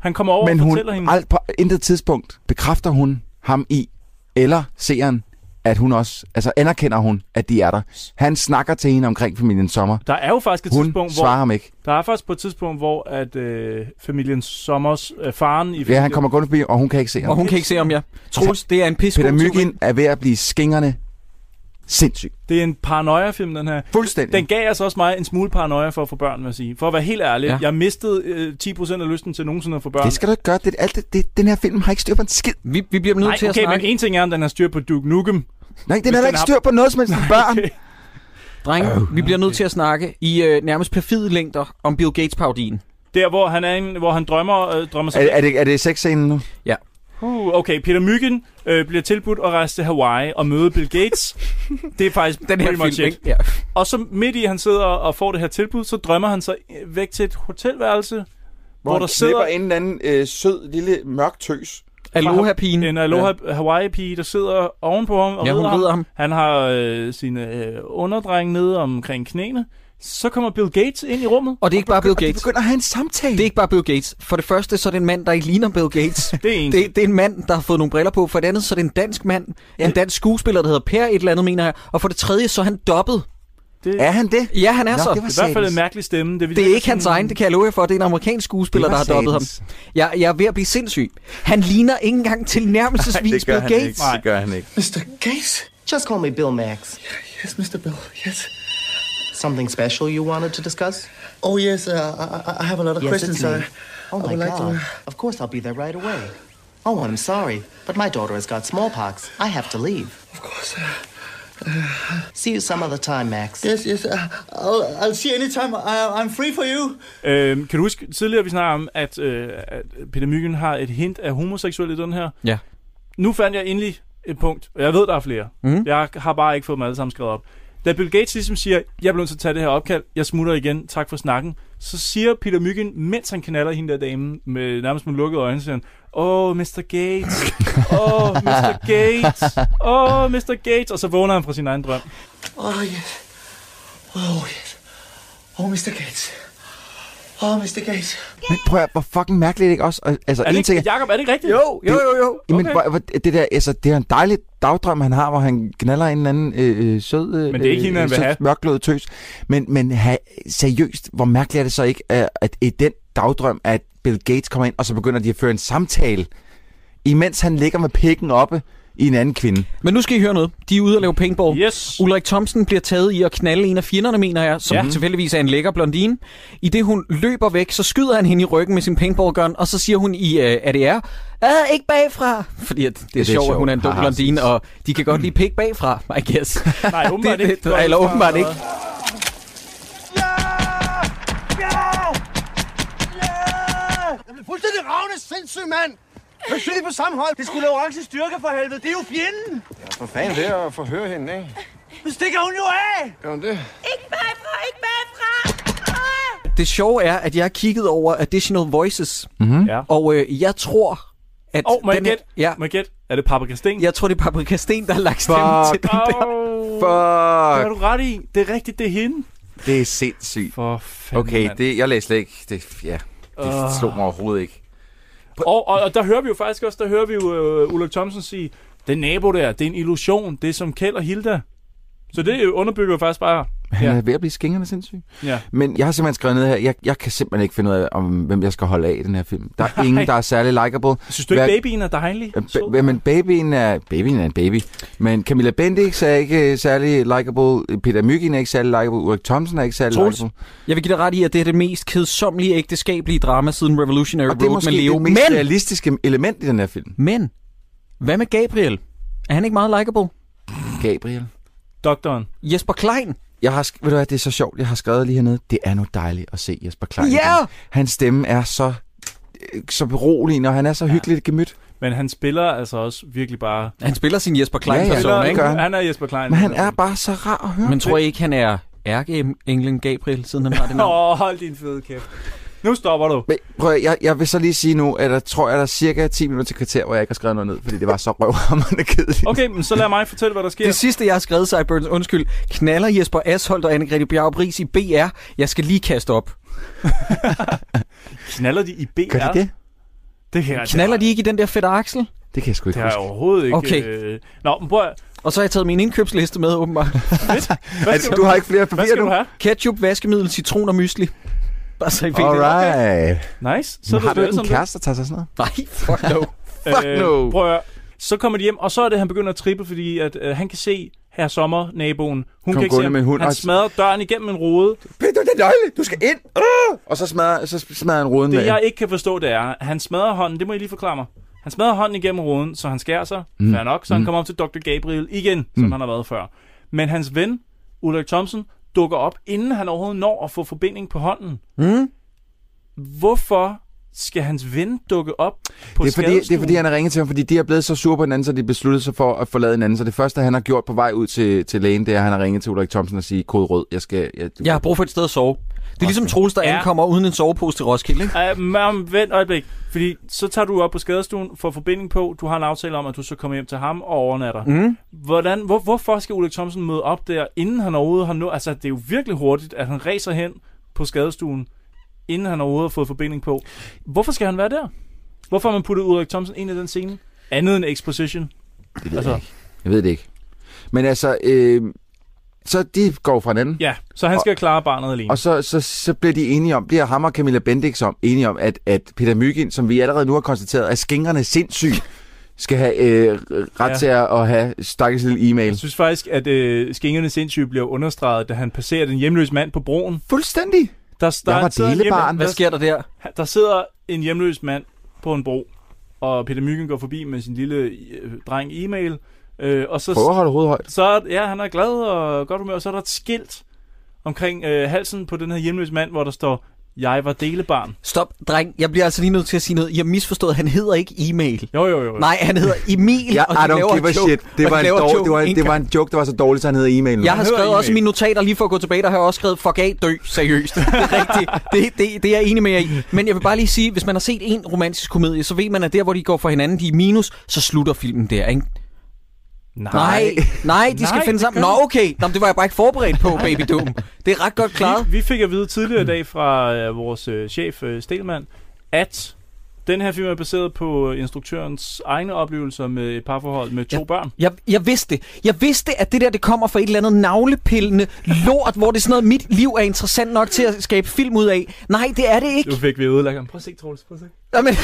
Speaker 7: Han kommer over
Speaker 6: Men
Speaker 7: og
Speaker 6: hun,
Speaker 7: fortæller hende.
Speaker 6: alt, på intet tidspunkt bekræfter hun ham i, eller seeren, at hun også, altså anerkender hun, at de er der. Han snakker til hende omkring familien Sommer.
Speaker 7: Der er jo faktisk et
Speaker 6: Hun
Speaker 7: tidspunkt, hvor...
Speaker 6: svarer ham ikke.
Speaker 7: Der er faktisk på et tidspunkt, hvor at øh, familien Sommers, øh, faren i
Speaker 6: Ja,
Speaker 7: familien-
Speaker 6: han kommer kun forbi, og hun kan ikke se ham.
Speaker 1: Og hun kan ikke se om jeg.
Speaker 7: Altså,
Speaker 1: Troels, det er en pisse.
Speaker 6: Peter Mygind er ved at blive skingerne sindssyg.
Speaker 7: Det er en paranoia-film, den her.
Speaker 6: Fuldstændig.
Speaker 7: Den gav altså også mig en smule paranoia for at få børn, vil jeg sige. For at være helt ærlig,
Speaker 6: Ja.
Speaker 7: ja. jeg mistede øh, 10% af lysten til nogensinde at få børn.
Speaker 6: Det skal du ikke gøre. Det, alt det, det, den her film har ikke styr på en skid.
Speaker 1: Vi, vi bliver nødt
Speaker 7: Nej,
Speaker 1: til at
Speaker 7: okay,
Speaker 1: snakke.
Speaker 7: men en ting er, om den har styr på Duke Nukem.
Speaker 6: Nej,
Speaker 7: Hvis
Speaker 6: den har da
Speaker 7: den
Speaker 6: ikke
Speaker 7: har-
Speaker 6: styr på noget som helst med
Speaker 7: [LAUGHS]
Speaker 6: børn.
Speaker 1: Drenge, vi bliver nødt til at snakke i øh, nærmest perfide længder om Bill Gates-parodien.
Speaker 7: Der, hvor han, er en, hvor han drømmer, øh, drømmer sig
Speaker 6: Er, er, det, er det sexscenen nu?
Speaker 1: Ja.
Speaker 7: Uh, okay, Peter Myggen øh, bliver tilbudt at rejse til Hawaii og møde Bill
Speaker 1: [LAUGHS]
Speaker 7: Gates. det er faktisk
Speaker 1: Den her
Speaker 7: pretty much
Speaker 1: film,
Speaker 7: it.
Speaker 1: ikke? Ja.
Speaker 7: Og så midt i, han sidder og får det her tilbud, så drømmer han sig væk til et hotelværelse, hvor,
Speaker 6: Hvor
Speaker 7: der
Speaker 6: der
Speaker 7: sidder
Speaker 6: sidder en eller anden øh, sød, lille, mørk tøs.
Speaker 1: Aloha-pigen.
Speaker 7: en Aloha Hawaii-pige, der sidder ovenpå ham og
Speaker 1: Mm. Ja, hun rider ham.
Speaker 7: Han har øh, sine øh, underdreng nede omkring knæene. Så kommer Bill Gates ind i rummet.
Speaker 1: Og det er ikke bare Bill
Speaker 6: De
Speaker 1: Gates.
Speaker 6: begynder at have en samtale.
Speaker 1: Det er ikke bare Bill Gates. For det første, så er det en mand, der ikke ligner Bill Gates.
Speaker 7: [LAUGHS] Det er en
Speaker 1: det, det er en mand, der har fået nogle briller på. For det andet, så er det en dansk mand. Ja. En dansk skuespiller, der hedder Per et eller andet, mener jeg. Og for det tredje, så er han dobbet.
Speaker 7: Det,
Speaker 6: Er han det?
Speaker 1: Ja, han er
Speaker 6: Nå,
Speaker 1: så.
Speaker 6: det var
Speaker 7: Det er i hvert fald
Speaker 6: satans.
Speaker 7: en mærkelig stemme. Det,
Speaker 1: Det er ikke hans egen, det kan jeg love jer for. Det er en amerikansk skuespiller,
Speaker 6: Det
Speaker 1: der har
Speaker 6: var
Speaker 1: dobbet ham.
Speaker 6: satans.
Speaker 1: Jeg, jeg er ved at blive sindssyg. Han ligner ikke engang
Speaker 7: [LAUGHS]
Speaker 1: til nærmelsesvis Bill Gates.
Speaker 6: Det gør han ikke.
Speaker 11: Mr. Gates? Just call me Bill Max.
Speaker 5: Yes, Mr. Bill. Yes.
Speaker 11: Something special you wanted to discuss?
Speaker 5: Oh, yes. Uh, I, I- I have a lot of
Speaker 11: Yes,
Speaker 5: questions.
Speaker 11: it's me.
Speaker 5: I-
Speaker 11: Oh
Speaker 5: I
Speaker 11: my
Speaker 5: would like
Speaker 11: God.
Speaker 5: to-
Speaker 11: Of course I'll be there right away. Oh, I'm sorry, but my daughter has got smallpox. I have to leave.
Speaker 5: Of course. Uh,
Speaker 11: See you some other time, Max.
Speaker 5: yes, yes. Uh, I'll, I'll see you anytime. I, I'm free for you.
Speaker 7: Øhm, kan du huske, tidligere vi snakkede om, at, øh, at Peter Myggen har et hint af homoseksuel i den her?
Speaker 1: Ja.
Speaker 7: Nu fandt jeg endelig et punkt, og jeg ved, der er flere.
Speaker 1: Mhm.
Speaker 7: Jeg har bare ikke fået dem alle sammen skrevet op. Da Bill Gates ligesom siger, jeg bliver nødt til at tage det her opkald, jeg smutter igen, tak for snakken, så siger Peter Myggen, mens han knaller hende der dame, med, nærmest med lukkede øjne, siger han, Åh, oh, Mr. Gates. Åh, oh,
Speaker 1: [LAUGHS]
Speaker 7: Mr. Gates. Åh, oh, Mr. Gates. Og så vågner han fra sin egen drøm.
Speaker 5: Oh, yes. Oh, yes. Oh, Mr. Gates. Oh, Mr. Gates.
Speaker 6: Men prøv at, høre, hvor fucking mærkeligt ikke også? Og, Altså,
Speaker 7: Er det
Speaker 6: en ting,
Speaker 7: ikke, Jacob, er det ikke rigtigt?
Speaker 1: Jo, jo, jo, jo.
Speaker 6: Jamen,
Speaker 7: Okay.
Speaker 6: hvor, hvor, det der, altså, det er en dejlig dagdrøm, han har, hvor han knaller en eller anden øh, øh, sød, øh,
Speaker 7: Men det er ikke hende, han vil
Speaker 6: sød,
Speaker 7: have.
Speaker 6: mørklået tøs. Men, men ha, seriøst, hvor mærkeligt er det så ikke, at, at i den dagdrøm, at Bill Gates kommer ind, og så begynder de at føre en samtale, imens han ligger med pikken oppe i en anden kvinde.
Speaker 1: Men nu skal I høre noget. De er ude og lave paintball.
Speaker 7: Yes.
Speaker 1: Ulrik Thomsen bliver taget i at knalde en af fjenderne, mener jeg, som ja.
Speaker 7: Ja.
Speaker 1: tilfældigvis er en lækker blondine. I det hun løber væk, så skyder han hende i ryggen med sin paintballgun, og så siger hun i øh, ADR, Æh, ikke bagfra, fordi at det er, det er sjovt, at hun er en dum
Speaker 6: Haha,
Speaker 1: blondine, og de kan godt lide pik bagfra, I guess.
Speaker 7: [LAUGHS] Nej, åbenbart
Speaker 1: det,
Speaker 7: ikke.
Speaker 1: Det, eller åbenbart ikke.
Speaker 9: Jeg blev fuldstændig ravne sindssyg, mand! Forsøg på samme hold. Det skulle lave orange styrke for helvede. Det er jo fjenden.
Speaker 18: Ja, for fanden det er at forhøre hende, ikke?
Speaker 9: Nu stikker hun jo af.
Speaker 18: Gør hun det?
Speaker 19: Ikke bagfra, ikke bagfra!
Speaker 1: Det sjove er, at jeg har kigget over Additional Voices,
Speaker 7: Mhm. Ja.
Speaker 1: og øh, jeg tror, at...
Speaker 7: Åh, må jeg
Speaker 1: den her-
Speaker 7: gætte? Ja. Må jeg gætte? Er det Paprika Sten?
Speaker 1: Jeg tror, det er Paprika Sten, der har lagt stemme til den
Speaker 7: [LAUGHS]
Speaker 1: der.
Speaker 7: Fuck. Det har
Speaker 6: Fuck.
Speaker 7: du ret i. Det er rigtigt, det er hende.
Speaker 6: Det er sindssygt.
Speaker 7: For fanden,
Speaker 6: okay,
Speaker 7: mand.
Speaker 6: det, jeg læste slet ikke. Det, ja, det
Speaker 7: Åh.
Speaker 6: slog mig overhovedet ikke.
Speaker 7: Og, og, og der hører vi jo faktisk også, der hører vi jo øh, Ulrik Thomsen sige, den nabo der, det er en illusion, det er som Kjeld og Hilda. Så det øh, underbygger jo faktisk bare,
Speaker 6: Han ja. er ved at blive skængerne sindssyg.
Speaker 7: Ja.
Speaker 6: Men jeg har simpelthen skrevet ned her, jeg, jeg kan simpelthen ikke finde ud af, om, hvem jeg skal holde af i den her film. Der er ingen, der er særlig likable.
Speaker 7: synes du ikke, babyen er dejlig?
Speaker 6: Ba- men babyen er, babyen er en baby. Men Camilla Bendix er ikke øh, særlig likable. Peter Myggen er ikke særlig likable. Ulrik Thomsen er ikke særlig
Speaker 1: Troels,
Speaker 6: likable.
Speaker 1: jeg vil give dig ret i, at det er det mest kedsommelige ægteskabelige drama siden Revolutionary
Speaker 6: Og det er
Speaker 1: Road
Speaker 6: måske
Speaker 1: med Leo.
Speaker 6: det mest
Speaker 1: men,
Speaker 6: realistiske element i den her film.
Speaker 1: men, hvad med Gabriel? Er han ikke meget likable?
Speaker 6: Gabriel.
Speaker 7: Doktoren.
Speaker 1: Jesper Klein.
Speaker 6: Jeg har, sk- ved du hvad, det er så sjovt, jeg har skrevet lige hernede. Det er nu dejligt at se Jesper Klein. igen.
Speaker 1: Ja!
Speaker 6: Hans stemme er så, øh, så beroligende, og han er så hyggeligt gemyt.
Speaker 7: men han spiller altså også virkelig bare...
Speaker 1: Han spiller sin Jesper
Speaker 6: Klein
Speaker 7: han
Speaker 6: person,
Speaker 7: spiller-
Speaker 6: ikke?
Speaker 7: Han er Jesper Klein.
Speaker 6: Men han er bare så rar at høre.
Speaker 1: Men tror jeg ikke, han er ærkeenglen Gabriel, siden han har det navn?
Speaker 7: [LAUGHS] Åh, oh, hold din fede kæft. Nu stopper du.
Speaker 6: Men prøv, at- jeg, jeg vil så lige sige nu, at jeg tror, at der er cirka 10 minutter til kvarter, hvor jeg ikke har skrevet noget ned, fordi det var så røvhammerne kedeligt.
Speaker 7: Okay, men så lad mig fortælle, hvad der sker.
Speaker 1: Det sidste, jeg har skrevet, Cyburns, undskyld, knaller Jesper Asholdt og Anne-Grethe Bjarup Riis i BR. Jeg skal lige kaste op.
Speaker 7: Knaller de i BR?
Speaker 1: Gør de det?
Speaker 7: Det her,
Speaker 1: Knaller de ikke i den der fedte aksel?
Speaker 6: Det kan jeg sgu
Speaker 7: det har jeg overhovedet ikke...
Speaker 1: Okay.
Speaker 7: Øh... Nå, men prøv at...
Speaker 1: Og så har jeg taget min indkøbsliste med, åbenbart.
Speaker 7: Hvad
Speaker 6: Altså,
Speaker 1: Altså,
Speaker 7: skal du-
Speaker 6: flere
Speaker 7: papirer skal nu? du have?
Speaker 1: Ketchup, vaskemiddel, citron og mysli. Bare så I fik det.
Speaker 6: Alright.
Speaker 7: Nice.
Speaker 6: Så har
Speaker 7: ved
Speaker 6: du
Speaker 7: alle
Speaker 6: ikke en
Speaker 7: sammen det.
Speaker 6: kæreste, der tager sig sådan
Speaker 1: noget? Nej, fuck no.
Speaker 6: Fuck no.
Speaker 7: Øh, Prøv at høre. Så kommer de hjem, og så er det, han begynder at trippe, fordi at, øh, han kan se her sommer, naboen. Hun
Speaker 6: Kom
Speaker 7: kan ikke se
Speaker 6: gående
Speaker 7: ham.
Speaker 6: med en hund,
Speaker 7: han
Speaker 6: og-
Speaker 7: smadrer døren igennem en rode.
Speaker 6: Peter, det er nøgle! Du skal ind! Uh! Og så smadrer, så smadrer han roden
Speaker 7: Det
Speaker 6: af.
Speaker 7: jeg ikke kan forstå, det er, han smadrer hånden, det må I lige forklare mig. Han smadrer hånden igennem roden, så han skærer sig. Mm.
Speaker 6: Mm.
Speaker 7: Fair nok, så han
Speaker 6: Mm.
Speaker 7: kommer op til Dr. Gabriel igen, som
Speaker 6: Mm.
Speaker 7: han har været før. Men hans ven, Ulrik Thomsen, dukker op, inden han overhovedet når at få forbinding på hånden.
Speaker 1: Mm?
Speaker 7: Hvorfor skal hans ven dukke op på
Speaker 6: Det er, fordi, det er
Speaker 7: skadestuen?
Speaker 6: fordi, han har ringet til ham, fordi de er blevet så sure på hinanden, så de besluttede sig for at forlade hinanden. Så det første, han har gjort på vej ud til, til lægen, det er, at han har ringet til Ulrik Thomsen og sige, kode rød, jeg skal... Jeg, du,
Speaker 1: Jeg har brug for et sted at sove. Det er ligesom Troels, der
Speaker 7: Ja.
Speaker 1: ankommer uden en sovepose til Roskilde, ikke?
Speaker 7: Ej, men vent et øjeblik. Fordi så tager du op på skadestuen, får forbinding på, du har en aftale om, at du så kommer hjem til ham og overnatter.
Speaker 6: Mhm.
Speaker 1: Mm.
Speaker 7: Hvordan, hvor, hvorfor skal Ulrik Thomsen møde op der, inden han overhovedet har nået... Altså, det er jo virkelig hurtigt, at han racer hen på skadestuen, inden han overhovedet har fået forbinding på. Hvorfor skal han være der? Hvorfor har man puttet Ulrik Thomsen ind i den scene? Andet end exposition.
Speaker 6: det ved altså. jeg ikke. Jeg ved det ikke. Men altså, øh, så de går fra hinanden.
Speaker 7: Ja, så han skal klare barnet alene.
Speaker 6: Og så, så, så bliver de enige om, bliver ham og Camilla Bendix om, enige om, at, at Peter Myggen, som vi allerede nu har konstateret, er skængerne sindssyg, skal have øh, ret
Speaker 7: Ja.
Speaker 6: ja. til at at have stakkels lille
Speaker 7: Jeg
Speaker 6: e-mail.
Speaker 7: synes faktisk, at øh, skingerne sindssyge bliver understreget, da han passerer den hjemløse mand på broen.
Speaker 6: Fuldstændig.
Speaker 7: Der, der,
Speaker 6: Jeg var
Speaker 7: sidder en hjemløs-
Speaker 6: delebarn.
Speaker 1: Hvad sker der der?
Speaker 7: Han- Der sidder en hjemløs mand på en bro, og Peter Myggen går forbi med sin lille øh, dreng e-mail, øh, og så,
Speaker 6: Prøv at holde hovedet højt.
Speaker 7: så er- ja, han er glad og godt humør, og så er der et skilt omkring øh, halsen på den her hjemløse mand, hvor der står, jeg var delebarn.
Speaker 1: Stop, dreng. Jeg bliver altså lige nødt til at sige noget. I har misforstået. Han hedder ikke e-mail.
Speaker 7: Jo, jo, jo. jo.
Speaker 1: Nej, han hedder Emil,
Speaker 6: Ja,
Speaker 1: og
Speaker 6: I
Speaker 1: de laver
Speaker 6: don't give a
Speaker 1: en joke.
Speaker 6: shit.
Speaker 1: Og
Speaker 6: Det
Speaker 1: de
Speaker 6: var, en
Speaker 1: laver
Speaker 6: dårlig,
Speaker 1: joke
Speaker 6: det, var,
Speaker 1: en
Speaker 6: det var
Speaker 1: gang.
Speaker 6: en joke, der var så dårlig, så han hed e-mailen.
Speaker 1: Jeg har
Speaker 6: Han hedder
Speaker 1: skrevet også i
Speaker 6: e-mailen.
Speaker 1: mine notater, lige for at gå tilbage, der har jeg også skrevet, fuck af, dø, seriøst. [LAUGHS] Det er rigtigt. Det, det, det er jeg enig med jer i. Men jeg vil bare lige sige, hvis man har set en romantisk komedie, så ved man, at der, hvor de går fra hinanden, de er i minus, så slutter filmen der, ikke?
Speaker 7: Nej.
Speaker 1: Nej, nej, de skal
Speaker 7: Nej,
Speaker 1: finde
Speaker 7: det
Speaker 1: sammen.
Speaker 7: gør
Speaker 1: Nå,
Speaker 7: de.
Speaker 1: okay. Nå, men det var jeg bare ikke forberedt på, baby Doom. Det er ret godt klaret.
Speaker 7: Vi, vi fik at vide tidligere i dag fra øh, vores øh, chef, øh, Stelmann, at den her film er baseret på øh, instruktørens egne oplevelser med et parforhold med to børn.
Speaker 1: Jeg, jeg vidste det. Jeg vidste, at det der, det kommer fra et eller andet navlepillende lort, hvor det er sådan noget, mit liv er interessant nok til at skabe film ud af. Nej, det er det ikke.
Speaker 7: Nu fik vi ødelagt ham. Prøv at se, Troels. Prøv at se.
Speaker 1: Jamen,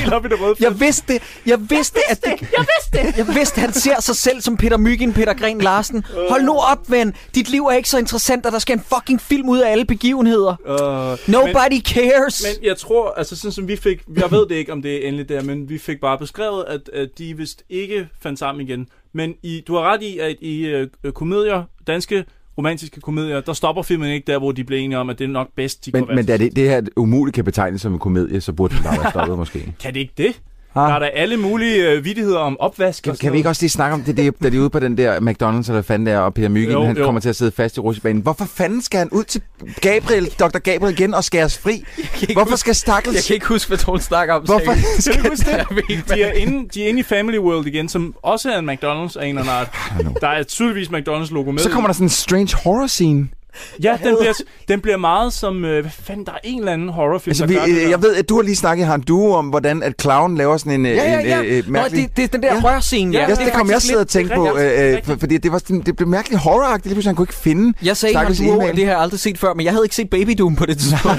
Speaker 7: Helt op i det røde
Speaker 1: [LAUGHS] jeg vidste det. Jeg vidste, at det,
Speaker 19: Jeg vidste det!
Speaker 1: Jeg vidste, han ser sig selv som Peter Myggen, Peter Gren Larsen. Hold nu op, ven. Dit liv er ikke så interessant, og der skal en fucking film ud af alle begivenheder.
Speaker 7: Uh,
Speaker 1: Nobody men, cares. Men,
Speaker 7: Men jeg tror, altså sådan som vi fik, jeg ved det ikke, om det er endeligt der, men vi fik bare beskrevet, at, at de vist ikke fandt sammen igen. Men I, du har ret i, at i øh, komedier, danske romantiske komedier, der stopper filmen ikke der, hvor de bliver enige om, at det er nok bedst, de går
Speaker 6: Men,
Speaker 7: hver
Speaker 6: men
Speaker 7: for
Speaker 6: da
Speaker 7: sig.
Speaker 6: det, det her umuligt kan betegnes som en komedie, så burde den bare være stoppet måske. Ah.
Speaker 7: Kan det ikke det? Der er da alle mulige øh, vidtigheder om opvask.
Speaker 6: Kan,
Speaker 7: og sådan
Speaker 6: kan vi ikke også lige snakke om det, det da de er ude på den der McDonald's, eller fanden der, og Peter Mygind,
Speaker 7: Jo,
Speaker 6: han
Speaker 7: jo.
Speaker 6: kommer til at sidde fast i rutsjebanen. Hvorfor fanden skal han ud til Gabriel, Dr. Gabriel igen og skæres fri? Hvorfor skal Stakkels...
Speaker 1: Jeg kan ikke huske, hvad Troels snakker om.
Speaker 6: Hvorfor [LAUGHS]
Speaker 1: seriøst.
Speaker 7: Kan du
Speaker 1: [LAUGHS]
Speaker 7: huske
Speaker 1: Jeg ved ikke,
Speaker 7: det?
Speaker 1: hvad-
Speaker 7: De er, inde, de er inde i Family World igen, som også er en McDonald's af en eller anden art. Der er tydeligvis McDonald's logo med.
Speaker 6: Ah, Så kommer der sådan en strange horror scene.
Speaker 7: i. Ja, den bliver, den bliver meget som... Øh, hvad fanden, der er en eller anden horrorfilm,
Speaker 6: Altså,
Speaker 7: der
Speaker 6: vi,
Speaker 7: gør det
Speaker 6: øh,
Speaker 7: der.
Speaker 6: jeg ved, at du har lige snakket, har en duo om, hvordan at clown laver sådan en... øh,
Speaker 1: Ja, ja, ja.
Speaker 6: en, øh, øh,
Speaker 1: Nå,
Speaker 6: mærkelig-
Speaker 1: det- det er den der rørscene, ja.
Speaker 6: ja.
Speaker 1: Det er
Speaker 6: det, det kom
Speaker 1: faktisk
Speaker 6: jeg sidder og
Speaker 1: lidt-
Speaker 6: tænkte
Speaker 1: det er
Speaker 6: på,
Speaker 1: rigtigt,
Speaker 6: øh, øh, for, fordi det, var sådan, det blev mærkelig horroragtigt. Lige pludselig, han kunne ikke finde...
Speaker 1: Jeg sagde, at
Speaker 6: stakkels
Speaker 1: han duo,
Speaker 6: Emil.
Speaker 1: og det har jeg aldrig set før, men jeg havde ikke set Baby Doom på det tidspunkt.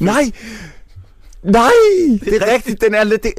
Speaker 6: Nej! Nej! Det er rigtigt, den er lidt... Det...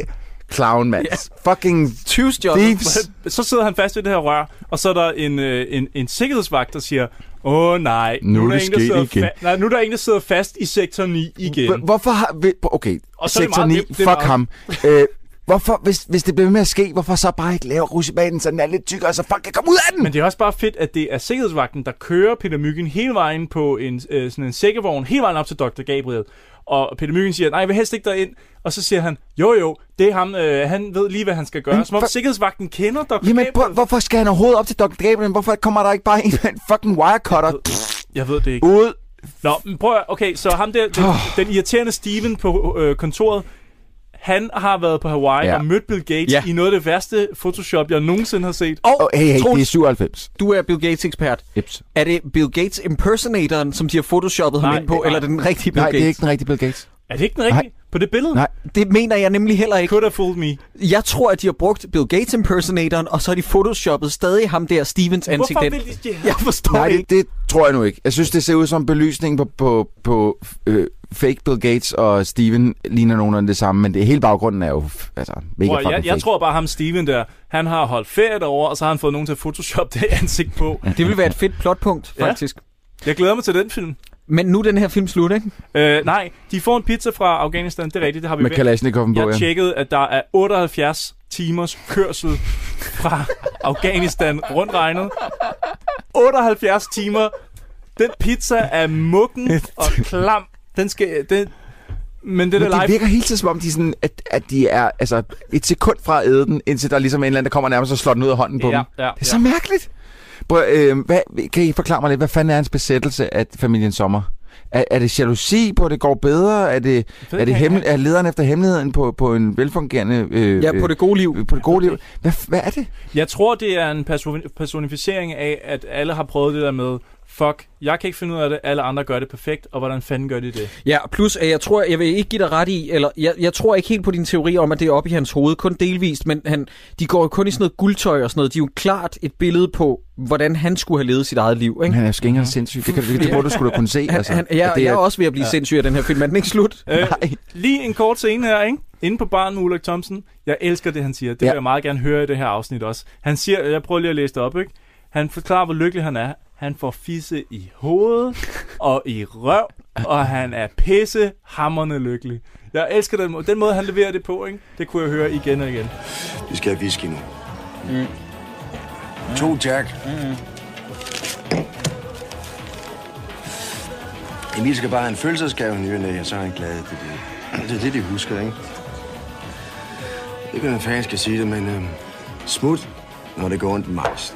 Speaker 6: Clown, mand. Fucking...
Speaker 1: Tyvstjål.
Speaker 6: Thieves.
Speaker 7: Så sidder han fast ved det her rør, og så er der en, øh, en, en sikkerhedsvagt, der siger, åh nej,
Speaker 6: Nu er
Speaker 7: der
Speaker 6: det
Speaker 7: en, der
Speaker 6: sket
Speaker 7: sidder
Speaker 6: igen."
Speaker 7: nej, nu er der en, der sidder fast i sektor 9 igen.
Speaker 6: H- Hvorfor har... vi- Okay,
Speaker 7: Og så er det
Speaker 6: sektor
Speaker 7: meget
Speaker 6: 9,
Speaker 7: nemt, det er
Speaker 6: fuck
Speaker 7: meget-
Speaker 6: ham. Øh, hvorfor, hvis, hvis det bliver ved med at ske, hvorfor så bare ikke lave rusjebanen, så den er lidt tykkere, så folk kan komme ud af den?
Speaker 7: Men det er også bare fedt, at det er sikkerhedsvagten, der kører Peter Myggen hele vejen på en, øh, sådan en sækkevogn, hele vejen op til Dr. Gabriel. Og Peter Myggen siger, nej, jeg vil helst ikke derind. Og så siger han, jo jo, det er ham, øh, han ved lige, hvad han skal gøre.
Speaker 6: Men
Speaker 7: Som om
Speaker 6: for-
Speaker 7: sikkerhedsvagten kender Dr.
Speaker 6: Jamen,
Speaker 7: Gabriel.
Speaker 6: prøv, hvorfor skal han overhovedet op til Dr. Gabriel? Hvorfor kommer der ikke bare en, med en fucking wirecutter?
Speaker 7: Jeg ved det ikke.
Speaker 6: Ud.
Speaker 7: Nå, men prøv at, okay, så ham der, den, den irriterende Steven på øh, kontoret, han har været på Hawaii
Speaker 6: Ja.
Speaker 7: ja. og mødt Bill Gates
Speaker 1: Ja.
Speaker 7: ja. i noget af det værste Photoshop, jeg nogensinde har set.
Speaker 1: Og
Speaker 6: Oh, hey, hey, det er
Speaker 1: Troels,
Speaker 6: 97.
Speaker 1: du er Bill Gates ekspert.
Speaker 6: Ips.
Speaker 1: Er det Bill Gates impersonatoren, som de har photoshoppet ham
Speaker 7: Nej,
Speaker 1: ind på,
Speaker 7: det-
Speaker 1: eller er det den rigtige Bill
Speaker 6: Nej,
Speaker 1: Gates?
Speaker 6: det er ikke den rigtige Bill Gates.
Speaker 7: Er det ikke den rigtige? På det billede?
Speaker 6: Nej.
Speaker 1: Det mener jeg nemlig heller ikke.
Speaker 7: Could have fooled me.
Speaker 1: Jeg tror, at de har brugt Bill Gates impersonatoren, og så har de photoshoppet stadig ham der Stevens ansigt
Speaker 7: Hvorfor
Speaker 1: ind.
Speaker 7: vil de det her?
Speaker 1: Jeg forstår
Speaker 6: Nej,
Speaker 1: det ikke.
Speaker 6: det, det tror jeg nu ikke. Jeg synes, det ser ud som belysningen på, på, på øh, fake Bill Gates og Steven ligner nogenlunde det samme, men det hele baggrunden er jo f- altså, mega
Speaker 7: Prøv,
Speaker 6: fucking
Speaker 7: at- jeg, jeg
Speaker 6: fake.
Speaker 7: tror bare, ham Steven der, han har holdt ferie derovre, og så har han fået nogen til at photoshoppe [LAUGHS] det ansigt på.
Speaker 1: Det vil være et fedt plotpunkt,
Speaker 7: Ja.
Speaker 1: faktisk.
Speaker 7: Jeg glæder mig til den film.
Speaker 1: Men nu er den her film slut, ikke?
Speaker 7: Øh, nej, de får en pizza fra Afghanistan, det er rigtigt, det har vi
Speaker 6: Med
Speaker 7: vendt.
Speaker 6: Kalashnikov'en på,
Speaker 7: Jeg
Speaker 6: ja.
Speaker 7: tjekkede, at der er 78 timers kørsel fra Afghanistan rundt regnet. 78 timer. Den pizza er muggen og klam. Den skal... Den, men det
Speaker 6: Men
Speaker 7: der
Speaker 6: det
Speaker 7: live...
Speaker 6: virker hele tiden som om, de er sådan, at, at de er altså, et sekund fra at æde den, indtil der er ligesom en eller anden, der kommer nærmest og slår den ud af hånden på
Speaker 7: Ja,
Speaker 6: dem.
Speaker 7: ja,
Speaker 6: det er
Speaker 7: ja.
Speaker 6: så mærkeligt. Prøv, øh, hvad, kan I forklare mig lidt, hvad fanden er hans besættelse af familien Sommer? Er, er det jalousi på, at det går bedre? Er, det,
Speaker 7: ved
Speaker 6: er, det
Speaker 7: ikke, han-
Speaker 6: hemmel, er lederen efter hemmeligheden på, på en velfungerende... Øh,
Speaker 1: Ja, på det gode liv.
Speaker 6: øh, på det gode liv? Hvad, hvad er det?
Speaker 7: Jeg tror, det er en perso- personificering af, at alle har prøvet det der med, fuck, jeg kan ikke finde ud af det, alle andre gør det perfekt, og hvordan fanden gør de det?
Speaker 1: Ja, plus at jeg tror, jeg vil ikke give dig ret i, eller jeg, jeg tror ikke helt på din teori om, at det er oppe i hans hoved, kun delvist, men han, de går jo kun i sådan noget guldtøj og sådan noget. De er jo klart et billede på, hvordan han skulle have levet sit eget liv, ikke?
Speaker 6: Han er jo skængeren sindssyg. Det, kan, det, det må du skulle da kunne se.
Speaker 1: Han,
Speaker 6: altså.
Speaker 1: han,
Speaker 6: At
Speaker 1: jeg,
Speaker 6: det
Speaker 1: jeg er også ved at blive ja. sindssyg af den her film. Er den ikke slut?
Speaker 7: Øh,
Speaker 6: Nej.
Speaker 7: lige en kort scene her, ikke? Inde på baren med Ulrik Thomsen. Jeg elsker det, han siger. Det
Speaker 6: Ja.
Speaker 7: vil jeg meget gerne høre i det her afsnit også. Han siger, jeg prøver lige at læse det op, ikke? Han forklarer, hvor lykkelig han er. Han får fisse i hovedet og i røv, og han er pisse hammerne lykkelig. Jeg elsker den, må- den måde, han leverer det på, ikke? Det kunne jeg høre igen og igen.
Speaker 12: Vi skal have whisky nu. Mm. To Jack. Emil skal bare have en følelsesgave i ny og næ, og så er han glad. Det er det, det, er det de husker, ikke? Det kan man faktisk skal sige det, men øh, smut, når det går ondt max.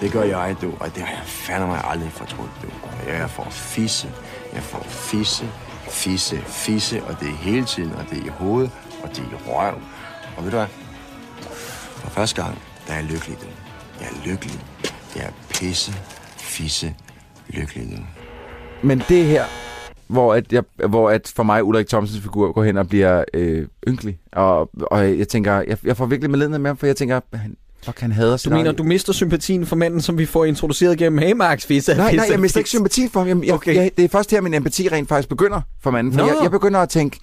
Speaker 12: Det gør jeg, du, og det har jeg fandme aldrig fortrudt, du. Jeg får fisse, jeg får fisse, fisse, fisse, og det er hele tiden, og det er i hovedet, og det er i røv. Og ved du hvad? For første gang, der er jeg lykkelig, du. Jeg er lykkelig. Jeg er pisse, fisse, lykkelig, du.
Speaker 6: Men det her, hvor, at jeg, hvor at for mig Ulrik Thomsens figur går hen og bliver øh, ynkelig. Og, og jeg tænker, jeg, jeg får virkelig medledenhed med ham, for jeg tænker, han, fuck, han hader
Speaker 1: Du mener, du mister sympatien for manden, som vi får introduceret gennem Hey Marks Fisa?
Speaker 6: Nej, nej, jeg mister ikke sympati for ham. Jeg, jeg,
Speaker 1: Okay.
Speaker 6: okay. jeg, det er først her, min empati rent faktisk begynder for manden. For
Speaker 1: Nå.
Speaker 6: jeg, jeg begynder at tænke,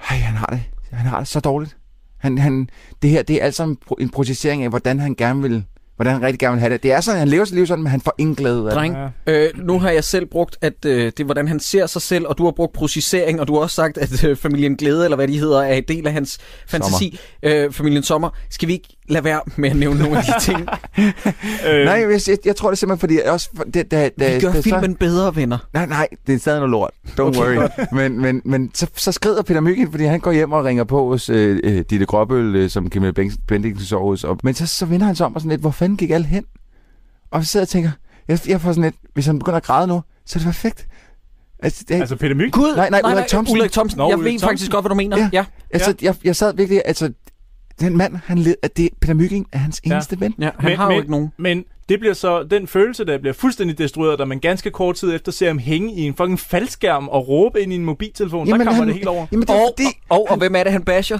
Speaker 6: hej, han har det. Han har det så dårligt. Han, han, det her, det er alt sammen pro- en processering af, hvordan han gerne vil, hvordan han rigtig gerne vil have det. Det er sådan, han lever sit liv sådan, men han får ingen glæde ud af det.
Speaker 1: Dreng, øh, nu har jeg selv brugt, at øh, det er, hvordan han ser sig selv, og du har brugt processering, og du har også sagt, at øh, familien Glæde, eller hvad de hedder, er en del af hans fantasi. Øh, familien Sommer. Skal vi ikke lad være med at nævne nogle af
Speaker 6: [LAUGHS]
Speaker 1: de ting.
Speaker 7: Øhm,
Speaker 6: øh. Nej, jeg, jeg, jeg tror det er simpelthen, fordi jeg også... Det, da, da,
Speaker 1: Vi gør
Speaker 6: da,
Speaker 1: filmen bedre, venner.
Speaker 6: Nej, nej, det er stadig noget lort. Don't okay. worry. men men, men så, så skrider Peter Mygind, fordi han går hjem og ringer på hos øh, øh, Ditte Gråbøl, øh, som Camilla Benz- Bendiksen sover hos. Og, men så, så vender han sig om og sådan lidt, hvor fanden gik alle hen? Og så sidder jeg og tænker, jeg, jeg får sådan lidt, hvis han begynder at græde nu, så er det perfekt. Altså, det,
Speaker 7: Altså Peter Myk?
Speaker 1: Gud,
Speaker 6: nej, nej, Ulrik Thomsen.
Speaker 1: Ulrik Thomsen.
Speaker 6: Nå,
Speaker 1: jeg
Speaker 6: Ulrik
Speaker 1: ved
Speaker 6: Thomsen.
Speaker 1: faktisk godt, hvad du mener.
Speaker 6: Ja.
Speaker 1: Ja. ja.
Speaker 6: Altså, jeg, jeg sad virkelig, altså, den mand, han led, at det, Peter Myking er hans eneste ven.
Speaker 1: Ja, han
Speaker 7: men,
Speaker 1: har
Speaker 7: men,
Speaker 1: jo ikke nogen.
Speaker 7: Men det bliver så, den følelse der bliver fuldstændig destrueret, da man ganske kort tid efter ser ham hænge i en fucking faldskærm og råbe ind i en mobiltelefon. Jamen, der
Speaker 6: Jamen,
Speaker 7: kommer
Speaker 6: han-
Speaker 7: det helt over.
Speaker 6: Jamen, det er
Speaker 1: og,
Speaker 6: fordi...
Speaker 1: og, og, hvem er det, han basher?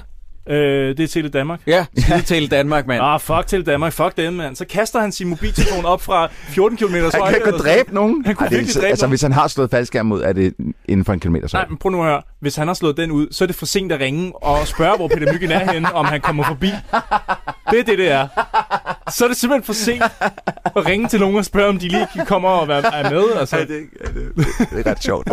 Speaker 7: Øh, det er Tele Danmark.
Speaker 1: Ja, skide til Danmark,
Speaker 6: [LAUGHS]
Speaker 1: mand.
Speaker 7: Ah, fuck Tele Danmark, fuck dem, mand. Så kaster han sin mobiltelefon op fra 14 km højde.
Speaker 6: Han kan
Speaker 7: eller
Speaker 6: ikke
Speaker 7: sådan.
Speaker 6: dræbe nogen.
Speaker 7: Han kunne
Speaker 6: Ej, det er
Speaker 7: virkelig
Speaker 6: så-
Speaker 7: dræbe
Speaker 6: Altså,
Speaker 7: nogen.
Speaker 6: hvis han har slået faldskærm mod, er det inden for en kilometer så.
Speaker 7: Nej, men prøv nu at høre. Hvis han har slået den ud, så er det for sent at ringe og spørge, hvor Peter Mygind er henne, om han kommer forbi. Det er det, det er. Så er det simpelthen for sent at ringe til nogen og spørge, om de lige kommer og være- er med. Altså.
Speaker 6: Ja, det, ja, det, det er ret sjovt.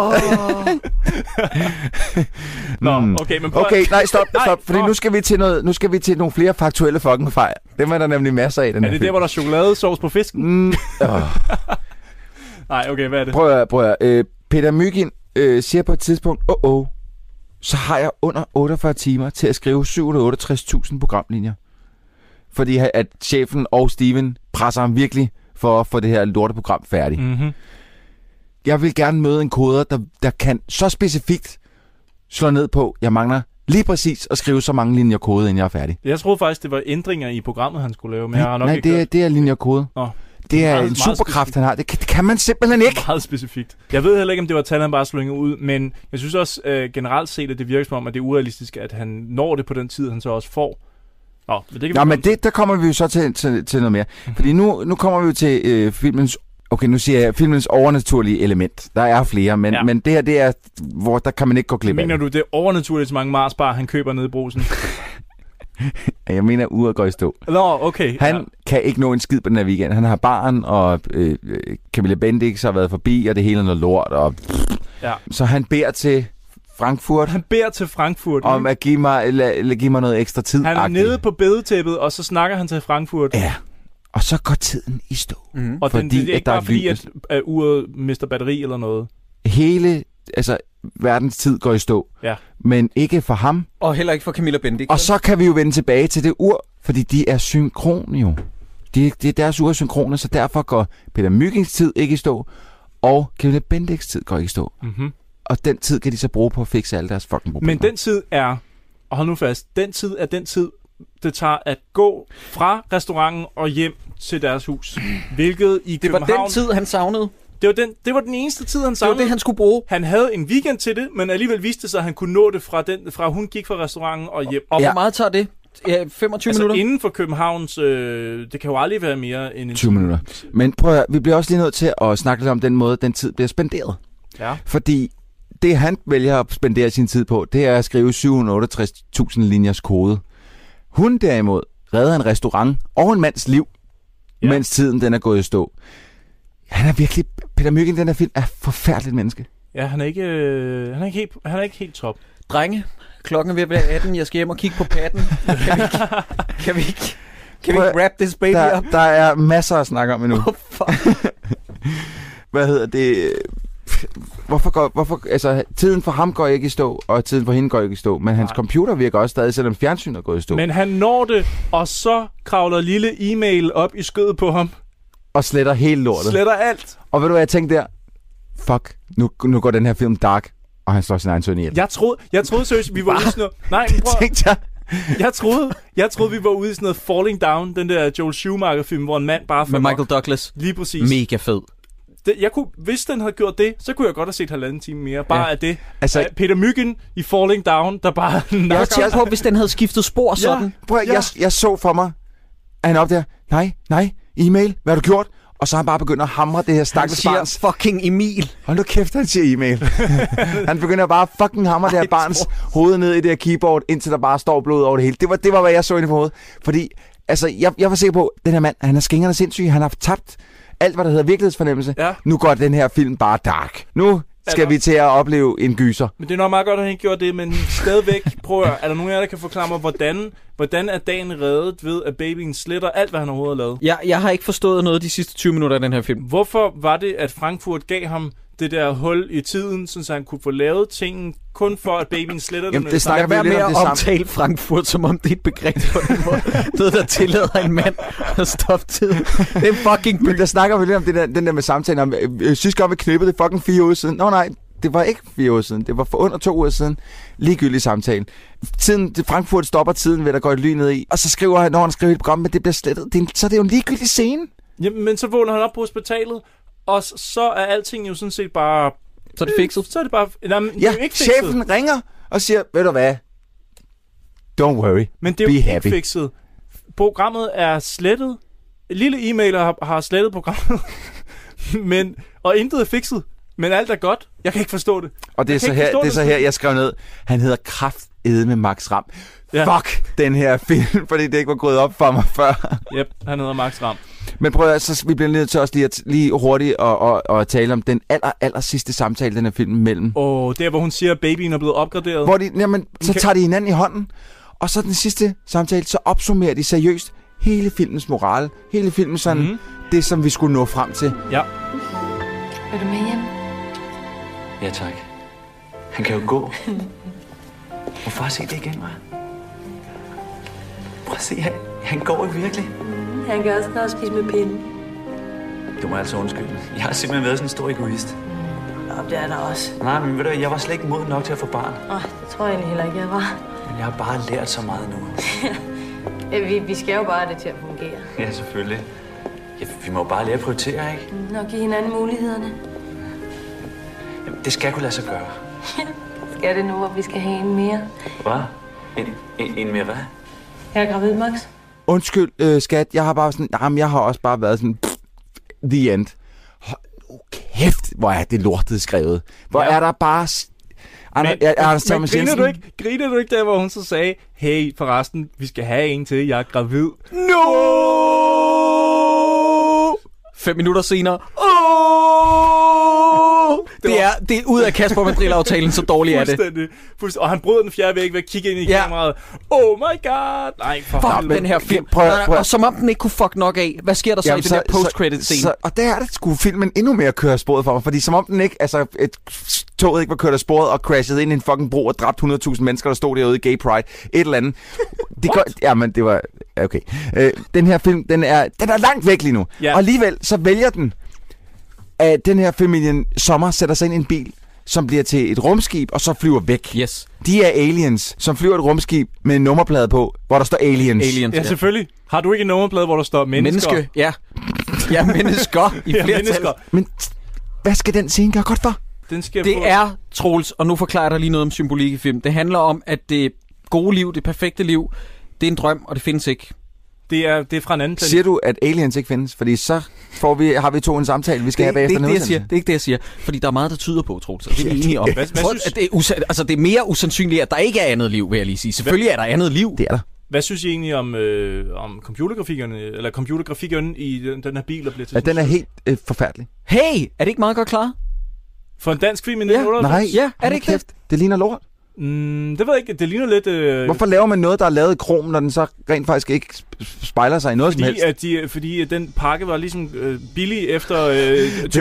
Speaker 7: Nå,
Speaker 6: Mm.
Speaker 7: okay, men prøv at-
Speaker 6: Okay, nej, stop, stop, fordi
Speaker 7: åh.
Speaker 6: nu skal vi til, noget, nu skal vi til nogle flere faktuelle fucking fejl. Dem er der nemlig masser af, den
Speaker 7: Er
Speaker 6: her
Speaker 7: det der,
Speaker 6: film.
Speaker 7: hvor der er chokoladesauce på fisken?
Speaker 6: Mm, åh.
Speaker 7: [LAUGHS] Nej, okay, hvad er det?
Speaker 6: Prøv at, høre, prøv at høre. øh, Peter Mygind øh, siger på et tidspunkt, åh, oh, oh, så har jeg under 48 timer til at skrive 768.000 programlinjer. Fordi ha- at chefen og Steven presser ham virkelig for at få det her lorteprogram færdigt. Mm.
Speaker 7: Mm-hmm.
Speaker 6: Jeg vil gerne møde en koder, der, der kan så specifikt slå ned på, jeg mangler lige præcis at skrive så mange linjer kode, inden jeg er færdig.
Speaker 7: Jeg troede faktisk, det var ændringer i programmet, han skulle lave, men jeg har nok
Speaker 6: Nej,
Speaker 7: ikke
Speaker 6: det er,
Speaker 7: hørt.
Speaker 6: det er linjer kode.
Speaker 7: Nå.
Speaker 6: Det er
Speaker 7: Meget-
Speaker 6: en
Speaker 7: meget
Speaker 6: superkraft, han har. Det kan, det kan man simpelthen ikke.
Speaker 7: Meget specifikt. Jeg ved heller ikke, om det var tal, han bare slyngede ud, men jeg synes også øh, generelt set, at det virker som om, at det er urealistisk, at han når det på den tid, han så også får. Nå, men det kan vi
Speaker 6: Nå,
Speaker 7: komme
Speaker 6: men det, der kommer vi jo så til, til, til noget mere.
Speaker 7: Mhm.
Speaker 6: Fordi nu, nu kommer vi jo til øh, filmens... Okay, nu siger jeg filmens overnaturlige element. Der er flere, men,
Speaker 7: Ja.
Speaker 6: ja. men det her, det er, hvor der kan man ikke gå glip af.
Speaker 7: Mener
Speaker 6: det.
Speaker 7: du, det er overnaturligt, så mange Marsbar, han køber nede
Speaker 6: [LAUGHS]
Speaker 7: i brusen?
Speaker 6: Jeg mener, uret går i stå.
Speaker 7: Nå, okay.
Speaker 6: Han
Speaker 7: Ja.
Speaker 6: kan ikke nå en skid på den her weekend. Han har barn, og øh, øh, Camilla Bendix har været forbi, og det hele er noget lort. Og,
Speaker 7: Ja.
Speaker 6: Så han beder til Frankfurt
Speaker 7: Han beder til Frankfurt.
Speaker 6: om at give mig, la, la, give mig noget ekstra tid.
Speaker 7: han er nede på bedetæppet, og så snakker han til Frankfurt.
Speaker 6: Ja, og så går tiden i stå.
Speaker 1: Mm.
Speaker 7: Og den,
Speaker 6: Fordi
Speaker 7: det, det er
Speaker 6: at
Speaker 7: ikke
Speaker 6: der er
Speaker 7: bare fordi,
Speaker 6: lyn.
Speaker 7: at, at uret mister batteri eller noget.
Speaker 6: Hele altså, verdens tid går i stå.
Speaker 7: Ja.
Speaker 6: Men ikke for ham,
Speaker 1: Og heller ikke for Camilla Bendik.
Speaker 6: Og så kan vi jo vende tilbage til det ur, fordi de er synkron jo. De, det er deres ur er synkrone, så derfor går Peter Myggings tid ikke i stå, og Camilla Bendix tid går ikke i stå.
Speaker 7: Mm-hmm.
Speaker 6: Og den tid kan de så bruge på at fikse alle deres fucking problemer.
Speaker 7: Men den tid er, og hold nu fast, den tid er den tid, det tager at gå fra restauranten og hjem til deres hus. Hvilket i
Speaker 1: Det var
Speaker 7: København...
Speaker 1: den tid, han savnede.
Speaker 7: Det var den, det var den eneste tid, han
Speaker 1: Det var
Speaker 7: samlede.
Speaker 1: det, han skulle bruge.
Speaker 7: han havde en weekend til det, men alligevel viste det sig, at han kunne nå det fra, den, fra hun gik fra restauranten og hjem.
Speaker 1: Og
Speaker 6: Ja.
Speaker 1: hvor meget tager det? Ja, 25
Speaker 7: altså
Speaker 1: minutter?
Speaker 7: inden for Københavns... Øh, det kan jo aldrig være mere end en...
Speaker 6: 20 minutter. Men prøv at, høre, vi bliver også lige nødt til at snakke lidt om den måde, den tid bliver spenderet.
Speaker 7: Ja.
Speaker 6: Fordi det, han vælger at spendere sin tid på, det er at skrive 768.000 linjers kode. Hun derimod redder en restaurant og en mands liv,
Speaker 7: Ja.
Speaker 6: ja. mens tiden den er gået i stå. Han er virkelig... Peter Myggen, den her film, er et forfærdeligt menneske.
Speaker 7: Ja, han er ikke, øh, han er ikke, helt, han er ikke helt top.
Speaker 1: Drenge, klokken er ved at være 18. Jeg skal hjem og kigge på patten. Kan vi ikke... Kan vi ikke... Kan vi
Speaker 6: Prøv at-
Speaker 1: ikke wrap this baby
Speaker 6: Der,
Speaker 1: up?
Speaker 6: der er masser at
Speaker 1: [LAUGHS]
Speaker 6: snakke om endnu.
Speaker 1: Oh, fuck.
Speaker 6: Hvad hedder det? Hvorfor går, hvorfor, altså, tiden for ham går ikke i stå, og tiden for hende går ikke i stå, men hans
Speaker 7: Nej.
Speaker 6: computer virker også stadig, selvom fjernsynet er gået i stå.
Speaker 7: Men han når det, og så kravler lille e-mail op i skødet på ham.
Speaker 6: og sletter hele lortet.
Speaker 7: Sletter alt.
Speaker 6: Og ved du hvad, jeg tænkte der? Fuck, nu, nu går den her film dark, og han slår sin egen søn ihjel.
Speaker 7: Jeg troede, jeg troede seriøst, vi var ude i sådan noget. Nej, men prøv,
Speaker 6: Tænkte jeg,
Speaker 7: jeg, troede, jeg troede, vi var ude i sådan noget Falling Down, den der Joel Schumacher-film, hvor en mand bare
Speaker 1: Med
Speaker 7: fucker op.
Speaker 1: Michael Douglas.
Speaker 7: Lige præcis.
Speaker 1: Mega fed.
Speaker 7: det, jeg kunne, hvis den havde gjort det, så kunne jeg godt have set halvanden time mere. Bare
Speaker 6: Ja.
Speaker 7: af det.
Speaker 6: Altså-
Speaker 7: Altså, Peter Myggen i Falling Down, der bare [LAUGHS]
Speaker 1: Jeg
Speaker 7: nakker.
Speaker 1: tænker på, hvis den havde skiftet spor sådan.
Speaker 6: prøv, ja. jeg, jeg så for mig, at han op der, nej, nej, e-mail, hvad har du gjort? Og så har han bare begyndt at hamre det her
Speaker 1: Han
Speaker 6: stakkels barns.
Speaker 1: siger fucking Emil.
Speaker 6: Hold nu kæft, han siger e-mail. han begynder bare at fucking hamre det her barns hoved ned i det her keyboard, indtil der bare står blod over det hele. Det var, det var hvad jeg så inde på hovedet. Fordi, altså, jeg, jeg var sikker på, at den her mand, han er skængerne sindssyg, han har tabt alt, hvad der hedder virkelighedsfornemmelse.
Speaker 7: Ja.
Speaker 6: Nu går den her film bare dark. Nu skal vi til at opleve en gyser.
Speaker 7: Men det er nok meget godt, at han gjorde det, men stadigvæk, prøv at høre, er der nogen af jer, der kan forklare mig, hvordan, hvordan er dagen reddet ved, at babyen sletter alt, hvad han overhovedet har lavet?
Speaker 1: Jeg, jeg har ikke forstået noget de sidste 20 minutter af den her film.
Speaker 7: Hvorfor var det, at Frankfurt gav ham det der hul i tiden, sådan så han kunne få lavet tingen, kun for at
Speaker 6: [LAUGHS]
Speaker 7: babyen sletter
Speaker 6: Jamen,
Speaker 7: med
Speaker 6: det
Speaker 7: samme?
Speaker 6: snakker vi jo
Speaker 1: Med
Speaker 6: lidt om
Speaker 1: at
Speaker 6: det samme.
Speaker 1: omtale Frankfurt, som om det er et begreb på den
Speaker 6: [LAUGHS]
Speaker 1: måde. Noget, der tillader en mand at stoppe tid. Det er en fucking by.
Speaker 6: Men der snakker vi lidt om den der, den der med samtalen om, øh, øh, sidste gang vi knippede det er fucking fire uger siden. Nå nej, det var ikke fire uger siden. Det var for under to uger siden. Ligegyldig samtale. Tiden, det- Frankfurt stopper tiden ved, at der går et lyn ned i. Og så skriver han, når han skriver et program, men det bliver slettet. Det er, en- så er det jo en ligegyldig scene.
Speaker 7: Jamen, men så vågner han op på hospitalet, og s- så er alting jo sådan set bare...
Speaker 1: Så er det fikset.
Speaker 7: Så er det bare... Nej, men det
Speaker 6: Ja,
Speaker 7: er jo ikke fikset.
Speaker 6: chefen ringer og siger, ved du hvad? Don't worry.
Speaker 7: Men det er
Speaker 6: Be
Speaker 7: jo ikke
Speaker 6: happy.
Speaker 7: fikset. Programmet er slettet. Lille e-mailer har, har slettet programmet. [LAUGHS] men, og intet er fikset. Men alt er godt. Jeg kan ikke forstå det.
Speaker 6: Og det er,
Speaker 7: Jeg kan
Speaker 6: så
Speaker 7: ikke
Speaker 6: her,
Speaker 7: forstå
Speaker 6: det er så her, jeg skrev ned. Han hedder kraftedme med Max Ram. Ja. Fuck den her [LAUGHS] film, fordi det ikke var gået op for mig før.
Speaker 7: Yep, han hedder Max Ram.
Speaker 6: Men prøv at høre, så vi bliver nødt til også lige, at, lige hurtigt at, at, at, tale om den aller, aller sidste samtale, den her film mellem.
Speaker 7: Åh, oh, der hvor hun siger, at babyen er blevet opgraderet.
Speaker 6: Hvor de, jamen, så tager de hinanden i hånden, og så den sidste samtale, så opsummerer de seriøst hele filmens moral, hele filmen sådan, mm. det som vi skulle nå frem til.
Speaker 7: Ja.
Speaker 8: Vil du med hjem?
Speaker 2: Ja, tak. Han kan jo gå. Må far se det igen, hva'? Prøv at se, han, han går jo virkelig.
Speaker 8: Han kan også snart spise med pinden.
Speaker 2: Du må altså undskylde. Jeg har simpelthen været sådan en stor egoist.
Speaker 8: Nå, det er der også.
Speaker 2: Nej, men ved du, hvad, jeg var slet ikke moden nok til at få barn.
Speaker 8: Åh, det tror jeg egentlig heller ikke, jeg var.
Speaker 2: Men jeg har bare lært så meget nu.
Speaker 8: Øh, Vi, vi skal jo bare have det til at fungere.
Speaker 2: Ja, selvfølgelig. Ja, vi må jo bare lære at prioritere, ikke?
Speaker 8: Nå, give hinanden mulighederne.
Speaker 2: Jamen, det skal kunne lade sig gøre.
Speaker 8: Skal det nu, hvor vi skal have en mere?
Speaker 2: Hvad? En, en, en mere hvad?
Speaker 8: Jeg er gravid, Max.
Speaker 6: Undskyld, øh, skat, jeg har bare sådan, jamen, jeg har også bare været sådan, pff, the end. Hold nu kæft, hvor er det lortet skrevet. Hvor ja. er der bare... s- Ander, men, Anders
Speaker 7: men
Speaker 6: Thomas
Speaker 7: griner
Speaker 6: Jensen.
Speaker 7: du, ikke, griner du ikke der, hvor hun så sagde, hey, forresten, vi skal have en til, jeg er gravid.
Speaker 1: No! Fem minutter senere. Oh! Det, det, er, det er ud af Kasper Mandrill-aftalen, så dårlig er det.
Speaker 7: Fuldstændig. Fuldstændig. Og han bryder den fjerde væg ved at kigge ind i
Speaker 1: Ja.
Speaker 7: ja. kameraet. Oh my god! Nej, for
Speaker 1: Fuck
Speaker 7: helvede.
Speaker 1: den her film.
Speaker 6: prøv at-
Speaker 1: Nej, nej,
Speaker 6: prøv at-
Speaker 1: Og som om den ikke kunne fuck nok af, hvad sker der så Jamen, i den der post-credit-scene?
Speaker 6: så- så- Og der er det skulle filmen endnu mere køre af sporet for mig, fordi som om den ikke, altså et, toget ikke var kørt af sporet og crashed ind i en fucking bro og dræbt 100.000 mennesker, der stod derude i Gay Pride, et eller andet. Det gør, jamen, det var, ja, okay. Øh, den her film, den er, den er langt væk lige nu.
Speaker 7: Ja.
Speaker 6: Og alligevel, så vælger den, at den her familien Sommer sætter sig ind i en bil, som bliver til et rumskib, og så flyver væk.
Speaker 1: Yes.
Speaker 6: De er aliens, som flyver et rumskib med en nummerplade på, hvor der står aliens.
Speaker 1: Aliens,
Speaker 7: Ja, selvfølgelig. Har du ikke en nummerplade, hvor der står mennesker?
Speaker 1: Menneske, ja. Ja, mennesker i
Speaker 7: [LAUGHS] Ja,
Speaker 1: flertal.
Speaker 7: mennesker.
Speaker 6: Men t- hvad skal den scene gøre godt for?
Speaker 7: Den skal på-
Speaker 1: Det er, Troels, og nu forklarer jeg dig lige noget om symbolik i film. Det handler om, at det gode liv, det perfekte liv, det er en drøm, og det findes ikke.
Speaker 7: Det er, det er fra en anden planet.
Speaker 6: Siger du, at aliens ikke findes? Fordi så får vi, har vi to en samtale, vi skal have
Speaker 1: det, er
Speaker 6: bagefter
Speaker 1: ikke det,
Speaker 6: en
Speaker 1: jeg siger.
Speaker 6: udsendelse.
Speaker 1: det er ikke det, jeg siger. Fordi der er meget, der tyder på, Troels. og Det er vi enige om.
Speaker 7: Hvad- hvad
Speaker 1: Troels,
Speaker 7: synes-
Speaker 1: at det, er usa- altså, det er mere usandsynligt, at der ikke er andet liv, vil jeg lige sige. Selvfølgelig er der andet liv.
Speaker 6: Det er der.
Speaker 7: Hvad synes I egentlig om, øh, om computergrafikkerne, eller computergrafikken i den, den her bil, der bliver til
Speaker 6: At
Speaker 7: sådan
Speaker 6: den er
Speaker 7: en-
Speaker 6: helt øh, forfærdelig.
Speaker 1: Hey, er det ikke meget godt klar?
Speaker 7: For en dansk film i
Speaker 1: Ja,
Speaker 7: 1998?
Speaker 1: Ja, er
Speaker 6: Hold
Speaker 1: det
Speaker 6: nu
Speaker 1: ikke det?
Speaker 6: Det ligner lort.
Speaker 7: Mm, det ved jeg ikke. Det ligner lidt... Øh,
Speaker 6: Hvorfor laver man noget, der er lavet i krom, når den så rent faktisk ikke sp- sp- spejler sig i noget som
Speaker 7: Fordi, øh,
Speaker 6: helst?
Speaker 7: at de, fordi at den pakke var ligesom øh, billig efter...
Speaker 6: [LAUGHS]
Speaker 7: Øh,
Speaker 6: Det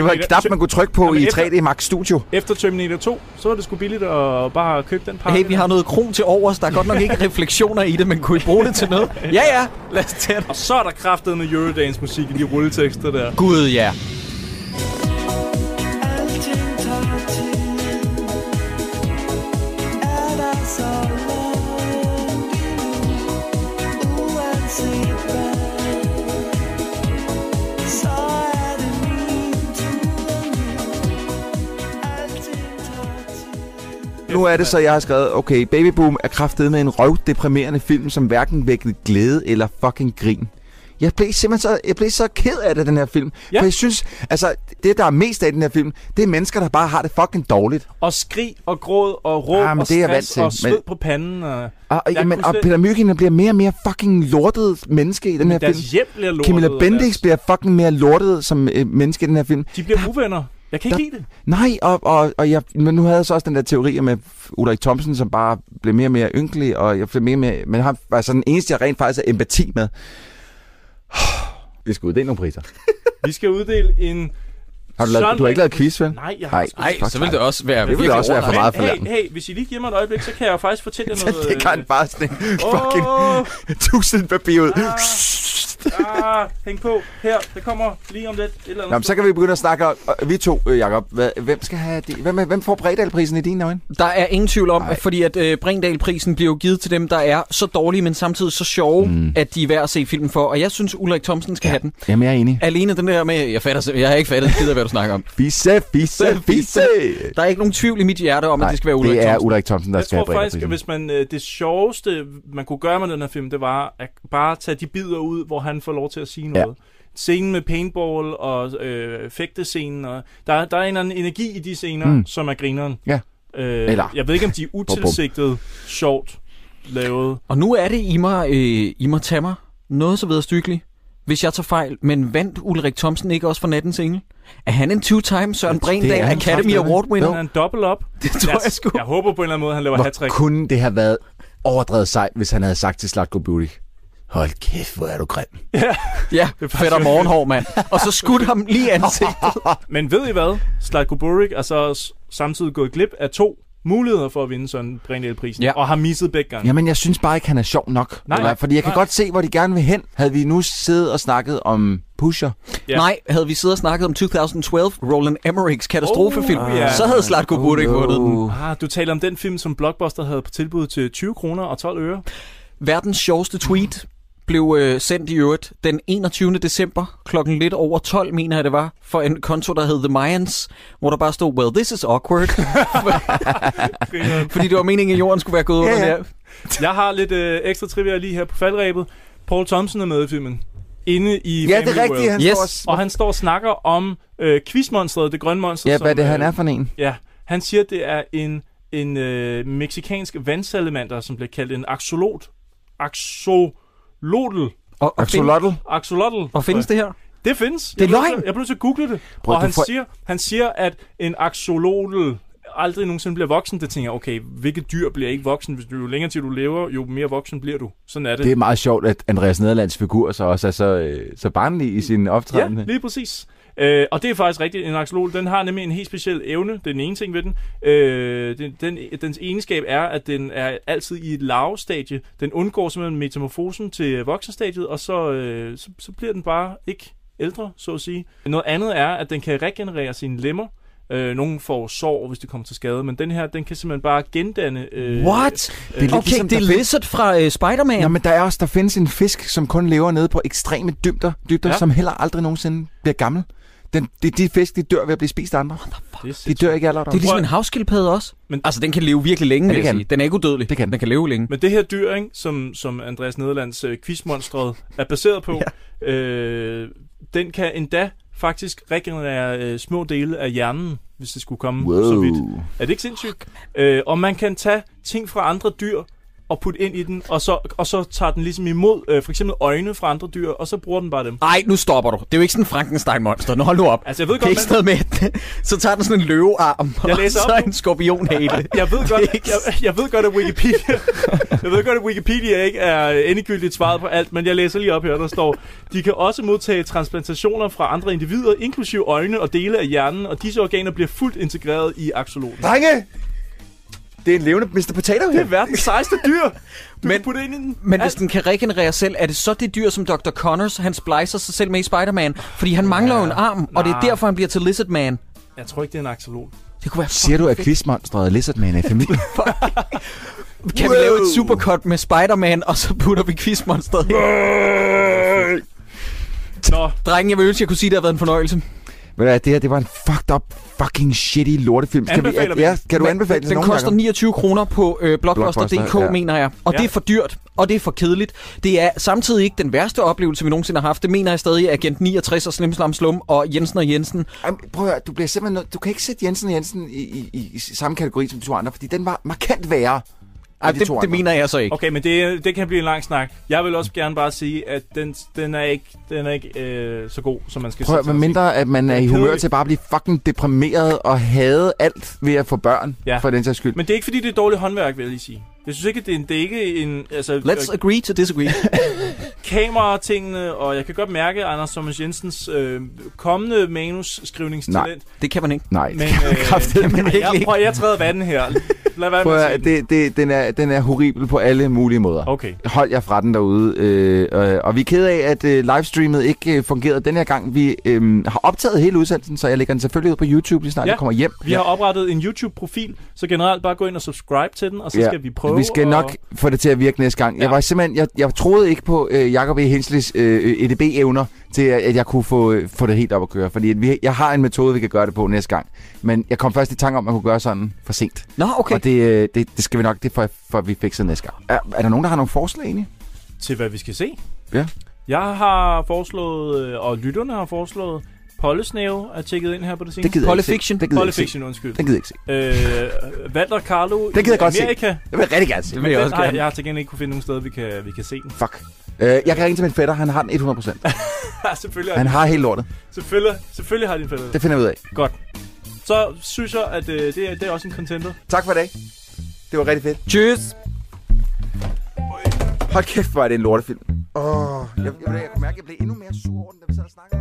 Speaker 6: var
Speaker 7: Terminator-
Speaker 6: et knap, man kunne trykke på
Speaker 7: Jamen,
Speaker 6: i
Speaker 7: efter-
Speaker 6: 3D Max Studio.
Speaker 7: Efter Terminator 2, så var det sgu billigt at bare købe den pakke.
Speaker 1: Hey, vi har noget krom til overs. Der er godt nok ikke refleksioner i det, men kunne I bruge det til noget? Ja, ja. Lad os tage det.
Speaker 7: Og så er der kraftet med Eurodance musik i de rulletekster der.
Speaker 1: Gud, ja.
Speaker 6: Nu er det så, jeg har skrevet, okay, Baby Boom er kraftet med en røvdeprimerende film, som hverken vækkede glæde eller fucking grin. Jeg blev simpelthen så, jeg blev så ked af det, den her film.
Speaker 7: Ja.
Speaker 6: Ja. For jeg synes, altså, det der er mest af i den her film, det er mennesker, der bare har det fucking dårligt.
Speaker 7: Og skrig og gråd og råb
Speaker 6: Ah, men
Speaker 7: og
Speaker 6: det er jeg vant
Speaker 7: stress
Speaker 6: til,
Speaker 7: og sved
Speaker 6: men-
Speaker 7: på panden. Og,
Speaker 6: Og, og,
Speaker 7: Jeg
Speaker 6: jamen,
Speaker 7: kunne
Speaker 6: og
Speaker 7: slet-
Speaker 6: Peter Myrkin bliver mere og mere fucking lortet menneske i den her film.
Speaker 7: Deres hjem bliver lortet. altså.
Speaker 6: Camilla
Speaker 7: og
Speaker 6: Bendix
Speaker 7: deres-
Speaker 6: bliver fucking mere lortet som øh, menneske i den her film.
Speaker 7: De bliver uvenner. Jeg kan ikke lide det.
Speaker 6: Nej, og, og, og jeg, men nu havde jeg så også den der teori med Ulrik Thomsen, som bare blev mere og mere ynkelig, og jeg blev mere og mere... Men han var sådan den eneste, jeg rent faktisk har empati med. Vi skal uddele nogle priser.
Speaker 7: Vi skal uddele en...
Speaker 6: Har du, lavet, du har ikke lavet quiz, vel?
Speaker 7: Nej, jeg har
Speaker 6: Nej,
Speaker 7: ikke
Speaker 1: Nej, så vil det også være
Speaker 6: Det ville
Speaker 1: virkelig
Speaker 6: også være for meget for
Speaker 7: hey,
Speaker 6: landet.
Speaker 7: hey, hvis I lige giver mig et øjeblik, så kan jeg jo faktisk
Speaker 6: [LAUGHS]
Speaker 7: fortælle jer
Speaker 6: Så
Speaker 7: noget... øh,
Speaker 6: lægger han bare sådan en fucking
Speaker 7: Åh.
Speaker 6: tusind papir ud.
Speaker 7: Ah, hæng på. Her, der kommer lige om lidt et eller andet.
Speaker 6: Nå, men så kan vi begynde at snakke om, og vi to, øh, Jacob, hvad, hvem skal have det? Hvem, er- hvem får Bredalprisen i dine øjne?
Speaker 1: Der er ingen tvivl om, at fordi at øh, Brindal-prisen bliver jo givet til dem, der er så dårlige, men samtidig så sjove, mm. at de er værd at se filmen for. Og jeg synes, Ulrik Thomsen skal ja. have den.
Speaker 6: Jamen, jeg er enig.
Speaker 1: Alene den der med, jeg, fatter, sim- jeg har ikke fattet en skid af, hvad du snakker om.
Speaker 6: Fisse, fisse, fisse!
Speaker 1: Der er ikke nogen tvivl i mit hjerte om, at det skal være Ulrik
Speaker 6: det er
Speaker 1: Thomsen.
Speaker 6: Ulrik Thomsen, der
Speaker 7: Jeg
Speaker 6: skal have
Speaker 7: tror faktisk, at
Speaker 6: Bredalprisen.
Speaker 7: hvis man, øh, det sjoveste, man kunne gøre med den her film, det var at bare tage de bidder ud, hvor han får lov til at sige
Speaker 6: Ja.
Speaker 7: noget. Scenen med paintball og øh, fægtescenen. Og der, der er en eller anden energi i de scener,
Speaker 6: Mm.
Speaker 7: mm. som er grineren.
Speaker 6: Ja.
Speaker 7: Øh,
Speaker 6: Eller-
Speaker 7: Jeg ved ikke, om de er
Speaker 6: bum.
Speaker 7: utilsigtet sjovt lavet.
Speaker 1: Og nu er det, I mig, øh, I mig tager mig. Noget så videre stykkeligt. Hvis jeg tager fejl, men vandt Ulrik Thomsen ikke også for nattens engel? Er han en two-time Søren Brindal
Speaker 6: han
Speaker 1: Academy
Speaker 6: kraftedeme.
Speaker 1: Award
Speaker 7: Men
Speaker 1: winner?
Speaker 7: han er en dobbelt
Speaker 6: [LAUGHS]
Speaker 7: op. Det tror jeg, jeg sgu. Jeg håber på en eller anden måde, han laver
Speaker 6: Hvor
Speaker 7: hat
Speaker 6: kunne det have været overdrevet sejt, hvis han havde sagt til Slatko Budik, hold kæft, hvor er du grim.
Speaker 1: Ja, fætter morgenhår, mand. [LAUGHS] Og så skudt ham lige i ansigtet.
Speaker 7: Men ved I hvad? Slatko Buric er så også samtidig gået glip af to muligheder for at vinde sådan Brindel-prisen.
Speaker 6: Ja.
Speaker 7: Ja. Og har misset begge gange.
Speaker 6: Jamen, jeg synes bare ikke, han er sjov nok.
Speaker 7: Nej,
Speaker 6: Eller, fordi jeg kan
Speaker 7: nej.
Speaker 6: godt se, hvor de gerne vil hen. Havde vi nu siddet og snakket om Pusher,
Speaker 1: [LAUGHS] Ja. Nej, havde vi siddet og snakket om 2012, Roland Emmerichs katastrofefilm,
Speaker 7: Oh,
Speaker 1: oh,
Speaker 7: ja.
Speaker 1: yeah. så havde Slatko oh, Burik vundet den.
Speaker 7: Ah, du taler om den film, som Blockbuster havde på tilbud til 20 kroner og 12 øre.
Speaker 1: Verdens sjoveste tweet blev øh, sendt i øvrigt den 21. december klokken lidt over 12, mener jeg det var, for en konto, der hed The Mayans, hvor der bare stod, well, this is awkward. Fordi det var meningen, at jorden skulle være gået under
Speaker 7: Ja,
Speaker 1: ja,
Speaker 7: ja.
Speaker 1: ja. der.
Speaker 7: Jeg har lidt øh, ekstra trivia lige her på faldrebet. Paul Thompson er med i filmen. Inde i
Speaker 6: Ja, det er
Speaker 7: Family
Speaker 6: rigtigt,
Speaker 7: World.
Speaker 6: han står Yes. og-
Speaker 7: Og han står og snakker om øh, quizmonstret, det grønne monster.
Speaker 6: Ja,
Speaker 7: som,
Speaker 6: hvad det han
Speaker 7: øh,
Speaker 6: er for en.
Speaker 7: Ja, han siger, at det er en, en øh, meksikansk vandsalamander, som bliver kaldt en axolot. Axolotl.
Speaker 1: Og, og,
Speaker 6: Axolotl.
Speaker 7: Axolotl.
Speaker 1: og findes det her?
Speaker 7: Det findes.
Speaker 6: Det er
Speaker 7: Jeg blev nødt til-
Speaker 6: løgn.
Speaker 7: Jeg blev nødt til at google det.
Speaker 6: Prøv,
Speaker 7: Prøv,
Speaker 6: du
Speaker 7: og han,
Speaker 6: får-
Speaker 7: får... siger, han siger, at en axolotl aldrig nogensinde bliver voksen. Det tænker jeg, okay, hvilket dyr bliver ikke voksen? Hvis du, jo længere tid du lever, jo mere voksen bliver du. Sådan er det.
Speaker 6: Det er meget sjovt, at Andreas Nederlands figur så også er så, øh, så barnlig i sin
Speaker 7: Ja,
Speaker 6: optræden.
Speaker 7: lige præcis. Øh, og det er faktisk rigtigt. En axolotl, den har nemlig en helt speciel evne. Det er den ene ting ved den. Øh, den, den dens egenskab er, at den er altid i et larvestadie. Den undgår simpelthen metamorfosen til voksenstadiet, og så, øh, så, så bliver den bare ikke ældre, så at sige. Noget andet er, at den kan regenerere sine lemmer. Øh, nogen får sår, hvis de kommer til skade, men den her, den kan simpelthen bare gendanne... Øh,
Speaker 1: What?
Speaker 7: Øh,
Speaker 6: lidt
Speaker 1: okay,
Speaker 6: ligesom,
Speaker 1: det er
Speaker 6: der findes-
Speaker 1: Lizard fra øh, Spider-Man.
Speaker 6: Nå, men der er også, der findes en fisk, som kun lever nede på ekstreme dybder, dybder ja.
Speaker 7: Ja.
Speaker 6: som heller aldrig nogensinde bliver gammel. Den, de, de fisk, de dør ved at blive spist af andre.
Speaker 7: det er
Speaker 6: De
Speaker 7: sindssygt.
Speaker 6: dør ikke aldrig.
Speaker 1: Det er ligesom en havskildpadde også.
Speaker 7: Men-
Speaker 1: Men, altså, den kan leve virkelig længe,
Speaker 6: Ja,
Speaker 1: ja,
Speaker 6: det
Speaker 1: vil jeg
Speaker 6: kan
Speaker 1: sige. Den er ikke udødelig.
Speaker 6: Det kan den.
Speaker 1: den. kan leve længe.
Speaker 7: Men det her dyr, ikke, som, som Andreas Nederlands øh, quizmonstret er baseret på, ja. øh, den kan endda faktisk regenerere øh, små dele af hjernen, hvis det skulle komme
Speaker 6: Wow.
Speaker 7: så vidt. Er det ikke sindssygt? Øh, og man kan tage ting fra andre dyr og putte ind i den, og så, og så tager den ligesom imod øh, for eksempel øjne fra andre dyr, og så bruger den bare dem.
Speaker 1: Ej, nu stopper du. Det er jo ikke sådan en Frankenstein-monster. Nå, hold nu op.
Speaker 7: Altså, jeg ved
Speaker 1: Det er ikke
Speaker 7: godt,
Speaker 1: sådan noget med, at- så tager den sådan en løvearm,
Speaker 7: Jeg
Speaker 1: og
Speaker 7: læser
Speaker 1: så
Speaker 7: op nu.
Speaker 1: en skorpionhale.
Speaker 7: Jeg ved, godt, jeg, jeg ved godt, at Wikipedia, jeg ved godt, at Wikipedia ikke er endegyldigt svaret på alt, men jeg læser lige op her, der står, de kan også modtage transplantationer fra andre individer, inklusive øjne og dele af hjernen, og disse organer bliver fuldt integreret i axoloten.
Speaker 6: Drenge! Det er en levende Mr. Potato
Speaker 7: Det
Speaker 6: her.
Speaker 7: er verdens sejeste dyr! Du men,
Speaker 1: Men-
Speaker 7: kan putte ind i den.
Speaker 1: Men hvis
Speaker 7: alt.
Speaker 1: den kan regenerere selv, er det så det dyr, som Dr. Connors, han splicer sig selv med i Spider-Man? Fordi han mangler jo en arm, og det er
Speaker 7: nej.
Speaker 1: derfor, han bliver til Lizard Man.
Speaker 7: Jeg tror ikke, det er en axolot.
Speaker 1: Det kunne være
Speaker 6: Siger du, at quizmonstret Lizardman er i familie? [LAUGHS]
Speaker 1: Kan vi lave et supercut med Spider-Man, og så putter vi quizmonstret ind?
Speaker 7: Nå,
Speaker 1: Drengen, jeg vil ønske, jeg kunne sige, at det har været en fornøjelse.
Speaker 6: Ved du hvad, det her, det var en fucked up, fucking shitty lortefilm.
Speaker 7: Anbefaler vi
Speaker 6: ja,
Speaker 7: den?
Speaker 6: kan du
Speaker 1: Men
Speaker 6: anbefale den til
Speaker 1: Den
Speaker 6: nogen,
Speaker 1: koster
Speaker 6: Jacob?
Speaker 1: 29 kroner på øh, Blockbuster.dk,
Speaker 6: Blockbuster, ja.
Speaker 1: ja. mener jeg. Og
Speaker 7: Ja.
Speaker 1: ja. det er for dyrt, og det er for kedeligt. Det er samtidig ikke den værste oplevelse, vi nogensinde har haft. Det mener jeg stadig, Agent 69 og Slim Slam Slum og Jensen og Jensen.
Speaker 6: Jamen, prøv at høre, du bliver simpelthen nødt, du kan ikke sætte Jensen og Jensen i, i, i, i samme kategori som de to andre, fordi den var markant værre.
Speaker 1: Ej, det, det mener jeg så ikke.
Speaker 7: Okay, men det, det kan blive en lang snak. Jeg vil også gerne bare sige, at den, den er ikke, den er ikke øh, så god, som man skal
Speaker 6: Prøv
Speaker 7: sætte sig
Speaker 6: at
Speaker 7: til
Speaker 6: mindre, at man er i humør
Speaker 7: Kedeligt.
Speaker 6: til bare at blive fucking deprimeret og hade alt ved at få børn,
Speaker 7: Ja.
Speaker 6: ja. for den sags skyld.
Speaker 7: Men det er ikke, fordi det er dårligt håndværk, vil jeg lige sige. Jeg synes ikke, at det er, en- det er ikke en... Altså, øh,
Speaker 1: Let's agree to disagree.
Speaker 7: kameratingene, og jeg kan godt mærke Anders Thomas Jensens øh, kommende manusskrivningstalent.
Speaker 1: det kan man ikke.
Speaker 6: Nej, [LAUGHS]
Speaker 7: Men,
Speaker 6: det kan man
Speaker 7: øh,
Speaker 6: kraftedeme
Speaker 7: [LAUGHS] men
Speaker 6: virkelig
Speaker 7: jeg,
Speaker 6: ikke.
Speaker 7: prøv, at- jeg træder vandet her. Lad være
Speaker 6: Prøv
Speaker 7: med
Speaker 6: at,
Speaker 7: at sige
Speaker 6: høre, det, det, den, er, den er horribel på alle mulige måder.
Speaker 7: Okay.
Speaker 6: Hold jer fra den derude. Øh, og, og vi er ked af, at øh, livestreamet ikke øh, fungerede den her gang. Vi øh, har optaget hele udsendelsen, så jeg lægger den selvfølgelig ud på YouTube, lige snart ja. jeg kommer hjem.
Speaker 7: Vi har oprettet en YouTube-profil, så generelt bare gå ind og subscribe til den, og så ja. skal vi prøve
Speaker 6: Vi skal
Speaker 7: at-
Speaker 6: nok få det til at virke næste gang. Ja. Jeg var simpelthen, jeg, jeg troede ikke på øh, Jacob E. Hensleys øh, EDB-evner til, at, at jeg kunne få, øh, få det helt op at køre. Fordi at vi, jeg har en metode, vi kan gøre det på næste gang. Men jeg kom først i tanke om, at man kunne gøre sådan for sent.
Speaker 1: Nå, okay.
Speaker 6: Og det, øh, det, det skal vi nok, det får, får vi fikset næste gang. Er, er der nogen, der har nogle forslag egentlig?
Speaker 7: til, hvad vi skal se.
Speaker 6: Ja.
Speaker 7: Jeg har foreslået, øh, og lytterne har foreslået, Pollesnæve er tjekket ind her på det seneste.
Speaker 6: Det gider jeg ikke se. Pollefiction. Det gider jeg ikke se.
Speaker 7: Pollefiction, undskyld.
Speaker 6: Det gider jeg
Speaker 7: ikke se. Øh, Walter Carlo
Speaker 6: Det gider jeg godt se.
Speaker 7: Amerika.
Speaker 6: Det vil jeg rigtig gerne se. Det vil jeg
Speaker 7: Men
Speaker 6: også
Speaker 7: den- ej,
Speaker 6: gerne.
Speaker 7: Jeg har til gengæld ikke kunne finde nogen steder, vi kan, vi kan se den. [LAUGHS]
Speaker 6: Fuck. Øh, jeg kan ringe til min fætter, han har den 100%.
Speaker 7: Ja, selvfølgelig
Speaker 6: han har helt lortet.
Speaker 7: Selvfølgelig, selvfølgelig har de en fælde.
Speaker 6: Det finder vi ud af.
Speaker 7: Godt. Så synes jeg, at øh, det, er, det er også en contender.
Speaker 6: Tak for i dag. Det var rigtig fedt. Tschüss. Hold kæft, hvor er det en lortefilm. Åh, oh, jeg, jeg, jeg, jeg kunne mærke, at jeg blev endnu mere sur over den, da vi sad og snakkede.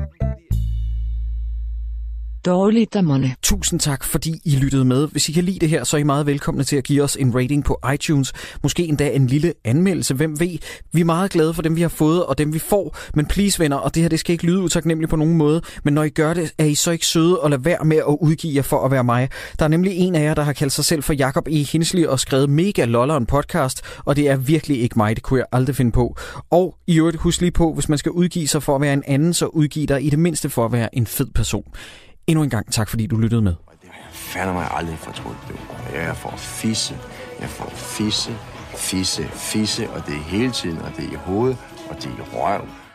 Speaker 1: Dårligdommerne. Tusind tak, fordi I lyttede med. Hvis I kan lide det her, så er I meget velkomne til at give os en rating på iTunes. Måske endda en lille anmeldelse, hvem ved. Vi er meget glade for dem, vi har fået og dem, vi får. Men please venner, og det her det skal ikke lyde utaknemmeligt på nogen måde, men når I gør det, er I så ikke søde og lad være med at udgive jer for at være mig. Der er nemlig en af jer, der har kaldt sig selv for Jakob E. Hinsley og skrevet mega lolleren podcast, og det er virkelig ikke mig, det kunne jeg aldrig finde på. Og i øvrigt husk lige på, hvis man skal udgive sig for at være en anden, så udgiv dig i det mindste for at være en fed person. Endnu en gang tak, fordi du lyttede med.
Speaker 12: fanden mig aldrig fortrudt det ord. Jeg får fisse, jeg får fisse, fisse, fisse, og det er hele tiden, og det er i hovedet, og det er i røv,